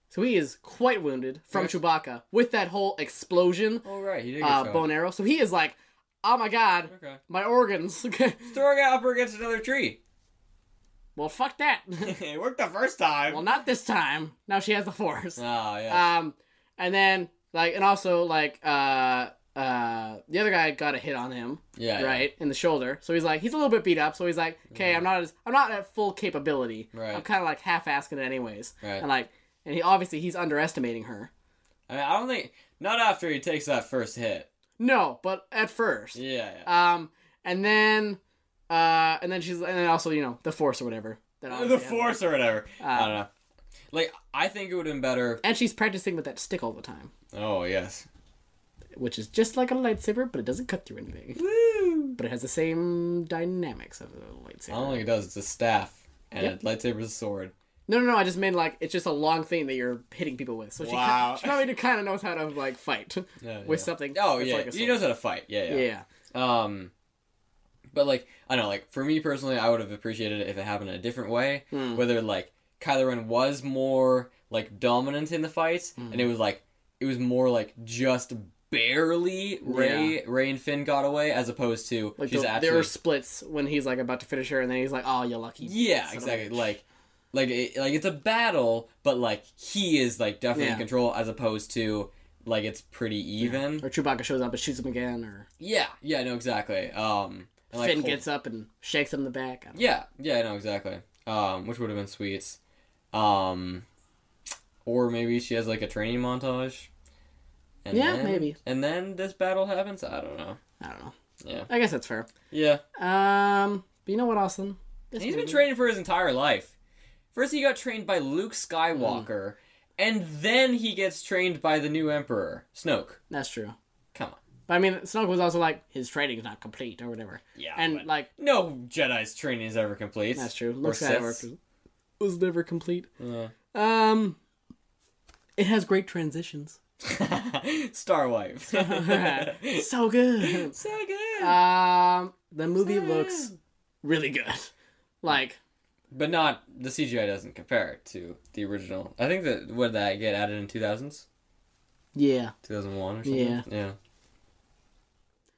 [SPEAKER 2] so he is quite wounded from
[SPEAKER 1] Yes.
[SPEAKER 2] Chewbacca with that whole explosion,
[SPEAKER 1] oh right, he did get
[SPEAKER 2] uh,
[SPEAKER 1] shot.
[SPEAKER 2] bone arrow. So he is like, oh my god,
[SPEAKER 1] Okay.
[SPEAKER 2] my organs.
[SPEAKER 1] Throwing it up against another tree.
[SPEAKER 2] well, fuck that.
[SPEAKER 1] it worked the first time.
[SPEAKER 2] well, not this time.
[SPEAKER 1] Uh,
[SPEAKER 2] Now she has the force.
[SPEAKER 1] oh yeah.
[SPEAKER 2] Um, and then like, and also like, uh, uh, the other guy got a hit on him,
[SPEAKER 1] Yeah. yeah.
[SPEAKER 2] right, in the shoulder. So he's like, he's a little bit beat up. So he's like, okay, I'm not as, I'm not at full capability.
[SPEAKER 1] Right.
[SPEAKER 2] I'm kind of like half asking it anyways.
[SPEAKER 1] Right.
[SPEAKER 2] And like, and he obviously he's underestimating her.
[SPEAKER 1] I mean, I don't think not after he takes that first hit.
[SPEAKER 2] No, but at first.
[SPEAKER 1] Yeah. yeah.
[SPEAKER 2] Um, and then, uh, and then she's, and then also you know the force or whatever. That
[SPEAKER 1] the
[SPEAKER 2] obviously happened.
[SPEAKER 1] force or whatever. I
[SPEAKER 2] Uh,
[SPEAKER 1] don't know. Like I think it would have been better.
[SPEAKER 2] And she's practicing with that stick all the time,
[SPEAKER 1] Oh yes.
[SPEAKER 2] which is just like a lightsaber, but it doesn't cut through anything.
[SPEAKER 1] Woo!
[SPEAKER 2] But it has the same dynamics of a lightsaber.
[SPEAKER 1] I don't think it does. It's a staff and
[SPEAKER 2] Yep.
[SPEAKER 1] a lightsaber's a sword.
[SPEAKER 2] No, no, no. I just mean like it's just a long thing that you're hitting people with. So she,
[SPEAKER 1] Wow.
[SPEAKER 2] she probably kind of knows how to like fight
[SPEAKER 1] Yeah,
[SPEAKER 2] with
[SPEAKER 1] yeah.
[SPEAKER 2] something.
[SPEAKER 1] Oh
[SPEAKER 2] that's
[SPEAKER 1] yeah,
[SPEAKER 2] like a
[SPEAKER 1] he
[SPEAKER 2] sword.
[SPEAKER 1] knows how to fight. Yeah, yeah.
[SPEAKER 2] Yeah.
[SPEAKER 1] Um, but like I don't know. Like for me personally, I would have appreciated it if it happened in a different way.
[SPEAKER 2] Hmm.
[SPEAKER 1] Whether like Kylo Ren was more like dominant in the fights,
[SPEAKER 2] Hmm.
[SPEAKER 1] and it was like it was more like just barely Ray Ray and Finn got away, as opposed to
[SPEAKER 2] Like
[SPEAKER 1] she's
[SPEAKER 2] the-
[SPEAKER 1] actually
[SPEAKER 2] there are splits when he's like about to finish her, and then he's like, "Oh, you're lucky."
[SPEAKER 1] Yeah,
[SPEAKER 2] son of a
[SPEAKER 1] exactly.
[SPEAKER 2] bitch."
[SPEAKER 1] Like, like, it, like it's a battle, but like he is like definitely in
[SPEAKER 2] Yeah.
[SPEAKER 1] control, as opposed to like it's pretty even.
[SPEAKER 2] or Chewbacca shows up and shoots him again, or
[SPEAKER 1] Yeah, yeah, no, exactly. Um, and, like,
[SPEAKER 2] Finn
[SPEAKER 1] Col-
[SPEAKER 2] gets up and shakes him in the back. I don't
[SPEAKER 1] Yeah, yeah, no, exactly. Um, which would have been sweet. Um, or maybe she has like a training montage. And
[SPEAKER 2] Yeah,
[SPEAKER 1] then-
[SPEAKER 2] maybe.
[SPEAKER 1] And then this battle happens. I don't know.
[SPEAKER 2] I don't know.
[SPEAKER 1] Yeah.
[SPEAKER 2] I guess that's fair.
[SPEAKER 1] Yeah,
[SPEAKER 2] Um, but you know what, Austin? This
[SPEAKER 1] he's been
[SPEAKER 2] movie-
[SPEAKER 1] training for his entire life. First, he got trained by Luke Skywalker,
[SPEAKER 2] Hmm.
[SPEAKER 1] and then he gets trained by the new Emperor, Snoke.
[SPEAKER 2] That's true.
[SPEAKER 1] Come on.
[SPEAKER 2] But I mean, Snoke was also like his training's not complete or whatever,
[SPEAKER 1] Yeah.
[SPEAKER 2] and
[SPEAKER 1] but
[SPEAKER 2] like
[SPEAKER 1] no Jedi's training is ever complete.
[SPEAKER 2] that's true.
[SPEAKER 1] Or
[SPEAKER 2] Looks at
[SPEAKER 1] Sith's.
[SPEAKER 2] it was never complete.
[SPEAKER 1] Yeah.
[SPEAKER 2] Um, it has great transitions.
[SPEAKER 1] Star wife. so
[SPEAKER 2] so good.
[SPEAKER 1] good.
[SPEAKER 2] Um, the movie looks really good. Like,
[SPEAKER 1] but not the CGI doesn't compare to the original. I think that what did that get added in two thousands,
[SPEAKER 2] yeah.
[SPEAKER 1] two thousand one or something.
[SPEAKER 2] Yeah.
[SPEAKER 1] Yeah.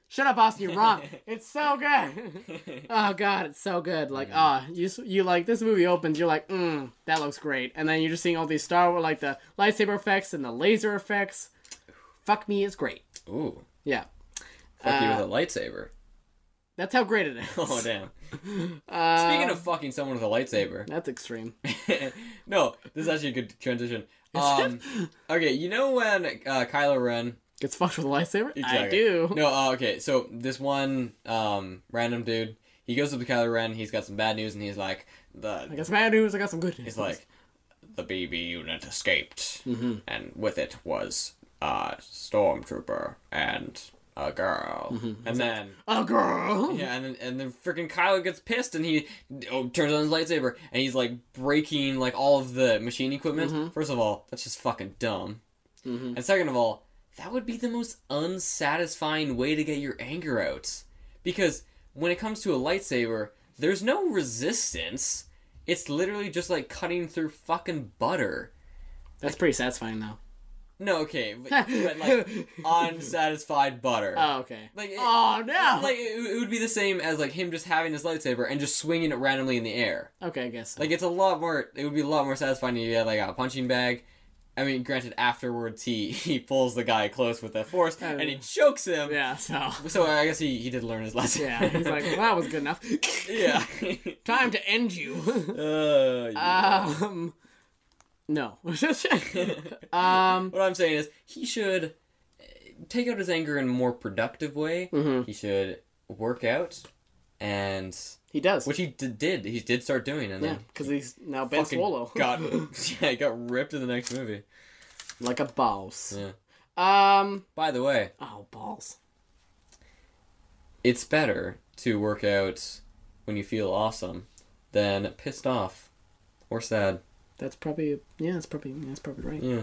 [SPEAKER 2] Shut up, Austin. You're wrong. It's so good. oh God, it's so good. Like, ah, you s- you like this movie opens. You're like, mm, that looks great. And then you're just seeing all these Star Wars, like the lightsaber effects and the laser effects. Fuck me, it's great.
[SPEAKER 1] Ooh.
[SPEAKER 2] Yeah,
[SPEAKER 1] Fuck you
[SPEAKER 2] Uh,
[SPEAKER 1] with a lightsaber.
[SPEAKER 2] that's how great it is.
[SPEAKER 1] Oh damn.
[SPEAKER 2] Uh,
[SPEAKER 1] Speaking of fucking someone with a lightsaber.
[SPEAKER 2] that's extreme.
[SPEAKER 1] no, this is actually a good transition. Um, okay, you know when uh, Kylo Ren
[SPEAKER 2] Gets fucked with a lightsaber. I
[SPEAKER 1] Exactly.
[SPEAKER 2] do.
[SPEAKER 1] No, uh, okay. So this one um, random dude, he goes up to Kylo Ren. He's got some bad news, and he's like,
[SPEAKER 2] I
[SPEAKER 1] the
[SPEAKER 2] got some bad news. I got some good news.
[SPEAKER 1] he's like, the BB unit escaped,
[SPEAKER 2] Mm-hmm.
[SPEAKER 1] and with it was a stormtrooper and a girl, and then
[SPEAKER 2] oh girl.
[SPEAKER 1] yeah, and then, and then freaking Kylo gets pissed, and he oh, turns on his lightsaber, and he's like breaking like all of the machine equipment. First of all, that's just fucking dumb, and second of all, that would be the most unsatisfying way to get your anger out, because when it comes to a lightsaber, there's no resistance. It's literally just like cutting through fucking butter.
[SPEAKER 2] That's pretty satisfying though.
[SPEAKER 1] No, okay, but, but like unsatisfied butter.
[SPEAKER 2] Oh okay.
[SPEAKER 1] Like, it-
[SPEAKER 2] oh no.
[SPEAKER 1] like it, it would be the same as like him just having his lightsaber and just swinging it randomly in the air.
[SPEAKER 2] okay, I guess. So.
[SPEAKER 1] Like it's a lot more. It would be a lot more satisfying if you had like a punching bag. I mean, granted, afterwards he he pulls the guy close with the force and he chokes him.
[SPEAKER 2] yeah. So.
[SPEAKER 1] So I guess he, he did learn his lesson.
[SPEAKER 2] Yeah, he's like, well, that was good enough.
[SPEAKER 1] yeah.
[SPEAKER 2] Time to end you.
[SPEAKER 1] uh, yeah.
[SPEAKER 2] Um, no. um,
[SPEAKER 1] what I'm saying is he should uh, take out his anger in a more productive way.
[SPEAKER 2] mm-hmm.
[SPEAKER 1] He should work out, and
[SPEAKER 2] he does.
[SPEAKER 1] which he d- did. He did start doing, and
[SPEAKER 2] yeah,
[SPEAKER 1] then
[SPEAKER 2] because he's now Ben
[SPEAKER 1] fucking
[SPEAKER 2] Swallow.
[SPEAKER 1] got yeah, he got ripped in the next movie.
[SPEAKER 2] like a boss.
[SPEAKER 1] Yeah.
[SPEAKER 2] Um,
[SPEAKER 1] By the way,
[SPEAKER 2] oh, balls.
[SPEAKER 1] it's better to work out when you feel awesome than pissed off or sad.
[SPEAKER 2] That's probably, yeah, that's probably, that's probably right.
[SPEAKER 1] Yeah.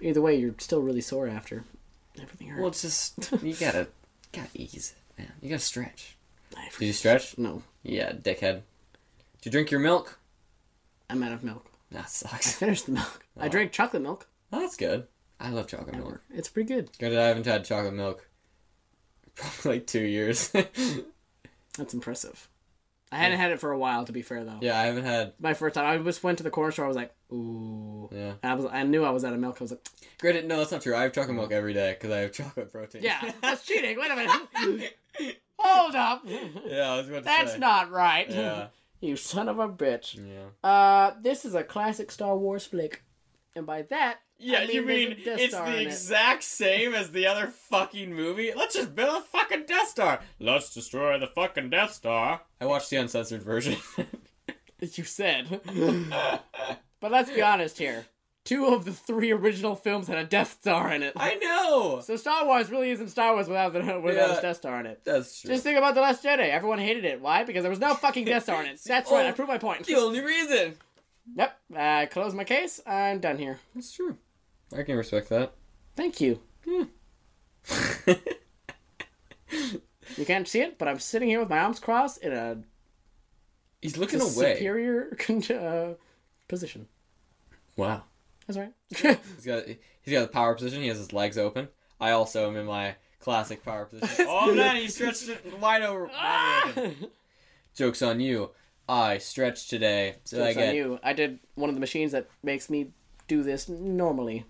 [SPEAKER 2] Either way, you're still really sore after. Everything hurts.
[SPEAKER 1] Well, it's just you gotta gotta ease it, man. You gotta stretch.
[SPEAKER 2] I forget-
[SPEAKER 1] Did you stretch?
[SPEAKER 2] No,
[SPEAKER 1] Yeah, dickhead. Did you drink your milk?
[SPEAKER 2] I'm out of milk.
[SPEAKER 1] That
[SPEAKER 2] I
[SPEAKER 1] sucks.
[SPEAKER 2] finished the milk. I drank chocolate milk.
[SPEAKER 1] Oh, that's good. I love chocolate milk.
[SPEAKER 2] It's pretty good.
[SPEAKER 1] Granted, I haven't had chocolate milk probably like two years.
[SPEAKER 2] That's impressive. I hadn't had it for a while, to be fair, though.
[SPEAKER 1] yeah, I haven't had
[SPEAKER 2] My first time, I just went to the corner store. I was like, Ooh.
[SPEAKER 1] Yeah.
[SPEAKER 2] And I was. I knew I was out of milk. I was like,
[SPEAKER 1] Granted, no, that's not true. I have chocolate milk every day because I have chocolate protein.
[SPEAKER 2] yeah, that's cheating. Wait a minute. Hold up.
[SPEAKER 1] yeah, I was about to
[SPEAKER 2] That's
[SPEAKER 1] say.
[SPEAKER 2] not right.
[SPEAKER 1] Yeah.
[SPEAKER 2] you son of a bitch.
[SPEAKER 1] Yeah.
[SPEAKER 2] Uh, this is a classic Star Wars flick, and by that,
[SPEAKER 1] Yeah,
[SPEAKER 2] I mean,
[SPEAKER 1] you
[SPEAKER 2] there's a
[SPEAKER 1] mean
[SPEAKER 2] Death
[SPEAKER 1] it's
[SPEAKER 2] Star
[SPEAKER 1] the
[SPEAKER 2] in it.
[SPEAKER 1] exact same as the other fucking movie? Let's just build a fucking Death Star. Let's destroy the fucking Death Star. I watched the uncensored version.
[SPEAKER 2] you said. but let's be honest here. Two of the three original films had a Death Star in it.
[SPEAKER 1] I know.
[SPEAKER 2] So Star Wars really isn't Star Wars without the, without
[SPEAKER 1] Yeah.
[SPEAKER 2] a Death Star in it.
[SPEAKER 1] That's true.
[SPEAKER 2] Just think about the Last Jedi. Everyone hated it. Why? Because there was no fucking Death Star in it. That's right. I
[SPEAKER 1] Oh.
[SPEAKER 2] proved my point.
[SPEAKER 1] the only reason.
[SPEAKER 2] Yep. I close my case. I'm done here.
[SPEAKER 1] That's true. I can respect that.
[SPEAKER 2] Thank you. You can't see it, but I'm sitting here with my arms crossed in a
[SPEAKER 1] He's looking away.
[SPEAKER 2] superior uh, position.
[SPEAKER 1] Wow.
[SPEAKER 2] That's right.
[SPEAKER 1] He's got he's got the power position. He has his legs open. I also am in my classic power position. oh man, he stretched it wide over.
[SPEAKER 2] Ah!
[SPEAKER 1] wide open. Jokes on you. I stretched today. So I
[SPEAKER 2] Jokes
[SPEAKER 1] get
[SPEAKER 2] on you. I did one of the machines that makes me do this normally.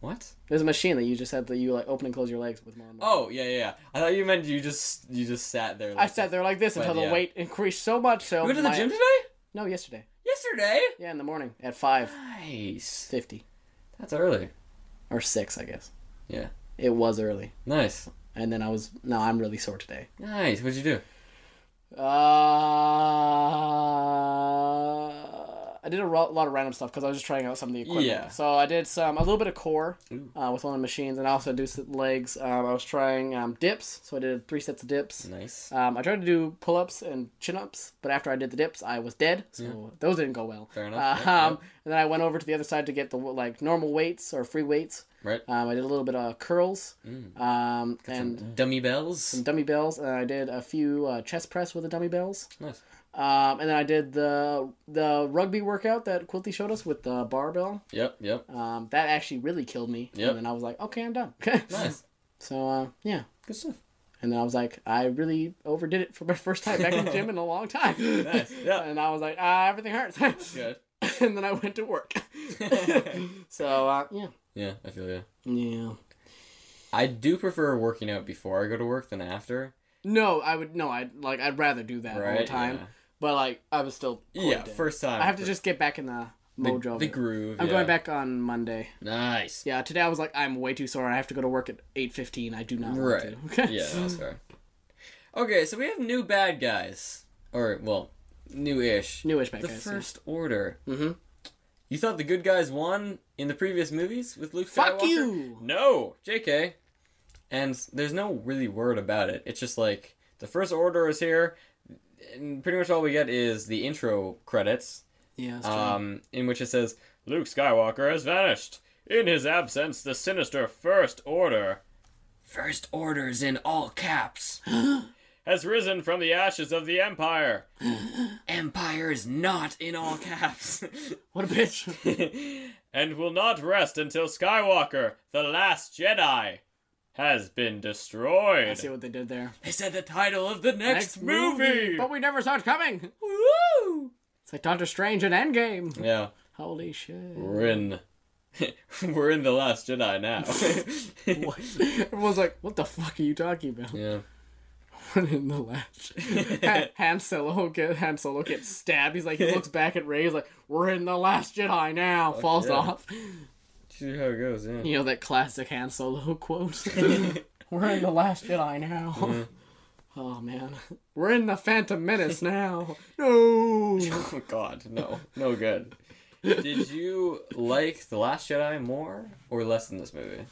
[SPEAKER 1] what?
[SPEAKER 2] There's a machine that you just had that you like open and close your legs with. More and more.
[SPEAKER 1] Oh yeah, yeah. yeah. I thought you meant you just you just sat there.
[SPEAKER 2] I sat there like this
[SPEAKER 1] But,
[SPEAKER 2] until the
[SPEAKER 1] yeah.
[SPEAKER 2] weight increased so much. So
[SPEAKER 1] You went to the
[SPEAKER 2] my-
[SPEAKER 1] gym today?
[SPEAKER 2] No, yesterday.
[SPEAKER 1] Yesterday.
[SPEAKER 2] Yeah, in the morning at five
[SPEAKER 1] Nice.
[SPEAKER 2] fifty
[SPEAKER 1] That's early.
[SPEAKER 2] or six, I guess.
[SPEAKER 1] Yeah.
[SPEAKER 2] It was early,
[SPEAKER 1] Nice.
[SPEAKER 2] and then I was. No, I'm really sore today.
[SPEAKER 1] Nice. What'd you do?
[SPEAKER 2] Uh, I did a ro- lot of random stuff because I was just trying out some of the equipment.
[SPEAKER 1] Yeah.
[SPEAKER 2] So I did some a little bit of core
[SPEAKER 1] Ooh.
[SPEAKER 2] uh, with one of the machines, and I also do some legs. Um, I was trying um, dips, so I did three sets of dips.
[SPEAKER 1] Nice.
[SPEAKER 2] Um, I tried to do pull ups and chin ups, but after I did the dips, I was dead, so those didn't go well.
[SPEAKER 1] Fair enough.
[SPEAKER 2] Uh,
[SPEAKER 1] Yeah,
[SPEAKER 2] um, And then I went over to the other side to get the like normal weights or free weights.
[SPEAKER 1] Right.
[SPEAKER 2] Um, I did a little bit of curls um,
[SPEAKER 1] Mm.
[SPEAKER 2] and
[SPEAKER 1] Some dummy bells.
[SPEAKER 2] dummy bells, and I did a few uh, chest press with the dummy bells.
[SPEAKER 1] nice.
[SPEAKER 2] Um, and then I did the the rugby workout that Quilty showed us with the barbell.
[SPEAKER 1] Yep. Yep.
[SPEAKER 2] Um, that actually really killed me.
[SPEAKER 1] Yep.
[SPEAKER 2] And then I was like, okay, I'm done.
[SPEAKER 1] Nice.
[SPEAKER 2] So uh, yeah.
[SPEAKER 1] Good stuff.
[SPEAKER 2] And then I was like, I really overdid it for my first time back in the gym in a long time.
[SPEAKER 1] Nice. Yeah.
[SPEAKER 2] And I was like, ah, everything hurts.
[SPEAKER 1] Good.
[SPEAKER 2] and then I went to work. so uh, yeah,
[SPEAKER 1] yeah, I feel you.
[SPEAKER 2] yeah.
[SPEAKER 1] I do prefer working out before I go to work than after.
[SPEAKER 2] No, I would no. I would like I'd rather do that all the
[SPEAKER 1] Right,
[SPEAKER 2] time.
[SPEAKER 1] yeah.
[SPEAKER 2] But like I was still quite
[SPEAKER 1] yeah,
[SPEAKER 2] dead.
[SPEAKER 1] first time.
[SPEAKER 2] I have to just get back in the
[SPEAKER 1] the,
[SPEAKER 2] mojo. of
[SPEAKER 1] the
[SPEAKER 2] it.
[SPEAKER 1] groove.
[SPEAKER 2] I'm
[SPEAKER 1] yeah.
[SPEAKER 2] going back on Monday.
[SPEAKER 1] Nice.
[SPEAKER 2] Yeah, today I was like, I'm way too sore. I have to go to work at eight fifteen. I do not
[SPEAKER 1] Right.
[SPEAKER 2] want to.
[SPEAKER 1] yeah, that's fair. Okay, so we have new bad guys, or well, new-ish.
[SPEAKER 2] Newish bad
[SPEAKER 1] the
[SPEAKER 2] guys. yeah.
[SPEAKER 1] First Order.
[SPEAKER 2] Mhm.
[SPEAKER 1] You thought the good guys won in the previous movies with Luke Skywalker?
[SPEAKER 2] Fuck you.
[SPEAKER 1] No, J.K. And there's no really word about it. It's just like the First Order is here, and pretty much all we get is the intro credits.
[SPEAKER 2] Yeah. That's true.
[SPEAKER 1] um, in which it says, Luke Skywalker has vanished. In his absence, the sinister First Order. First Orders in all caps. has risen from the ashes of the Empire. Empire is not in all caps.
[SPEAKER 2] what a bitch.
[SPEAKER 1] and will not rest until Skywalker, the last Jedi, has been
[SPEAKER 2] I see
[SPEAKER 1] destroyed.
[SPEAKER 2] what they did there.
[SPEAKER 1] They said the title of the next, movie.
[SPEAKER 2] but we never saw it coming.
[SPEAKER 1] Woo!
[SPEAKER 2] It's like Doctor Strange in Endgame.
[SPEAKER 1] Yeah.
[SPEAKER 2] Holy shit.
[SPEAKER 1] We're in. We're in the Last Jedi now.
[SPEAKER 2] What? Everyone's like, what the fuck are you talking about?
[SPEAKER 1] yeah.
[SPEAKER 2] in the last. Han, Han Solo get Han Solo gets stabbed. He's like, he looks back at Ray. He's like, we're in the last Jedi now. Falls
[SPEAKER 1] yeah.
[SPEAKER 2] off.
[SPEAKER 1] See how it goes. Yeah.
[SPEAKER 2] You know that classic Han Solo quote. We're in the Last Jedi now.
[SPEAKER 1] Mm-hmm.
[SPEAKER 2] Oh man, we're in the Phantom Menace now. No.
[SPEAKER 1] Oh God, no, no good. Did you like the Last Jedi more or less than this movie?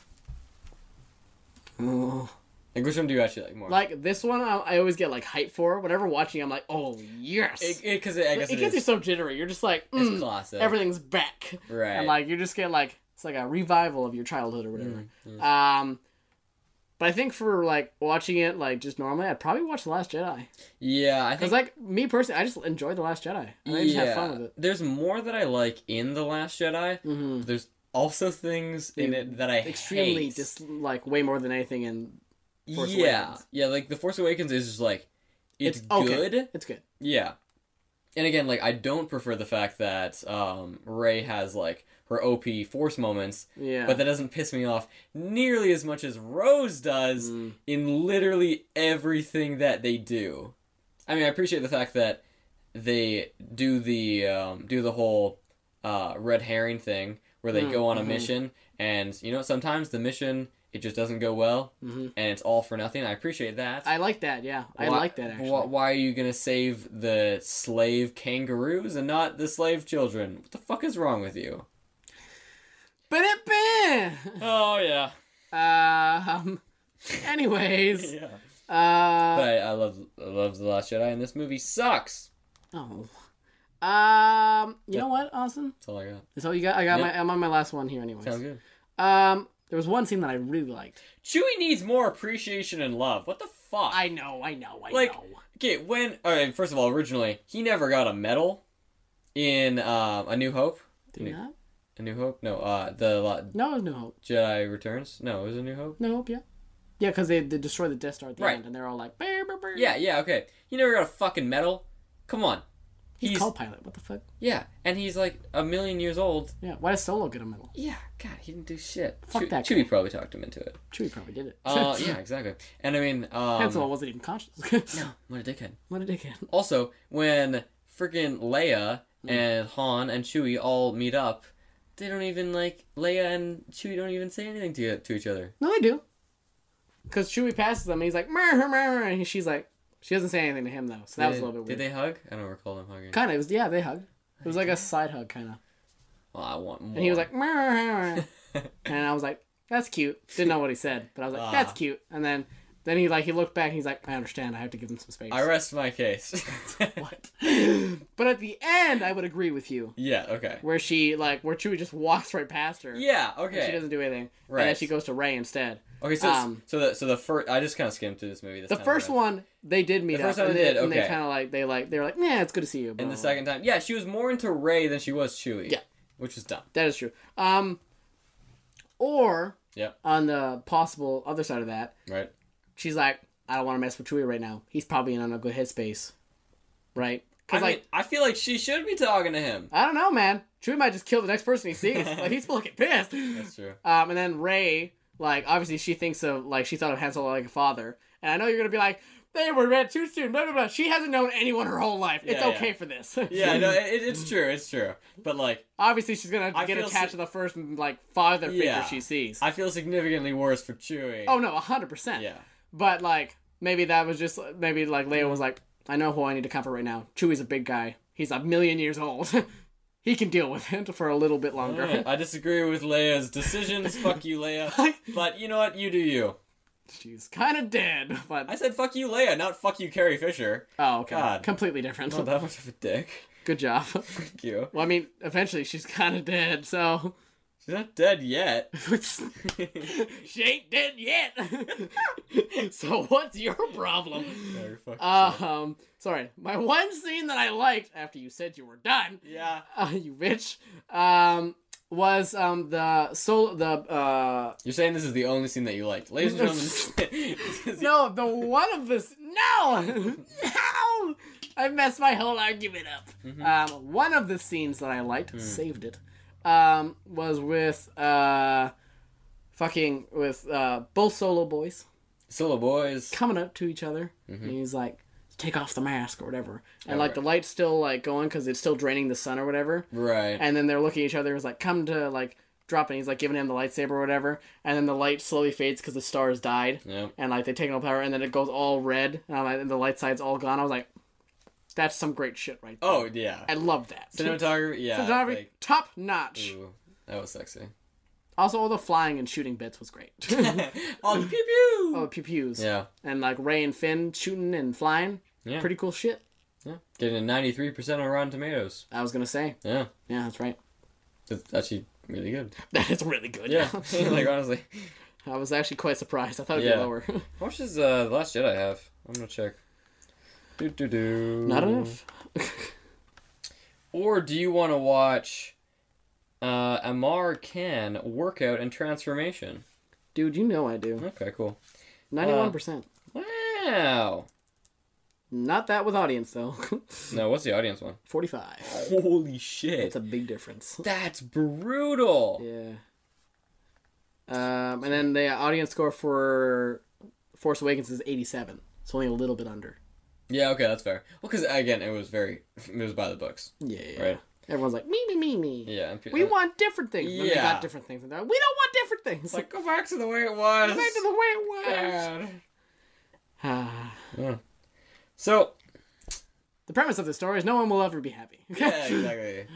[SPEAKER 2] Oh.
[SPEAKER 1] Like, which one do you actually like more?
[SPEAKER 2] Like this one, I, I always get like hype for. Whenever watching, I'm like, oh yes.
[SPEAKER 1] it
[SPEAKER 2] It,
[SPEAKER 1] because it, I guess it
[SPEAKER 2] gets you
[SPEAKER 1] is.
[SPEAKER 2] so jittery. You're just like,
[SPEAKER 1] It's
[SPEAKER 2] mm,
[SPEAKER 1] classic.
[SPEAKER 2] everything's back.
[SPEAKER 1] Right.
[SPEAKER 2] And like you just get like it's like a revival of your childhood or whatever.
[SPEAKER 1] Mm,
[SPEAKER 2] Um. But I think for like watching it like just normally, I'd probably watch The Last Jedi
[SPEAKER 1] yeah, I
[SPEAKER 2] because
[SPEAKER 1] think.
[SPEAKER 2] like me personally, I just enjoy The Last Jedi. And I just
[SPEAKER 1] yeah,
[SPEAKER 2] have fun with it.
[SPEAKER 1] there's more that I like in the Last Jedi.
[SPEAKER 2] Mhm.
[SPEAKER 1] There's also things in
[SPEAKER 2] You
[SPEAKER 1] it that I
[SPEAKER 2] extremely
[SPEAKER 1] hate.
[SPEAKER 2] dislike way more than anything and Force
[SPEAKER 1] yeah,
[SPEAKER 2] Awakens.
[SPEAKER 1] yeah. Like the Force Awakens is just like it's,
[SPEAKER 2] okay.
[SPEAKER 1] good.
[SPEAKER 2] It's good.
[SPEAKER 1] Yeah. and again, like I don't prefer the fact that um, Ray has like her OP force moments,
[SPEAKER 2] Yeah.
[SPEAKER 1] but that doesn't piss me off nearly as much as Rose does
[SPEAKER 2] Mm.
[SPEAKER 1] in literally everything that they do. I mean, I appreciate the fact that they do the um, do the whole uh, red herring thing where they
[SPEAKER 2] Mm,
[SPEAKER 1] go on a
[SPEAKER 2] mhm.
[SPEAKER 1] mission, and you know sometimes the mission it just doesn't go well,
[SPEAKER 2] Mhm.
[SPEAKER 1] and it's all for nothing. I appreciate that.
[SPEAKER 2] I like that. Yeah, I
[SPEAKER 1] Why-
[SPEAKER 2] like that actually.
[SPEAKER 1] Why, why are you gonna save the slave kangaroos and not the slave children? What the fuck is wrong with you?
[SPEAKER 2] But it
[SPEAKER 1] Oh yeah,
[SPEAKER 2] Um. Anyways.
[SPEAKER 1] yeah.
[SPEAKER 2] Uh.
[SPEAKER 1] But I love I love the Last Jedi, and this movie sucks.
[SPEAKER 2] Oh. Um. You know what, Austin?
[SPEAKER 1] That's all I got.
[SPEAKER 2] That's all you got. I got
[SPEAKER 1] Yeah.
[SPEAKER 2] my. I'm on my last one here, anyways.
[SPEAKER 1] Sounds good.
[SPEAKER 2] Um. There was one scene that I really liked.
[SPEAKER 1] Chewie needs more appreciation and love. What the fuck?
[SPEAKER 2] I know. I know. I
[SPEAKER 1] Like-
[SPEAKER 2] know.
[SPEAKER 1] okay. When all right, first of all, originally he never got a medal in uh, A New Hope.
[SPEAKER 2] Did
[SPEAKER 1] New-
[SPEAKER 2] not?
[SPEAKER 1] A New Hope? No, uh, the La-
[SPEAKER 2] No. No hope.
[SPEAKER 1] Jedi Returns. No, it was A New Hope.
[SPEAKER 2] No hope. Yeah. Yeah, because they, they destroy the Death Star at the
[SPEAKER 1] Right.
[SPEAKER 2] end, and they're all like, "Brr, brr, brr."
[SPEAKER 1] Yeah, yeah, okay. He never got a fucking medal. Come on.
[SPEAKER 2] He's,
[SPEAKER 1] he's-
[SPEAKER 2] co-pilot. What the fuck?
[SPEAKER 1] Yeah, and he's like a million years old.
[SPEAKER 2] Yeah. Why does Solo get a medal?
[SPEAKER 1] Yeah, God, he didn't do shit.
[SPEAKER 2] Fuck that guy.
[SPEAKER 1] Chewie probably talked him into it.
[SPEAKER 2] Chewie probably did it.
[SPEAKER 1] Uh, yeah, exactly. And I mean, um,
[SPEAKER 2] Han Solo wasn't even conscious.
[SPEAKER 1] no, what a dickhead.
[SPEAKER 2] What a dickhead.
[SPEAKER 1] Also, when freaking Leia
[SPEAKER 2] Mm.
[SPEAKER 1] and Han and Chewie all meet up, they don't even like Leia and Chewie don't even say anything to to each other.
[SPEAKER 2] No, they do. Because Chewie passes them, and he's like, "Mer, mer, mer," and she's like, she doesn't say anything to him though, so that was a
[SPEAKER 1] Did-
[SPEAKER 2] little bit
[SPEAKER 1] Did
[SPEAKER 2] weird.
[SPEAKER 1] they hug? I don't recall them hugging.
[SPEAKER 2] Kind of, it was yeah, they hugged. It was like a side hug, kind of.
[SPEAKER 1] Well, I want more.
[SPEAKER 2] And he was like, "Mer, mer, mer," and I was like, "That's cute." Didn't know what he said, but I was like, "That's
[SPEAKER 1] Ah.
[SPEAKER 2] cute." And then, then he like he looked back, and he's like, "I understand. I have to give him some space."
[SPEAKER 1] I rest my case.
[SPEAKER 2] what? but at the end, I would agree with you,
[SPEAKER 1] Yeah. Okay.
[SPEAKER 2] where she like where Chewie just walks right past her.
[SPEAKER 1] Yeah. Okay.
[SPEAKER 2] And she doesn't do anything,
[SPEAKER 1] Right.
[SPEAKER 2] and then she goes to Ray instead.
[SPEAKER 1] Okay, so
[SPEAKER 2] Um,
[SPEAKER 1] so the so the first I just kind of skimmed through this movie. This
[SPEAKER 2] The
[SPEAKER 1] time
[SPEAKER 2] first
[SPEAKER 1] around.
[SPEAKER 2] one they did meet
[SPEAKER 1] The first
[SPEAKER 2] up,
[SPEAKER 1] one
[SPEAKER 2] and
[SPEAKER 1] they
[SPEAKER 2] they,
[SPEAKER 1] did,
[SPEAKER 2] and they
[SPEAKER 1] okay.
[SPEAKER 2] kind of like they like they were like, "Yeah, it's good to see you."
[SPEAKER 1] and the
[SPEAKER 2] blah, blah, blah."
[SPEAKER 1] second time, yeah, she was more into Ray than she was Chewie.
[SPEAKER 2] Yeah.
[SPEAKER 1] which was dumb.
[SPEAKER 2] that is true. Um, or
[SPEAKER 1] Yep,
[SPEAKER 2] on the possible other side of that,
[SPEAKER 1] right.
[SPEAKER 2] she's like, "I don't want to mess with Chewie right now. He's probably in a good headspace, right?"
[SPEAKER 1] I
[SPEAKER 2] Because like
[SPEAKER 1] mean, I feel like Uh, she should be talking to him.
[SPEAKER 2] I don't know, man. Chewie might just kill the next person he sees. like he's fucking pissed.
[SPEAKER 1] That's true.
[SPEAKER 2] Um, and then Ray, like, obviously she thinks of, like, she thought of Han Solo like a father. And I know you're gonna be like, they were met too soon, blah, blah, blah. She hasn't known anyone her whole life. It's
[SPEAKER 1] Yeah, yeah.
[SPEAKER 2] okay for this.
[SPEAKER 1] Yeah, no, it, it's true. It's true. But like,
[SPEAKER 2] obviously she's gonna
[SPEAKER 1] I
[SPEAKER 2] get
[SPEAKER 1] feel
[SPEAKER 2] attached
[SPEAKER 1] si-
[SPEAKER 2] to the first, like, father figure
[SPEAKER 1] Yeah.
[SPEAKER 2] she sees.
[SPEAKER 1] I feel significantly worse for Chewie.
[SPEAKER 2] oh, no, 100%.
[SPEAKER 1] yeah,
[SPEAKER 2] But, like, maybe that was just, maybe, like, Leia was like, I know who I need to comfort right now. Chewie's a big guy. He's a million years old. he can deal with it for a little bit longer.
[SPEAKER 1] Alright, I disagree with Leia's decisions. fuck you, Leia. But you know what? You do you.
[SPEAKER 2] She's kind of dead, but
[SPEAKER 1] I said fuck you, Leia, not fuck you, Carrie Fisher.
[SPEAKER 2] oh, okay,
[SPEAKER 1] God.
[SPEAKER 2] completely different.
[SPEAKER 1] Not Oh, that much of a dick.
[SPEAKER 2] Good job.
[SPEAKER 1] Fuck you.
[SPEAKER 2] Well, I mean, eventually she's kind of dead, so.
[SPEAKER 1] She's not dead yet.
[SPEAKER 2] she ain't dead yet! so what's your problem?
[SPEAKER 1] Carrie, fuck yourself.
[SPEAKER 2] Um, sorry. My one scene that I liked after you said you were done,
[SPEAKER 1] yeah.
[SPEAKER 2] uh, you bitch, um, was um the soul the uh
[SPEAKER 1] You're saying this is the only scene that you liked, ladies and gentlemen. this is the-
[SPEAKER 2] no the one of this no no I messed my whole argument up. Um, one of the scenes that I liked saved it. Um, was with uh, fucking with uh both solo boys.
[SPEAKER 1] Solo boys.
[SPEAKER 2] coming up to each other, and he's like, "Take off the mask or whatever," and like
[SPEAKER 1] right.
[SPEAKER 2] the light's still like going because it's still draining the sun or whatever,
[SPEAKER 1] Right.
[SPEAKER 2] and then they're looking at each other. It's like, "Come to like drop," and he's like giving him the lightsaber or whatever, and then the light slowly fades because the stars died,
[SPEAKER 1] Yep.
[SPEAKER 2] and like they take no power, and then it goes all red, and, I'm like, and the light side's all gone. I was like, "That's some great shit, right?" There.
[SPEAKER 1] Oh yeah.
[SPEAKER 2] I love that.
[SPEAKER 1] Cinematography. Yeah.
[SPEAKER 2] Cinematography,
[SPEAKER 1] like,
[SPEAKER 2] top notch.
[SPEAKER 1] ooh, that was sexy.
[SPEAKER 2] Also, all the flying and shooting bits was great.
[SPEAKER 1] On pew pew.
[SPEAKER 2] oh, pew pews.
[SPEAKER 1] Yeah.
[SPEAKER 2] And like Ray and Finn shooting and flying.
[SPEAKER 1] Yeah.
[SPEAKER 2] Pretty cool shit.
[SPEAKER 1] Yeah. Getting a 93 percent on Rotten Tomatoes.
[SPEAKER 2] I was gonna say.
[SPEAKER 1] Yeah.
[SPEAKER 2] Yeah, that's right.
[SPEAKER 1] That's actually really good.
[SPEAKER 2] That is really good.
[SPEAKER 1] Yeah. like honestly,
[SPEAKER 2] I was actually quite surprised. I thought it'd be
[SPEAKER 1] Yeah.
[SPEAKER 2] lower.
[SPEAKER 1] how much does uh, the Last Jedi have? I'm gonna check. Do do do.
[SPEAKER 2] Not enough.
[SPEAKER 1] Or do you want to watch? Uh, Amar Can workout and transformation.
[SPEAKER 2] Dude, you know I do. Uh,
[SPEAKER 1] Okay, cool.
[SPEAKER 2] Ninety-one percent.
[SPEAKER 1] Wow.
[SPEAKER 2] Not that with audience though.
[SPEAKER 1] No, what's the audience one?
[SPEAKER 2] Forty-five.
[SPEAKER 1] Holy shit.
[SPEAKER 2] That's a big difference.
[SPEAKER 1] That's brutal.
[SPEAKER 2] Yeah. Um, and then the audience score for Force Awakens is eighty-seven. It's only a little bit under.
[SPEAKER 1] Yeah, okay, that's fair. Well, because again, it was very, it was by the books,
[SPEAKER 2] Yeah. yeah.
[SPEAKER 1] right?
[SPEAKER 2] Everyone's like me, me, me, me.
[SPEAKER 1] Yeah. and pe-
[SPEAKER 2] We want different things. And then they
[SPEAKER 1] Yeah.
[SPEAKER 2] got different things. And they're like, we don't want different things.
[SPEAKER 1] It's like go back to the way it was.
[SPEAKER 2] Go back to the way it was.
[SPEAKER 1] God.
[SPEAKER 2] Ah.
[SPEAKER 1] So
[SPEAKER 2] the premise of the story is no one will ever be happy.
[SPEAKER 1] yeah, exactly.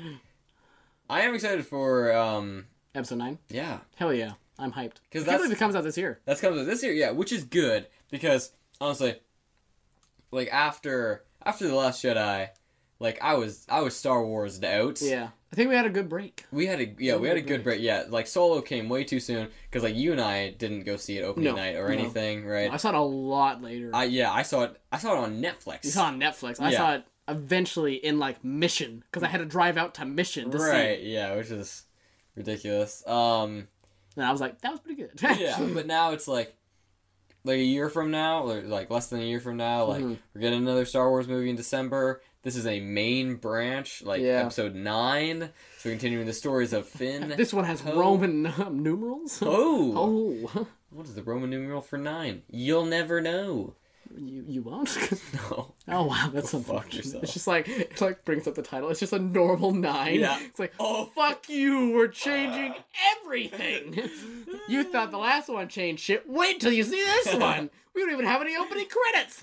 [SPEAKER 1] I am excited for um
[SPEAKER 2] Episode nine.
[SPEAKER 1] yeah
[SPEAKER 2] Hell yeah, I'm hyped.
[SPEAKER 1] because
[SPEAKER 2] I can't
[SPEAKER 1] that's
[SPEAKER 2] believe it comes out this year.
[SPEAKER 1] that's comes this year yeah which is good because honestly like after after the Last Jedi like I was I was Star Wars out
[SPEAKER 2] Yeah, I think we had a good break.
[SPEAKER 1] we had a yeah we had a good break yeah like Solo came way too soon because like you and I didn't go see it opening
[SPEAKER 2] No,
[SPEAKER 1] night or
[SPEAKER 2] no.
[SPEAKER 1] anything right
[SPEAKER 2] I saw it a lot later.
[SPEAKER 1] I yeah, I saw it. I saw it on Netflix.
[SPEAKER 2] You saw it on Netflix. I
[SPEAKER 1] Yeah.
[SPEAKER 2] saw it eventually in like Mission because I had to drive out to Mission to see.
[SPEAKER 1] right?
[SPEAKER 2] It.
[SPEAKER 1] Yeah, which is ridiculous. Um,
[SPEAKER 2] And I was like, that was pretty good.
[SPEAKER 1] yeah, but now it's like, like a year from now, or like less than a year from now, like
[SPEAKER 2] Mhm.
[SPEAKER 1] we're getting another Star Wars movie in December. This is a main branch, like
[SPEAKER 2] Yeah.
[SPEAKER 1] episode nine. So continuing the stories of Finn.
[SPEAKER 2] this one has
[SPEAKER 1] Oh.
[SPEAKER 2] Roman um, numerals.
[SPEAKER 1] Oh,
[SPEAKER 2] Oh,
[SPEAKER 1] what is the Roman numeral for nine? You'll never know.
[SPEAKER 2] you you won't.
[SPEAKER 1] No.
[SPEAKER 2] oh wow, that's
[SPEAKER 1] fuck
[SPEAKER 2] unfortunate.
[SPEAKER 1] yourself.
[SPEAKER 2] It's just like it like brings up the title. It's just a normal nine.
[SPEAKER 1] Yeah.
[SPEAKER 2] It's like
[SPEAKER 1] Oh,
[SPEAKER 2] fuck you. We're changing everything. you thought the last one changed shit. Wait till you see this one. We don't even have any opening credits.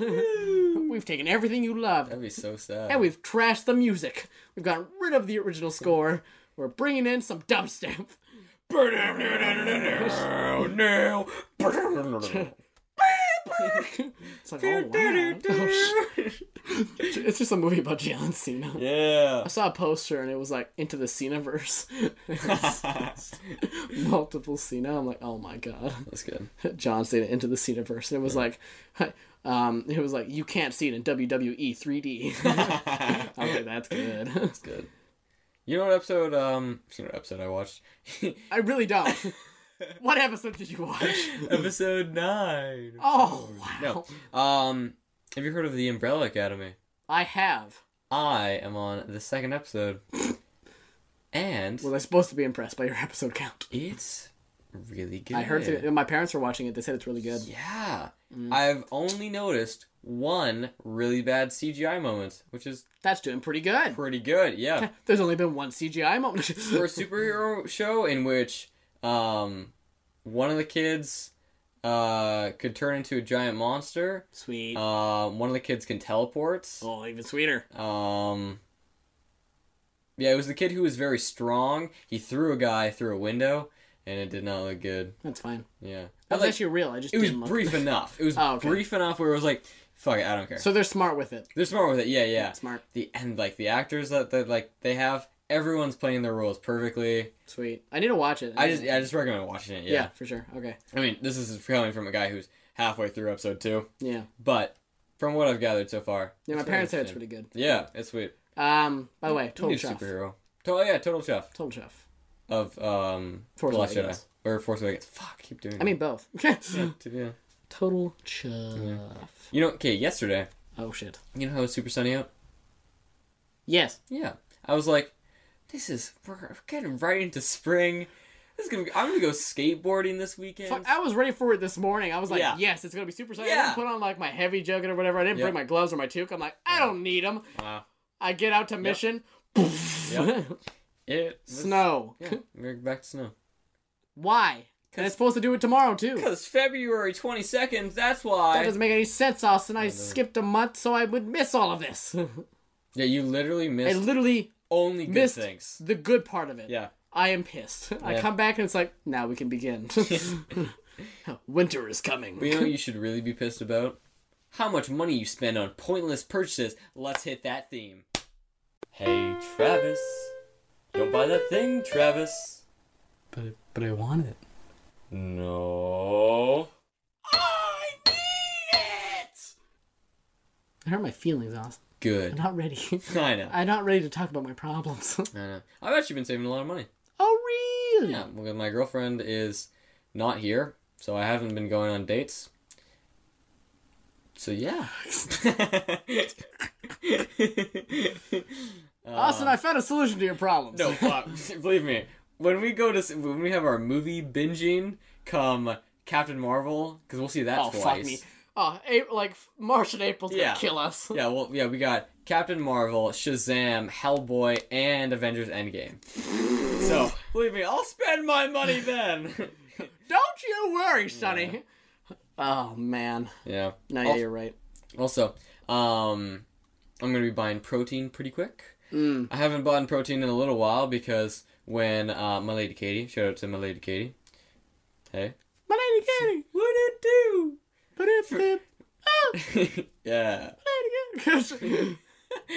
[SPEAKER 2] We've taken everything you loved.
[SPEAKER 1] that'd be so sad.
[SPEAKER 2] And we've trashed the music. We've gotten rid of the original score. We're bringing in some dubstep.
[SPEAKER 1] No, no.
[SPEAKER 2] it's like, oh, wow. Oh, shit. it's just a movie about John Cena.
[SPEAKER 1] yeah.
[SPEAKER 2] I saw a poster and it was like into the Cenaverse. It was multiple Cena. I'm like, oh my god,
[SPEAKER 1] That's good.
[SPEAKER 2] John Cena into the Cenaverse. And it was like, um, it was like you can't see it in E WWE 3D.
[SPEAKER 1] That's
[SPEAKER 2] I was like, that's good.
[SPEAKER 1] good. You know what episode? Um, you know what episode I watched?
[SPEAKER 2] I really don't. what episode did you watch?
[SPEAKER 1] episode nine.
[SPEAKER 2] Oh wow.
[SPEAKER 1] No. Um, have you heard of the Umbrella Academy?
[SPEAKER 2] I have.
[SPEAKER 1] I am on the second episode, and
[SPEAKER 2] Was I supposed to be impressed by your episode count?
[SPEAKER 1] it's really good.
[SPEAKER 2] I heard that my parents were watching it. Mm. They said it's really good.
[SPEAKER 1] Yeah, I've only noticed one really bad CGI moment, which is
[SPEAKER 2] That's doing pretty good.
[SPEAKER 1] pretty good. Yeah.
[SPEAKER 2] There's only been one CGI moment.
[SPEAKER 1] for a superhero show in which um, one of the kids uh, could turn into a giant monster.
[SPEAKER 2] Sweet.
[SPEAKER 1] Um, one of the kids can teleport.
[SPEAKER 2] oh, even sweeter.
[SPEAKER 1] Um, yeah, it was the kid who was very strong. He threw a guy through a window, and it did not look good.
[SPEAKER 2] That's fine.
[SPEAKER 1] Yeah,
[SPEAKER 2] That
[SPEAKER 1] But,
[SPEAKER 2] was
[SPEAKER 1] like,
[SPEAKER 2] actually real. I just
[SPEAKER 1] it was
[SPEAKER 2] didn't look-
[SPEAKER 1] brief enough. It was
[SPEAKER 2] Oh, okay.
[SPEAKER 1] brief enough where it was like, "Fuck it, I don't care."
[SPEAKER 2] So they're smart with it.
[SPEAKER 1] They're smart with it. Yeah, yeah.
[SPEAKER 2] Smart.
[SPEAKER 1] The and like the actors that, that like they have, everyone's playing their roles perfectly.
[SPEAKER 2] Sweet. I need to watch it.
[SPEAKER 1] I just I just recommend watching it.
[SPEAKER 2] yeah.
[SPEAKER 1] yeah.
[SPEAKER 2] for sure. Okay.
[SPEAKER 1] I mean, this is coming from a guy who's halfway through episode two,
[SPEAKER 2] Yeah.
[SPEAKER 1] but from what I've gathered so far,
[SPEAKER 2] Yeah, my
[SPEAKER 1] it's very
[SPEAKER 2] parents said it's
[SPEAKER 1] interesting.
[SPEAKER 2] pretty good.
[SPEAKER 1] Yeah, it's sweet.
[SPEAKER 2] Um. By the way, total
[SPEAKER 1] New
[SPEAKER 2] chuff.
[SPEAKER 1] superhero. Total, yeah, total chuff
[SPEAKER 2] Total chuff.
[SPEAKER 1] of um,
[SPEAKER 2] Force
[SPEAKER 1] The Last Jedi.
[SPEAKER 2] Awakens.
[SPEAKER 1] or Force Awakens. Fuck, keep doing.
[SPEAKER 2] I mean both.
[SPEAKER 1] that. Yeah.
[SPEAKER 2] total chuff.
[SPEAKER 1] you know, okay, yesterday,
[SPEAKER 2] Oh shit.
[SPEAKER 1] you know how it was super sunny out?
[SPEAKER 2] Yes.
[SPEAKER 1] Yeah, I was like, this is we're getting right into spring. This is gonna. Be, I'm gonna go skateboarding this weekend.
[SPEAKER 2] Fuck, I was ready for it this morning. I was like,
[SPEAKER 1] Yeah.
[SPEAKER 2] yes, it's gonna be super sunny. I
[SPEAKER 1] Yeah.
[SPEAKER 2] didn't put on like my heavy jacket or whatever. I didn't
[SPEAKER 1] Yeah.
[SPEAKER 2] bring my gloves or my toque. I'm like, I don't need them.
[SPEAKER 1] Wow.
[SPEAKER 2] I get out to mission.
[SPEAKER 1] It was-
[SPEAKER 2] Snow.
[SPEAKER 1] Yeah, we're back to snow.
[SPEAKER 2] Why? And it's supposed to do it tomorrow too.
[SPEAKER 1] Because February 22nd. That's why.
[SPEAKER 2] That doesn't make any sense, Austin. I skipped a month so I would miss all of this.
[SPEAKER 1] Yeah, you literally
[SPEAKER 2] I
[SPEAKER 1] missed
[SPEAKER 2] literally
[SPEAKER 1] only good
[SPEAKER 2] missed
[SPEAKER 1] things.
[SPEAKER 2] the good part of it.
[SPEAKER 1] Yeah.
[SPEAKER 2] I am pissed. I
[SPEAKER 1] Yeah.
[SPEAKER 2] come back and it's like, now we can begin. Winter is coming.
[SPEAKER 1] But you know what you should really be pissed about? How much money you spend on pointless purchases. Let's hit that theme. Hey, Travis. Don't buy that thing, Travis.
[SPEAKER 2] But but I want it.
[SPEAKER 1] No.
[SPEAKER 2] I need it. It hurt my feelings, Austin. I'm
[SPEAKER 1] Good.
[SPEAKER 2] not ready.
[SPEAKER 1] I know.
[SPEAKER 2] I'm not ready to talk about my problems.
[SPEAKER 1] I know. I've actually been saving a lot of money.
[SPEAKER 2] oh really?
[SPEAKER 1] Yeah, because my girlfriend is not here, so I haven't been going on dates. So yeah.
[SPEAKER 2] Austin, I found a solution to your problems.
[SPEAKER 1] Uh, No, uh, believe me. When we go to s- when we have our movie binging, come Captain Marvel, because we'll see that
[SPEAKER 2] oh
[SPEAKER 1] twice.
[SPEAKER 2] fuck me. Oh, April, like March and April's
[SPEAKER 1] Yeah.
[SPEAKER 2] gonna kill us.
[SPEAKER 1] Yeah, well, yeah, we got Captain Marvel, Shazam, Hellboy, and Avengers Endgame. so believe me, I'll spend my money then.
[SPEAKER 2] Don't you worry, Sonny. Oh man.
[SPEAKER 1] yeah.
[SPEAKER 2] No,
[SPEAKER 1] Al-
[SPEAKER 2] yeah, you're right.
[SPEAKER 1] Also, um, I'm gonna be buying protein pretty quick. I haven't bought protein in a little while because when uh, my lady Katie, shout out to my lady Katie. Hey.
[SPEAKER 2] My lady Katie,
[SPEAKER 1] What it do?
[SPEAKER 2] put it, put
[SPEAKER 1] yeah.
[SPEAKER 2] it again.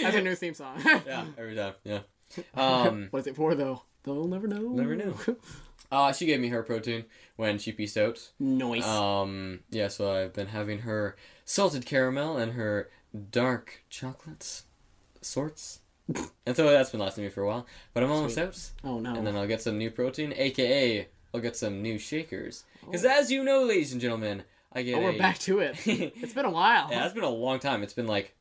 [SPEAKER 2] That's a new theme song.
[SPEAKER 1] Yeah, every time. Yeah. Um,
[SPEAKER 2] What's it for though? They'll never know.
[SPEAKER 1] Never know. uh, she gave me her protein when she pieced out.
[SPEAKER 2] Noise.
[SPEAKER 1] Um, yeah, so I've been having her salted caramel and her dark chocolates sorts. and so that's been lasting me for a while. But I'm almost
[SPEAKER 2] Sweet.
[SPEAKER 1] out.
[SPEAKER 2] oh no.
[SPEAKER 1] And then I'll get some new protein, aka I'll get some new shakers. Because as you know, ladies and gentlemen, I get
[SPEAKER 2] oh,
[SPEAKER 1] a-
[SPEAKER 2] we're back to it.
[SPEAKER 1] yeah,
[SPEAKER 2] It's been a while.
[SPEAKER 1] it's been a long time. It's been like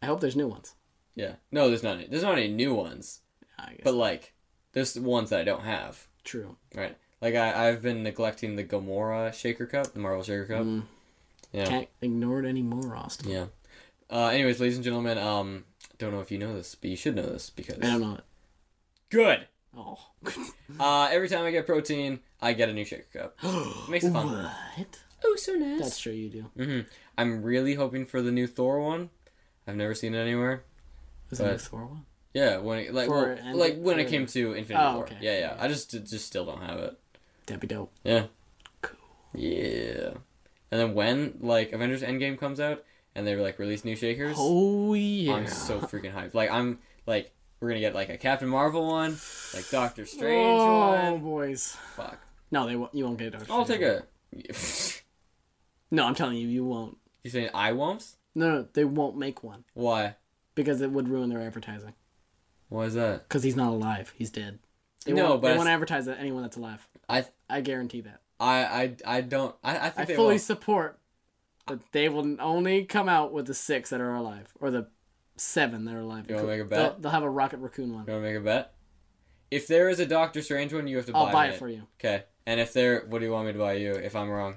[SPEAKER 2] I hope there's new ones.
[SPEAKER 1] yeah. No, there's not any there's not any new ones.
[SPEAKER 2] I guess.
[SPEAKER 1] But like there's ones that I don't have.
[SPEAKER 2] True.
[SPEAKER 1] Right. Like I, I've been neglecting the Gamora shaker cup, the Marvel shaker cup.
[SPEAKER 2] Mm.
[SPEAKER 1] Yeah.
[SPEAKER 2] Can't ignore it anymore, Austin.
[SPEAKER 1] Yeah. Uh, anyways, ladies and gentlemen, um, don't know if you know this, but you should know this because
[SPEAKER 2] I don't know it.
[SPEAKER 1] good.
[SPEAKER 2] Oh.
[SPEAKER 1] Uh, every time I get protein, I get a new shaker cup. Makes it fun.
[SPEAKER 2] what?
[SPEAKER 1] Oh, so nice.
[SPEAKER 2] That's true, you do.
[SPEAKER 1] hmm I'm really hoping for the new Thor one. I've never seen it anywhere.
[SPEAKER 2] Is it a
[SPEAKER 1] But-
[SPEAKER 2] Thor one?
[SPEAKER 1] Yeah, when it, like
[SPEAKER 2] For
[SPEAKER 1] well,
[SPEAKER 2] an-
[SPEAKER 1] like when it
[SPEAKER 2] for-
[SPEAKER 1] came to Infinity
[SPEAKER 2] Oh,
[SPEAKER 1] War.
[SPEAKER 2] okay.
[SPEAKER 1] Yeah, yeah. I just just still don't have it.
[SPEAKER 2] That'd be dope.
[SPEAKER 1] Yeah.
[SPEAKER 2] Cool.
[SPEAKER 1] Yeah. And then when like Avengers Endgame comes out and they like release new shakers,
[SPEAKER 2] Oh yeah.
[SPEAKER 1] I'm so freaking hyped. Like I'm like we're gonna get like a Captain Marvel one, like Doctor Strange
[SPEAKER 2] oh
[SPEAKER 1] one.
[SPEAKER 2] boys.
[SPEAKER 1] Fuck.
[SPEAKER 2] No, they won't. You won't get it.
[SPEAKER 1] I'll take a. you
[SPEAKER 2] No, I'm telling you, you won't.
[SPEAKER 1] saying I won't?
[SPEAKER 2] No, no, they won't make one
[SPEAKER 1] Why?
[SPEAKER 2] because it would ruin their advertising.
[SPEAKER 1] Why is that?
[SPEAKER 2] Because he's not alive. He's dead. They
[SPEAKER 1] No,
[SPEAKER 2] won't,
[SPEAKER 1] but
[SPEAKER 2] they
[SPEAKER 1] I
[SPEAKER 2] won't
[SPEAKER 1] s-
[SPEAKER 2] advertise that anyone that's alive.
[SPEAKER 1] I th-
[SPEAKER 2] I guarantee that.
[SPEAKER 1] I I I don't. I I think
[SPEAKER 2] I
[SPEAKER 1] they
[SPEAKER 2] fully
[SPEAKER 1] will.
[SPEAKER 2] support that they will only come out with the six that are alive or the seven that are alive.
[SPEAKER 1] You wanna make a
[SPEAKER 2] They'll- They'll,
[SPEAKER 1] bet?
[SPEAKER 2] have a Rocket Raccoon one.
[SPEAKER 1] You want to make a bet? If there is a Doctor Strange one, you have to
[SPEAKER 2] I'll
[SPEAKER 1] buy,
[SPEAKER 2] buy it for you.
[SPEAKER 1] Okay. And if there, what do you want me to buy you? If I'm wrong,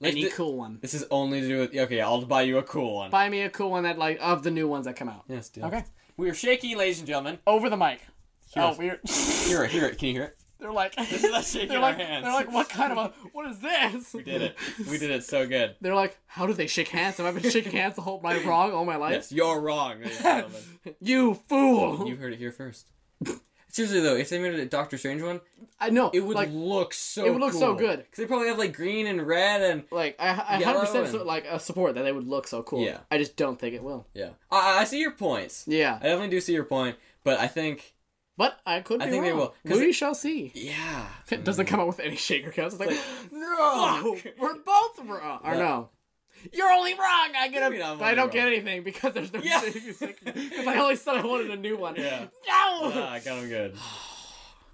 [SPEAKER 1] Like,
[SPEAKER 2] Any
[SPEAKER 1] thi-
[SPEAKER 2] cool one.
[SPEAKER 1] This is only to do with. Okay, I'll buy you a cool one.
[SPEAKER 2] Buy me a cool one that like of the new ones that come out.
[SPEAKER 1] Yes, deal.
[SPEAKER 2] Okay.
[SPEAKER 1] We are shaky, ladies and gentlemen.
[SPEAKER 2] Over the mic. Oh,
[SPEAKER 1] Yes.
[SPEAKER 2] we're
[SPEAKER 1] Hear it, hear it. Can you hear it?
[SPEAKER 2] they're like
[SPEAKER 1] is us shaking
[SPEAKER 2] they're
[SPEAKER 1] our
[SPEAKER 2] like
[SPEAKER 1] hands.
[SPEAKER 2] they're like what kind of a what is this?
[SPEAKER 1] We did it. We did it so good.
[SPEAKER 2] They're like how do they shake hands? Have I been shaking hands the whole my wrong all my life?
[SPEAKER 1] Yes, you're wrong, ladies and gentlemen.
[SPEAKER 2] You fool!
[SPEAKER 1] You heard it here first. Seriously though, if they made a Doctor Strange one,
[SPEAKER 2] I know
[SPEAKER 1] it would
[SPEAKER 2] like
[SPEAKER 1] look so.
[SPEAKER 2] it would look so good.
[SPEAKER 1] because they probably have like green and red and
[SPEAKER 2] like I I
[SPEAKER 1] Yellow
[SPEAKER 2] hundred percent
[SPEAKER 1] and-
[SPEAKER 2] like uh, support that they would look so cool.
[SPEAKER 1] Yeah.
[SPEAKER 2] I just don't think it will.
[SPEAKER 1] yeah. I, I see your points.
[SPEAKER 2] Yeah.
[SPEAKER 1] I definitely do see your point, but I think
[SPEAKER 2] But I could be
[SPEAKER 1] I think they
[SPEAKER 2] wrong.
[SPEAKER 1] will, 'cause
[SPEAKER 2] We
[SPEAKER 1] it- Mm.
[SPEAKER 2] shall see.
[SPEAKER 1] yeah.
[SPEAKER 2] It doesn't come out with any shaker counts. It's like, no,
[SPEAKER 1] no,
[SPEAKER 2] we're both wrong. Or
[SPEAKER 1] Yeah.
[SPEAKER 2] no, you're only wrong. I get
[SPEAKER 1] What
[SPEAKER 2] a,
[SPEAKER 1] do you mean I'm
[SPEAKER 2] but I
[SPEAKER 1] only
[SPEAKER 2] don't
[SPEAKER 1] wrong?
[SPEAKER 2] get anything because there's no
[SPEAKER 1] Yeah.
[SPEAKER 2] because I only said I wanted a new one.
[SPEAKER 1] Yeah.
[SPEAKER 2] No.
[SPEAKER 1] Ah, I got him good.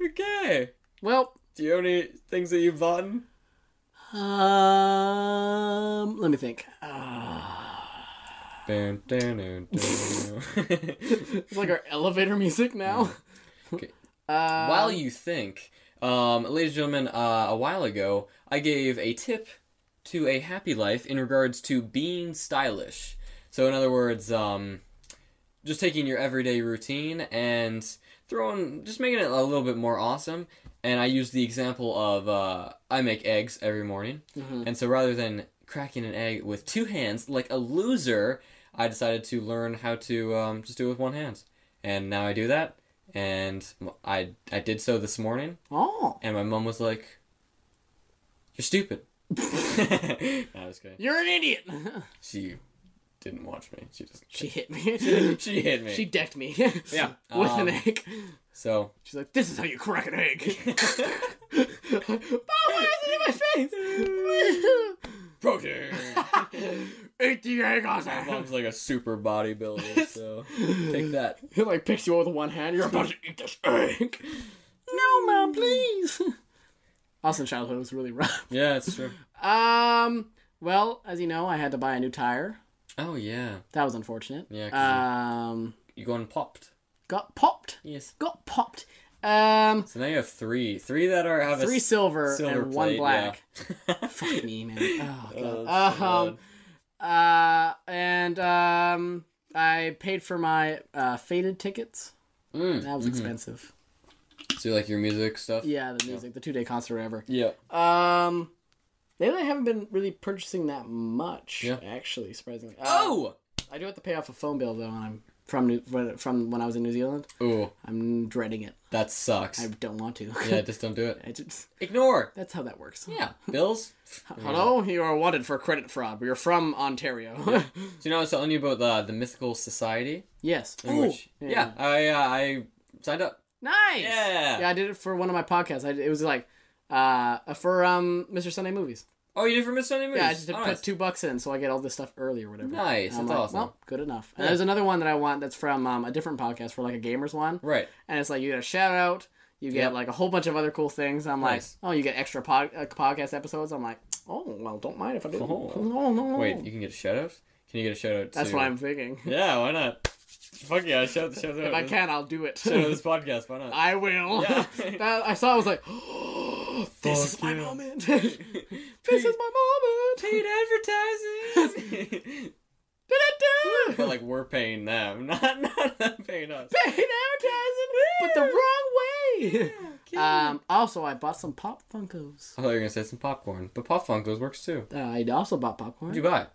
[SPEAKER 1] Okay.
[SPEAKER 2] Well,
[SPEAKER 1] Do you have any things that you've bought?
[SPEAKER 2] um, let me think. Uh,
[SPEAKER 1] Dun, dun, dun, dun.
[SPEAKER 2] it's like our elevator music now.
[SPEAKER 1] Okay.
[SPEAKER 2] Uh,
[SPEAKER 1] While you think, um, ladies and gentlemen, uh, a while ago, I gave a tip to a happy life in regards to being stylish. So, in other words, um, just taking your everyday routine and throwing, just making it a little bit more awesome. And I used the example of uh, I make eggs every morning. And so, rather than cracking an egg with two hands like a loser, I decided to learn how to um, just do it with one hand. And now I do that and m- I I did so this morning,
[SPEAKER 2] oh,
[SPEAKER 1] and my mom was like, "You're stupid." I was kidding.
[SPEAKER 2] you're an idiot.
[SPEAKER 1] She didn't watch me. She just
[SPEAKER 2] she hit me.
[SPEAKER 1] she hit me.
[SPEAKER 2] she decked me.
[SPEAKER 1] Yeah.
[SPEAKER 2] with an
[SPEAKER 1] Um,
[SPEAKER 2] egg.
[SPEAKER 1] So
[SPEAKER 2] She's like, this is how you crack an egg. Bob, why is it
[SPEAKER 1] protein.
[SPEAKER 2] in my face? Eat the egg,
[SPEAKER 1] my
[SPEAKER 2] Austin.
[SPEAKER 1] mom's like a super bodybuilder, so take that.
[SPEAKER 2] He like picks you up with one hand. You're about to eat this egg. No, mom, please. Austin childhood was really rough.
[SPEAKER 1] Yeah, it's true.
[SPEAKER 2] Um, well, as you know, I had to buy a new tire
[SPEAKER 1] Oh yeah,
[SPEAKER 2] That was unfortunate.
[SPEAKER 1] Yeah, 'cause
[SPEAKER 2] Um,
[SPEAKER 1] you gone popped.
[SPEAKER 2] got popped.
[SPEAKER 1] Yes.
[SPEAKER 2] Got popped. Um,
[SPEAKER 1] So now you have three, three that are have a
[SPEAKER 2] three
[SPEAKER 1] s-
[SPEAKER 2] silver,
[SPEAKER 1] silver
[SPEAKER 2] and one
[SPEAKER 1] plate,
[SPEAKER 2] black. Um,
[SPEAKER 1] yeah.
[SPEAKER 2] Fuck me, man. Oh,
[SPEAKER 1] Oh,
[SPEAKER 2] God.
[SPEAKER 1] God.
[SPEAKER 2] um, uh, and um, I paid for my uh, faded tickets.
[SPEAKER 1] Mm,
[SPEAKER 2] That was
[SPEAKER 1] mhm.
[SPEAKER 2] expensive.
[SPEAKER 1] So you like your music stuff.
[SPEAKER 2] Yeah, the music, the two day concert, or whatever.
[SPEAKER 1] Yeah.
[SPEAKER 2] Um, lately I haven't been really purchasing that much.
[SPEAKER 1] Yeah.
[SPEAKER 2] Actually, surprisingly. Uh,
[SPEAKER 1] Oh.
[SPEAKER 2] I do have to pay off a phone bill though, and I'm from New, from when I was in New Zealand.
[SPEAKER 1] Ooh,
[SPEAKER 2] I'm dreading it.
[SPEAKER 1] that sucks.
[SPEAKER 2] I don't want to.
[SPEAKER 1] Yeah, just don't do it.
[SPEAKER 2] I just,
[SPEAKER 1] Ignore.
[SPEAKER 2] that's how that works.
[SPEAKER 1] Yeah. Bills.
[SPEAKER 2] Hello, you are wanted for credit fraud. You're from Ontario.
[SPEAKER 1] So you know, I was telling you about the the mythical society.
[SPEAKER 2] yes.
[SPEAKER 1] in
[SPEAKER 2] Ooh,
[SPEAKER 1] which- Oh, yeah. I uh, I signed up.
[SPEAKER 2] Nice.
[SPEAKER 1] Yeah.
[SPEAKER 2] Yeah, I did it for one of my podcasts. I, it was like uh for um Mr. Sunday Movies.
[SPEAKER 1] Oh, you did for Miss Sunday Movies.
[SPEAKER 2] Yeah, I just had
[SPEAKER 1] Oh,
[SPEAKER 2] put
[SPEAKER 1] nice.
[SPEAKER 2] two bucks in, so I get all this stuff early or whatever.
[SPEAKER 1] Nice,
[SPEAKER 2] And I'm
[SPEAKER 1] that's
[SPEAKER 2] like,
[SPEAKER 1] awesome.
[SPEAKER 2] Well, good enough. And
[SPEAKER 1] Yeah.
[SPEAKER 2] there's another one that I want that's from um, a different podcast for like a gamers one,
[SPEAKER 1] Right.
[SPEAKER 2] and it's like you get a shout out, you get
[SPEAKER 1] Yep.
[SPEAKER 2] like a whole bunch of other cool things. I'm
[SPEAKER 1] Nice.
[SPEAKER 2] like, oh, you get extra pod- uh, podcast episodes. I'm like, oh well, don't mind if I do.
[SPEAKER 1] Oh.
[SPEAKER 2] No, no, no.
[SPEAKER 1] Wait, you can get a shout out? Can you get a shout out
[SPEAKER 2] that's
[SPEAKER 1] to...
[SPEAKER 2] what I'm thinking.
[SPEAKER 1] Yeah, why not? Fuck yeah, shout shout out.
[SPEAKER 2] If I can, I'll do it.
[SPEAKER 1] shout out this podcast, why not?
[SPEAKER 2] I will.
[SPEAKER 1] Yeah.
[SPEAKER 2] that, I saw. it, I was like, this is
[SPEAKER 1] Fuck
[SPEAKER 2] my
[SPEAKER 1] yeah.
[SPEAKER 2] moment. this is my moment.
[SPEAKER 1] advertising. but like we're paying them, not not them paying us.
[SPEAKER 2] Paid advertising, but the wrong way. Um. Also, I bought some Pop Funkos.
[SPEAKER 1] I thought you were gonna say some popcorn, but Pop Funkos works too.
[SPEAKER 2] Uh, I also bought popcorn.
[SPEAKER 1] What'd you buy?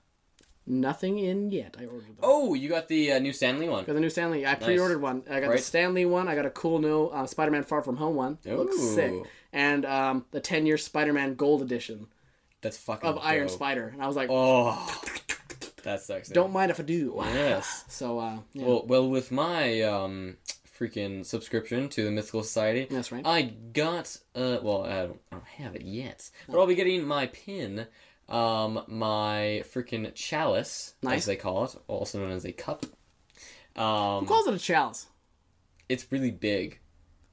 [SPEAKER 2] Nothing in yet. I ordered them.
[SPEAKER 1] Oh, you got the uh, new Stanley one.
[SPEAKER 2] Got the new Stanley. I pre-ordered one. I got
[SPEAKER 1] Right.
[SPEAKER 2] the Stanley one. I got a cool new uh, Spider-Man Far From Home one. It Looks sick.
[SPEAKER 1] Ooh.
[SPEAKER 2] And um, the 10-year Spider-Man Gold Edition
[SPEAKER 1] That's fucking
[SPEAKER 2] of Iron
[SPEAKER 1] dope.
[SPEAKER 2] Spider. And I was like,
[SPEAKER 1] Oh, that sucks.
[SPEAKER 2] don't mind if I do.
[SPEAKER 1] Yes.
[SPEAKER 2] So, uh, yeah.
[SPEAKER 1] Well, well, with my um freaking subscription to the Mythical Society,
[SPEAKER 2] That's right.
[SPEAKER 1] I got uh well I don't, I don't have it yet, but I'll be getting my pin, um my freaking chalice as
[SPEAKER 2] Nice.
[SPEAKER 1] they call it, also known as a cup. Um,
[SPEAKER 2] Who calls it a chalice?
[SPEAKER 1] it's really big.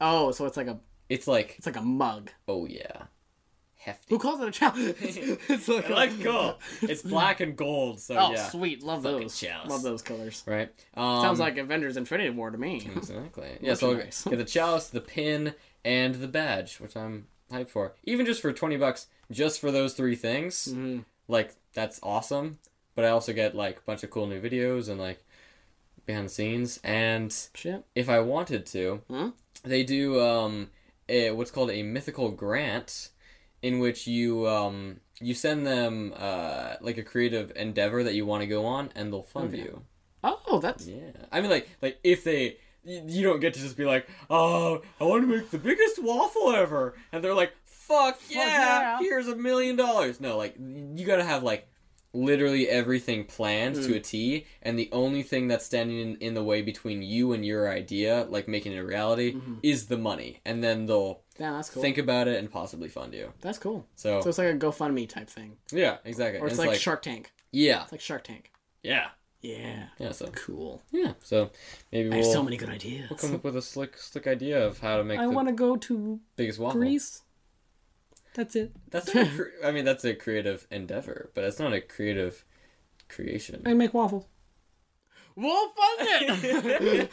[SPEAKER 2] Oh, so it's like a
[SPEAKER 1] It's like
[SPEAKER 2] it's like a mug.
[SPEAKER 1] oh yeah, hefty.
[SPEAKER 2] Who calls it a chalice? it's like a-
[SPEAKER 1] That's cool. It's black and gold, so
[SPEAKER 2] Oh,
[SPEAKER 1] yeah.
[SPEAKER 2] sweet. Love
[SPEAKER 1] Fucking
[SPEAKER 2] those.
[SPEAKER 1] chalice.
[SPEAKER 2] Love those colors.
[SPEAKER 1] Right. Um, Hmm.
[SPEAKER 2] Sounds like Avengers Infinity War to me.
[SPEAKER 1] Exactly. Yeah, so I'll
[SPEAKER 2] Merchandise.
[SPEAKER 1] get the chalice, the pin, and the badge, which I'm hyped for. Even just for 20 bucks, just for those three things,
[SPEAKER 2] Mm-hmm.
[SPEAKER 1] like, that's awesome. But I also get, like, a bunch of cool new videos and, like, behind the scenes. And
[SPEAKER 2] Shit.
[SPEAKER 1] if I wanted to,
[SPEAKER 2] Hmm?
[SPEAKER 1] they do um, a, what's called a mythical grant, in which you um, you send them uh, like a creative endeavor that you want to go on, and they'll fund
[SPEAKER 2] Okay.
[SPEAKER 1] you.
[SPEAKER 2] Oh, that's
[SPEAKER 1] Yeah, I mean, like, like if they, you, you don't get to just be like, oh, I want to make the biggest waffle ever, and they're like, fuck, yeah,
[SPEAKER 2] yeah."
[SPEAKER 1] here's a million dollars. No, like, you gotta have like literally everything planned
[SPEAKER 2] Hmm.
[SPEAKER 1] to a T, and the only thing that's standing in, in the way between you and your idea, like making it a reality, is the money, and then they'll
[SPEAKER 2] damn. That's Mm-hmm. cool.
[SPEAKER 1] think about it and possibly fund you.
[SPEAKER 2] that's cool.
[SPEAKER 1] So,
[SPEAKER 2] So it's like a GoFundMe type thing,
[SPEAKER 1] yeah, exactly.
[SPEAKER 2] or
[SPEAKER 1] And
[SPEAKER 2] it's, like, Shark Tank.
[SPEAKER 1] yeah,
[SPEAKER 2] It's like Shark Tank.
[SPEAKER 1] yeah,
[SPEAKER 2] Yeah.
[SPEAKER 1] yeah. So,
[SPEAKER 2] Cool.
[SPEAKER 1] yeah, so maybe
[SPEAKER 2] I
[SPEAKER 1] we'll.
[SPEAKER 2] have so many good ideas.
[SPEAKER 1] Come up with a slick, slick idea of how to make
[SPEAKER 2] I
[SPEAKER 1] the
[SPEAKER 2] want to go to
[SPEAKER 1] biggest waffle.
[SPEAKER 2] Greece. That's it.
[SPEAKER 1] That's not a cre- I mean, that's a creative endeavor, but it's not a creative creation.
[SPEAKER 2] I make waffles. We'll fund it.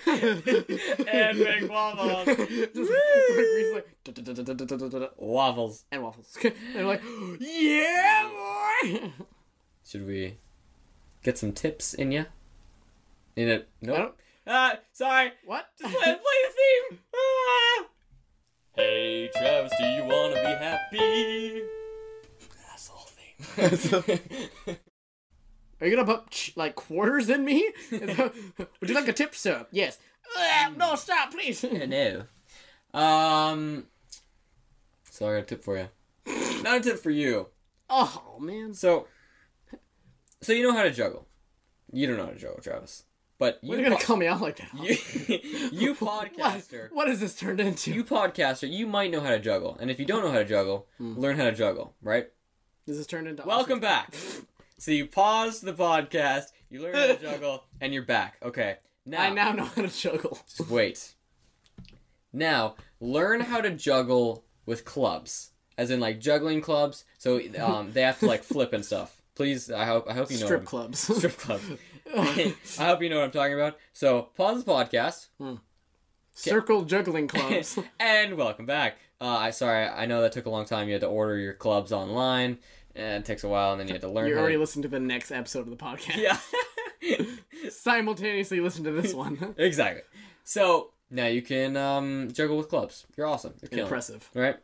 [SPEAKER 1] and make waffles.
[SPEAKER 2] Just Greece like, "Duh, duh, duh, duh, duh, duh, duh, duh, duh,"
[SPEAKER 1] Waffles.
[SPEAKER 2] and waffles. And they're like, yeah, boy.
[SPEAKER 1] Should we get some tips in ya? In it?
[SPEAKER 2] I
[SPEAKER 1] Nope.
[SPEAKER 2] don't-
[SPEAKER 1] Uh, sorry.
[SPEAKER 2] What?
[SPEAKER 1] the theme. Ah. Hey, Travis, do you wanna be happy? That's the whole theme.
[SPEAKER 2] Are you gonna put ch- like quarters in me? Would you like a tip, sir? Yes. "Ah, No, stop, please.
[SPEAKER 1] no. Um. So I got a tip for you. Not a tip for you.
[SPEAKER 2] Oh man.
[SPEAKER 1] So, so you know how to juggle. You don't know how to juggle, Travis. But you,
[SPEAKER 2] Why are you gonna
[SPEAKER 1] po-
[SPEAKER 2] call me out like that?
[SPEAKER 1] you, you
[SPEAKER 2] What?
[SPEAKER 1] podcaster,
[SPEAKER 2] What has this turned into?
[SPEAKER 1] you podcaster, you might know how to juggle. And if you don't know how to juggle,
[SPEAKER 2] Hmm.
[SPEAKER 1] learn how to juggle. Right?
[SPEAKER 2] This has turned into.
[SPEAKER 1] Welcome back. so you paused the podcast, you learned how to juggle, and you're back. Okay. Now,
[SPEAKER 2] I now know how to juggle.
[SPEAKER 1] just wait. Now, learn how to juggle with clubs, as in like juggling clubs. So um, they have to like flip and stuff. Please, I hope I hope you know.
[SPEAKER 2] Strip
[SPEAKER 1] what
[SPEAKER 2] clubs.
[SPEAKER 1] I'm- Strip club. I hope you know what I'm talking about. So pause the podcast
[SPEAKER 2] Circle juggling clubs.
[SPEAKER 1] and welcome back. Uh, I sorry, I know that took a long time. You had to order your clubs online, and it takes a while, and then you had to learn.
[SPEAKER 2] you
[SPEAKER 1] how
[SPEAKER 2] already
[SPEAKER 1] to...
[SPEAKER 2] listened to the next episode of the podcast.
[SPEAKER 1] yeah.
[SPEAKER 2] Simultaneously listen to this one.
[SPEAKER 1] exactly. So now you can um, juggle with clubs. You're awesome. You're killing. it. Eh.
[SPEAKER 2] Impressive.
[SPEAKER 1] Right.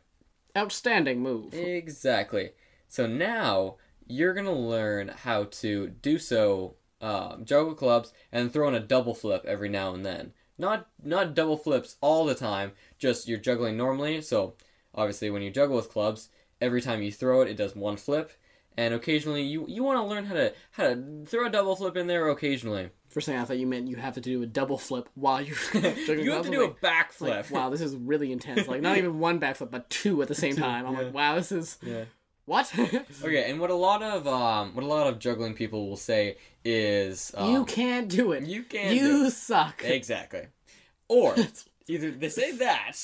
[SPEAKER 2] Outstanding move.
[SPEAKER 1] Exactly. So now you're gonna learn how to do so, um, juggle clubs, and throw in a double flip every now and then. Not not double flips all the time. Just you're juggling normally. So obviously, when you juggle with clubs, every time you throw it, it does one flip. And occasionally, you you want to learn how to how to throw a double flip in there occasionally.
[SPEAKER 2] First thing I thought you meant you have to do a double flip while you're juggling
[SPEAKER 1] you have to
[SPEAKER 2] clubs.
[SPEAKER 1] do
[SPEAKER 2] I'm
[SPEAKER 1] a back
[SPEAKER 2] like,
[SPEAKER 1] flip.
[SPEAKER 2] like, wow, this is really intense. Like not even one backflip, but two at the same time. I'm like, wow, this is
[SPEAKER 1] Yeah.
[SPEAKER 2] what?
[SPEAKER 1] Okay, and what a lot of um, what a lot of juggling people will say is um,
[SPEAKER 2] you can't do it.
[SPEAKER 1] you can't
[SPEAKER 2] You
[SPEAKER 1] do it.
[SPEAKER 2] suck.
[SPEAKER 1] Exactly. Or either they say that,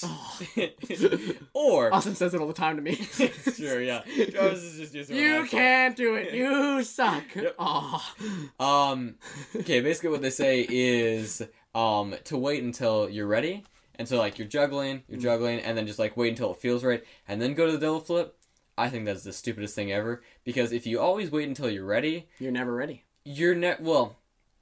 [SPEAKER 1] or
[SPEAKER 2] Austin says it all the time to me.
[SPEAKER 1] sure, yeah. Travis is just using what
[SPEAKER 2] you
[SPEAKER 1] I-
[SPEAKER 2] can't do it. You suck. Aw.
[SPEAKER 1] Um, okay. Basically, what they say is um to wait until you're ready, and so like you're juggling,
[SPEAKER 2] Mm.
[SPEAKER 1] you're juggling, and then just like wait until it feels right, and then go to the double flip. I think that's the stupidest thing ever because if you always wait until you're ready,
[SPEAKER 2] You're never ready.
[SPEAKER 1] you're ne well,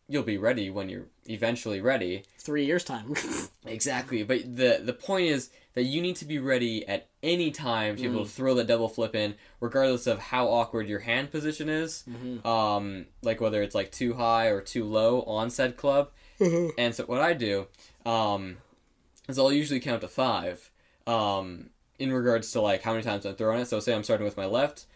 [SPEAKER 1] you'll be ready when you're eventually ready.
[SPEAKER 2] Three years time.
[SPEAKER 1] Exactly, but the the point is that you need to be ready at any time to be able to throw the double flip in, regardless of how awkward your hand position is. Um, like whether it's like too high or too low on said club. and so what I do, um, is I'll usually count to five. Um, in regards to like how many times I'm throwing it. So say I'm starting with my left,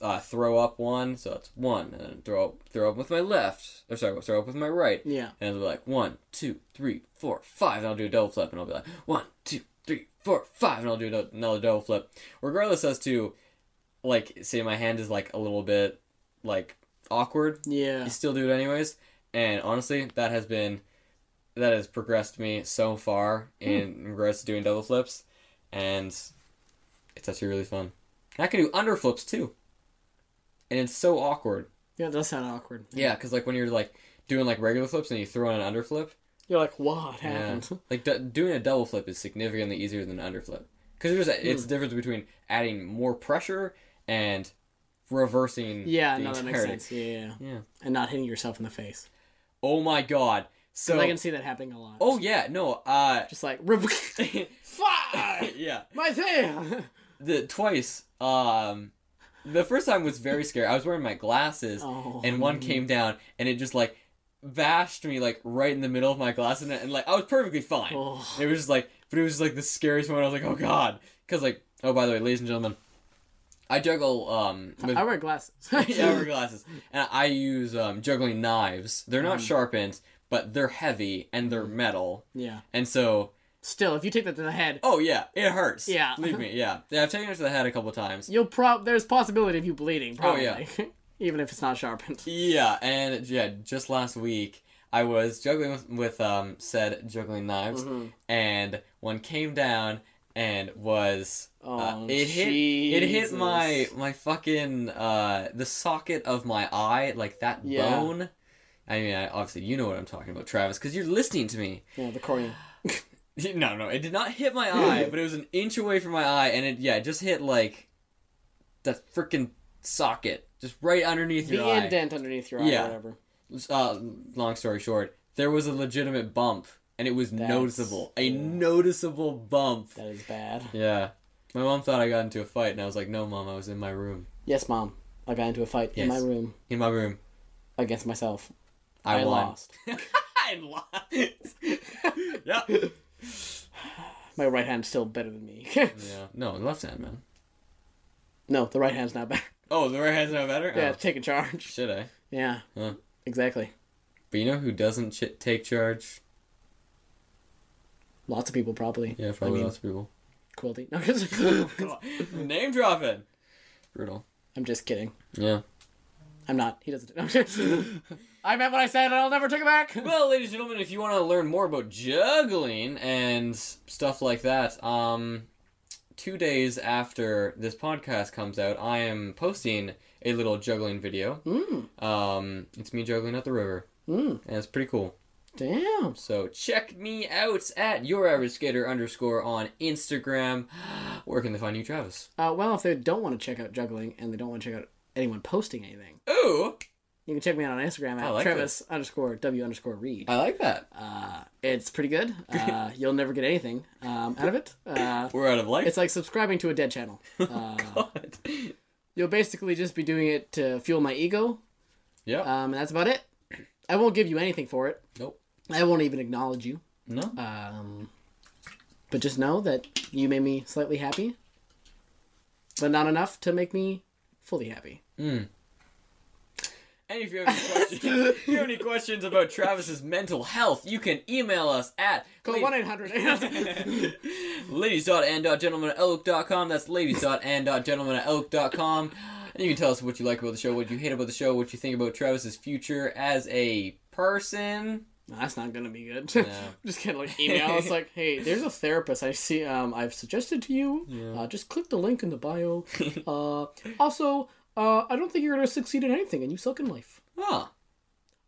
[SPEAKER 1] uh, throw up one, so that's one, and then throw up, throw up with my left, or sorry, throw up with my right.
[SPEAKER 2] Yeah.
[SPEAKER 1] And it'll be like one, two, three, four, five, and I'll do a double flip, and I'll be like one, two, three, four, five, and I'll do another- another double flip. Regardless as to, like, say my hand is like a little bit, like awkward,
[SPEAKER 2] Yeah.
[SPEAKER 1] you still do it anyways. And honestly, that has been, that has progressed me so far
[SPEAKER 2] Hmm.
[SPEAKER 1] in regards to doing double flips, and it's actually really fun. And I can do under flips too, and it's so awkward.
[SPEAKER 2] Yeah, that does sound awkward.
[SPEAKER 1] Yeah, because like when you're like doing like regular flips and you throw in an under flip.
[SPEAKER 2] You're like, what
[SPEAKER 1] Yeah.
[SPEAKER 2] happened?
[SPEAKER 1] like d- doing a double flip is significantly easier than an under flip because there's a,
[SPEAKER 2] Hmm.
[SPEAKER 1] it's the difference between adding more pressure and reversing.
[SPEAKER 2] Yeah,
[SPEAKER 1] the
[SPEAKER 2] no, that makes
[SPEAKER 1] entirety.
[SPEAKER 2] sense. Yeah, yeah, yeah.
[SPEAKER 1] Yeah.
[SPEAKER 2] And not hitting yourself in the face.
[SPEAKER 1] Oh my god! So
[SPEAKER 2] 'Cause I can see that happening a lot.
[SPEAKER 1] oh yeah, no, uh,
[SPEAKER 2] Just like, "Rev- fuck!
[SPEAKER 1] yeah,
[SPEAKER 2] My thing!
[SPEAKER 1] the twice. Um, the first time was very scary. I was wearing my glasses,
[SPEAKER 2] Oh,
[SPEAKER 1] and one came down, and it just like bashed me like right in the middle of my glasses, and, and like I was perfectly fine.
[SPEAKER 2] Oh.
[SPEAKER 1] It was just like, but it was just like the scariest moment. I was like, oh god, because like, oh by the way, ladies and gentlemen, I juggle um with
[SPEAKER 2] I wear glasses.
[SPEAKER 1] yeah, I wear glasses, and I use um juggling knives. They're not sharpened, but they're heavy and they're metal,
[SPEAKER 2] Mm. Yeah.
[SPEAKER 1] and so
[SPEAKER 2] Still, if you take that to the head,
[SPEAKER 1] oh yeah, it hurts.
[SPEAKER 2] Yeah.
[SPEAKER 1] believe me, yeah. Yeah, I've taken it to the head a couple times.
[SPEAKER 2] you'll prob there's possibility of you bleeding.
[SPEAKER 1] Oh,
[SPEAKER 2] Probably.
[SPEAKER 1] yeah.
[SPEAKER 2] Even if it's not sharpened.
[SPEAKER 1] Yeah, and yeah, just last week I was juggling with, with um said juggling knives,
[SPEAKER 2] Mm-hmm.
[SPEAKER 1] and one came down and was uh,
[SPEAKER 2] Oh,
[SPEAKER 1] it hit it hit
[SPEAKER 2] Jesus.
[SPEAKER 1] my my fucking uh the socket of my eye like that
[SPEAKER 2] Yeah.
[SPEAKER 1] bone. I mean, I, obviously you know what I'm talking about, Travis, because you're listening to me.
[SPEAKER 2] Yeah, the cornea.
[SPEAKER 1] No, no, it did not hit my eye, but it was an inch away from my eye, and it yeah, it just hit like the freaking socket, just right underneath
[SPEAKER 2] The
[SPEAKER 1] your eye
[SPEAKER 2] indent underneath your eye
[SPEAKER 1] Yeah.
[SPEAKER 2] or whatever.
[SPEAKER 1] uh, long story short, there was a legitimate bump, and it was
[SPEAKER 2] That's-
[SPEAKER 1] noticeable. A noticeable bump.
[SPEAKER 2] That is bad.
[SPEAKER 1] Yeah. My mom thought I got into a fight, and I was like, no, mom, I was in my room.
[SPEAKER 2] Yes, Mom. I got into a fight in
[SPEAKER 1] Yes.
[SPEAKER 2] my room
[SPEAKER 1] In my room.
[SPEAKER 2] against myself.
[SPEAKER 1] I, won.
[SPEAKER 2] lost.
[SPEAKER 1] I lost. yeah.
[SPEAKER 2] My right hand's still better than me.
[SPEAKER 1] Yeah. No, left hand, man.
[SPEAKER 2] no, the right hand's not better.
[SPEAKER 1] Oh, the right hand's not better?
[SPEAKER 2] Yeah,
[SPEAKER 1] Oh,
[SPEAKER 2] taking charge.
[SPEAKER 1] should I?
[SPEAKER 2] Yeah.
[SPEAKER 1] Huh.
[SPEAKER 2] Exactly.
[SPEAKER 1] But you know who doesn't ch- take charge?
[SPEAKER 2] Lots of people probably.
[SPEAKER 1] Yeah, probably
[SPEAKER 2] I mean,
[SPEAKER 1] lots of people.
[SPEAKER 2] Quilty. No, 'cause-
[SPEAKER 1] Name dropping. Brutal.
[SPEAKER 2] I'm just kidding.
[SPEAKER 1] Yeah.
[SPEAKER 2] I'm not. He doesn't. No, I'm just- I meant what I said, and I'll never take it back.
[SPEAKER 1] Well, ladies and gentlemen, if you want to learn more about juggling and stuff like that, um, two days after this podcast comes out, I am posting a little juggling video.
[SPEAKER 2] Mm,
[SPEAKER 1] Um, it's me juggling at the river,
[SPEAKER 2] mm,
[SPEAKER 1] and it's pretty cool.
[SPEAKER 2] damn.
[SPEAKER 1] So check me out at your average skater underscore on Instagram. Where can they find you, Travis?
[SPEAKER 2] Uh, well, if they don't want to check out juggling and they don't want to check out anyone posting anything,
[SPEAKER 1] Ooh,
[SPEAKER 2] you can check me out on Instagram
[SPEAKER 1] I
[SPEAKER 2] at
[SPEAKER 1] like
[SPEAKER 2] Travis underscore W underscore Reed.
[SPEAKER 1] I like that.
[SPEAKER 2] Uh, it's pretty good. Uh, you'll never get anything um, out of it. Uh,
[SPEAKER 1] We're out of life.
[SPEAKER 2] it's like subscribing to a dead channel. Uh,
[SPEAKER 1] God.
[SPEAKER 2] you'll basically just be doing it to fuel my ego,
[SPEAKER 1] Yeah.
[SPEAKER 2] um, and that's about it. I won't give you anything for it.
[SPEAKER 1] nope.
[SPEAKER 2] I won't even acknowledge you.
[SPEAKER 1] No.
[SPEAKER 2] Um, but just know that you made me slightly happy, but not enough to make me fully happy.
[SPEAKER 1] And if you have any questions, if you have any questions about Travis's mental health, you can email us at
[SPEAKER 2] Call one eight hundred.
[SPEAKER 1] ladies.and.gentlemen@elk.com. That's ladies.and.gentlemen@elk.com. And you can tell us what you like about the show, what you hate about the show, what you think about Travis's future as a person.
[SPEAKER 2] That's not gonna be good.
[SPEAKER 1] No.
[SPEAKER 2] just kind of like email. It's like, hey, there's a therapist I see. Um, I've suggested to you. Uh, just click the link in the bio. uh, also, uh, I don't think you're gonna succeed in anything, and you suck in life.
[SPEAKER 1] Huh.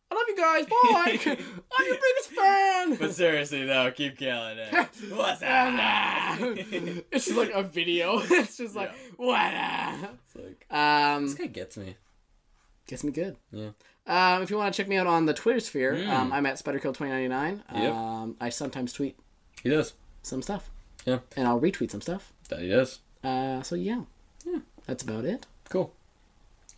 [SPEAKER 2] I love you guys. Bye. I'm your biggest fan.
[SPEAKER 1] But seriously though, keep killing it. What's
[SPEAKER 2] Ah.
[SPEAKER 1] that?
[SPEAKER 2] it's just like a video. It's just like what? up?
[SPEAKER 1] It's like,
[SPEAKER 2] Um,
[SPEAKER 1] this guy gets me.
[SPEAKER 2] gets me good.
[SPEAKER 1] Yeah.
[SPEAKER 2] Um, if you want to check me out on the Twitter sphere,
[SPEAKER 1] Mm.
[SPEAKER 2] um, I'm at Spiderkill2099.
[SPEAKER 1] Yep.
[SPEAKER 2] Um, I sometimes tweet
[SPEAKER 1] He does.
[SPEAKER 2] some stuff.
[SPEAKER 1] Yeah.
[SPEAKER 2] And I'll retweet some stuff.
[SPEAKER 1] That he does.
[SPEAKER 2] Uh, so yeah.
[SPEAKER 1] Yeah.
[SPEAKER 2] That's about it.
[SPEAKER 1] Cool.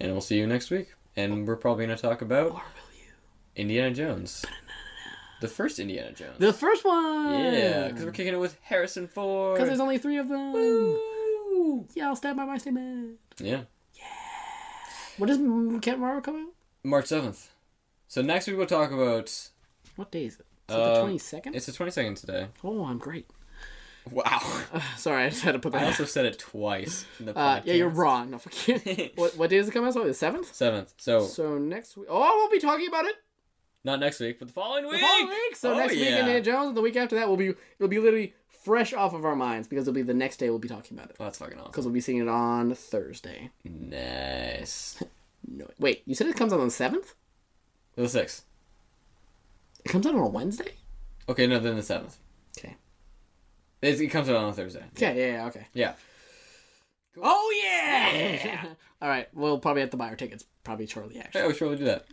[SPEAKER 1] And we'll see you next week. And we're probably gonna talk about
[SPEAKER 2] Or will you?
[SPEAKER 1] Indiana Jones. The first Indiana Jones.
[SPEAKER 2] The first one.
[SPEAKER 1] yeah, because we're kicking it with Harrison Ford.
[SPEAKER 2] because there's only three of them.
[SPEAKER 1] Woo!
[SPEAKER 2] Yeah, I'll stand by my statement.
[SPEAKER 1] Yeah.
[SPEAKER 2] What does mm, Captain Marvel come out?
[SPEAKER 1] March 7th. So next week we'll talk about.
[SPEAKER 2] What day is it? Is it the
[SPEAKER 1] Um,
[SPEAKER 2] 22nd?
[SPEAKER 1] It's the 22nd today.
[SPEAKER 2] Oh, I'm great.
[SPEAKER 1] Wow.
[SPEAKER 2] Sorry, I just had to put
[SPEAKER 1] I
[SPEAKER 2] that.
[SPEAKER 1] also said it twice in the
[SPEAKER 2] Uh,
[SPEAKER 1] podcast.
[SPEAKER 2] yeah, you're wrong. No, fuck you. what, what day does it come out? Sorry, the seventh.
[SPEAKER 1] 7th. So,
[SPEAKER 2] So next week. Oh, we'll be talking about it
[SPEAKER 1] not next week, but the following week.
[SPEAKER 2] the following week. So
[SPEAKER 1] Oh,
[SPEAKER 2] next week,
[SPEAKER 1] yeah.
[SPEAKER 2] Indiana Jones, and the week after that, will be it'll be literally fresh off of our minds because it'll be the next day we'll be talking about it
[SPEAKER 1] Oh, that's fucking awesome.
[SPEAKER 2] because we'll be seeing it on Thursday.
[SPEAKER 1] Nice.
[SPEAKER 2] No, wait, you said it comes out on the seventh.
[SPEAKER 1] The 6th.
[SPEAKER 2] It comes out on a Wednesday.
[SPEAKER 1] Okay, no, then the 7th.
[SPEAKER 2] Okay.
[SPEAKER 1] It, it comes out on a Thursday.
[SPEAKER 2] Okay. Yeah. yeah okay.
[SPEAKER 1] Yeah.
[SPEAKER 2] Oh yeah. All right. We'll probably have to buy our tickets probably shortly. Actually.
[SPEAKER 1] Yeah, we should probably do that.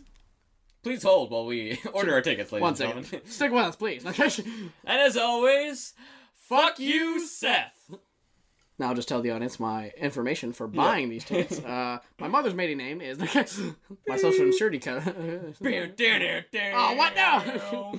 [SPEAKER 1] Please hold while we order our tickets, ladies
[SPEAKER 2] One
[SPEAKER 1] and
[SPEAKER 2] second.
[SPEAKER 1] gentlemen.
[SPEAKER 2] Stick with us, please. Okay.
[SPEAKER 1] And as always, fuck you, Seth.
[SPEAKER 2] Now I'll just tell the audience my information for buying these tickets. Uh, my mother's maiden name is my social insurance code.
[SPEAKER 1] oh,
[SPEAKER 2] oh, what now?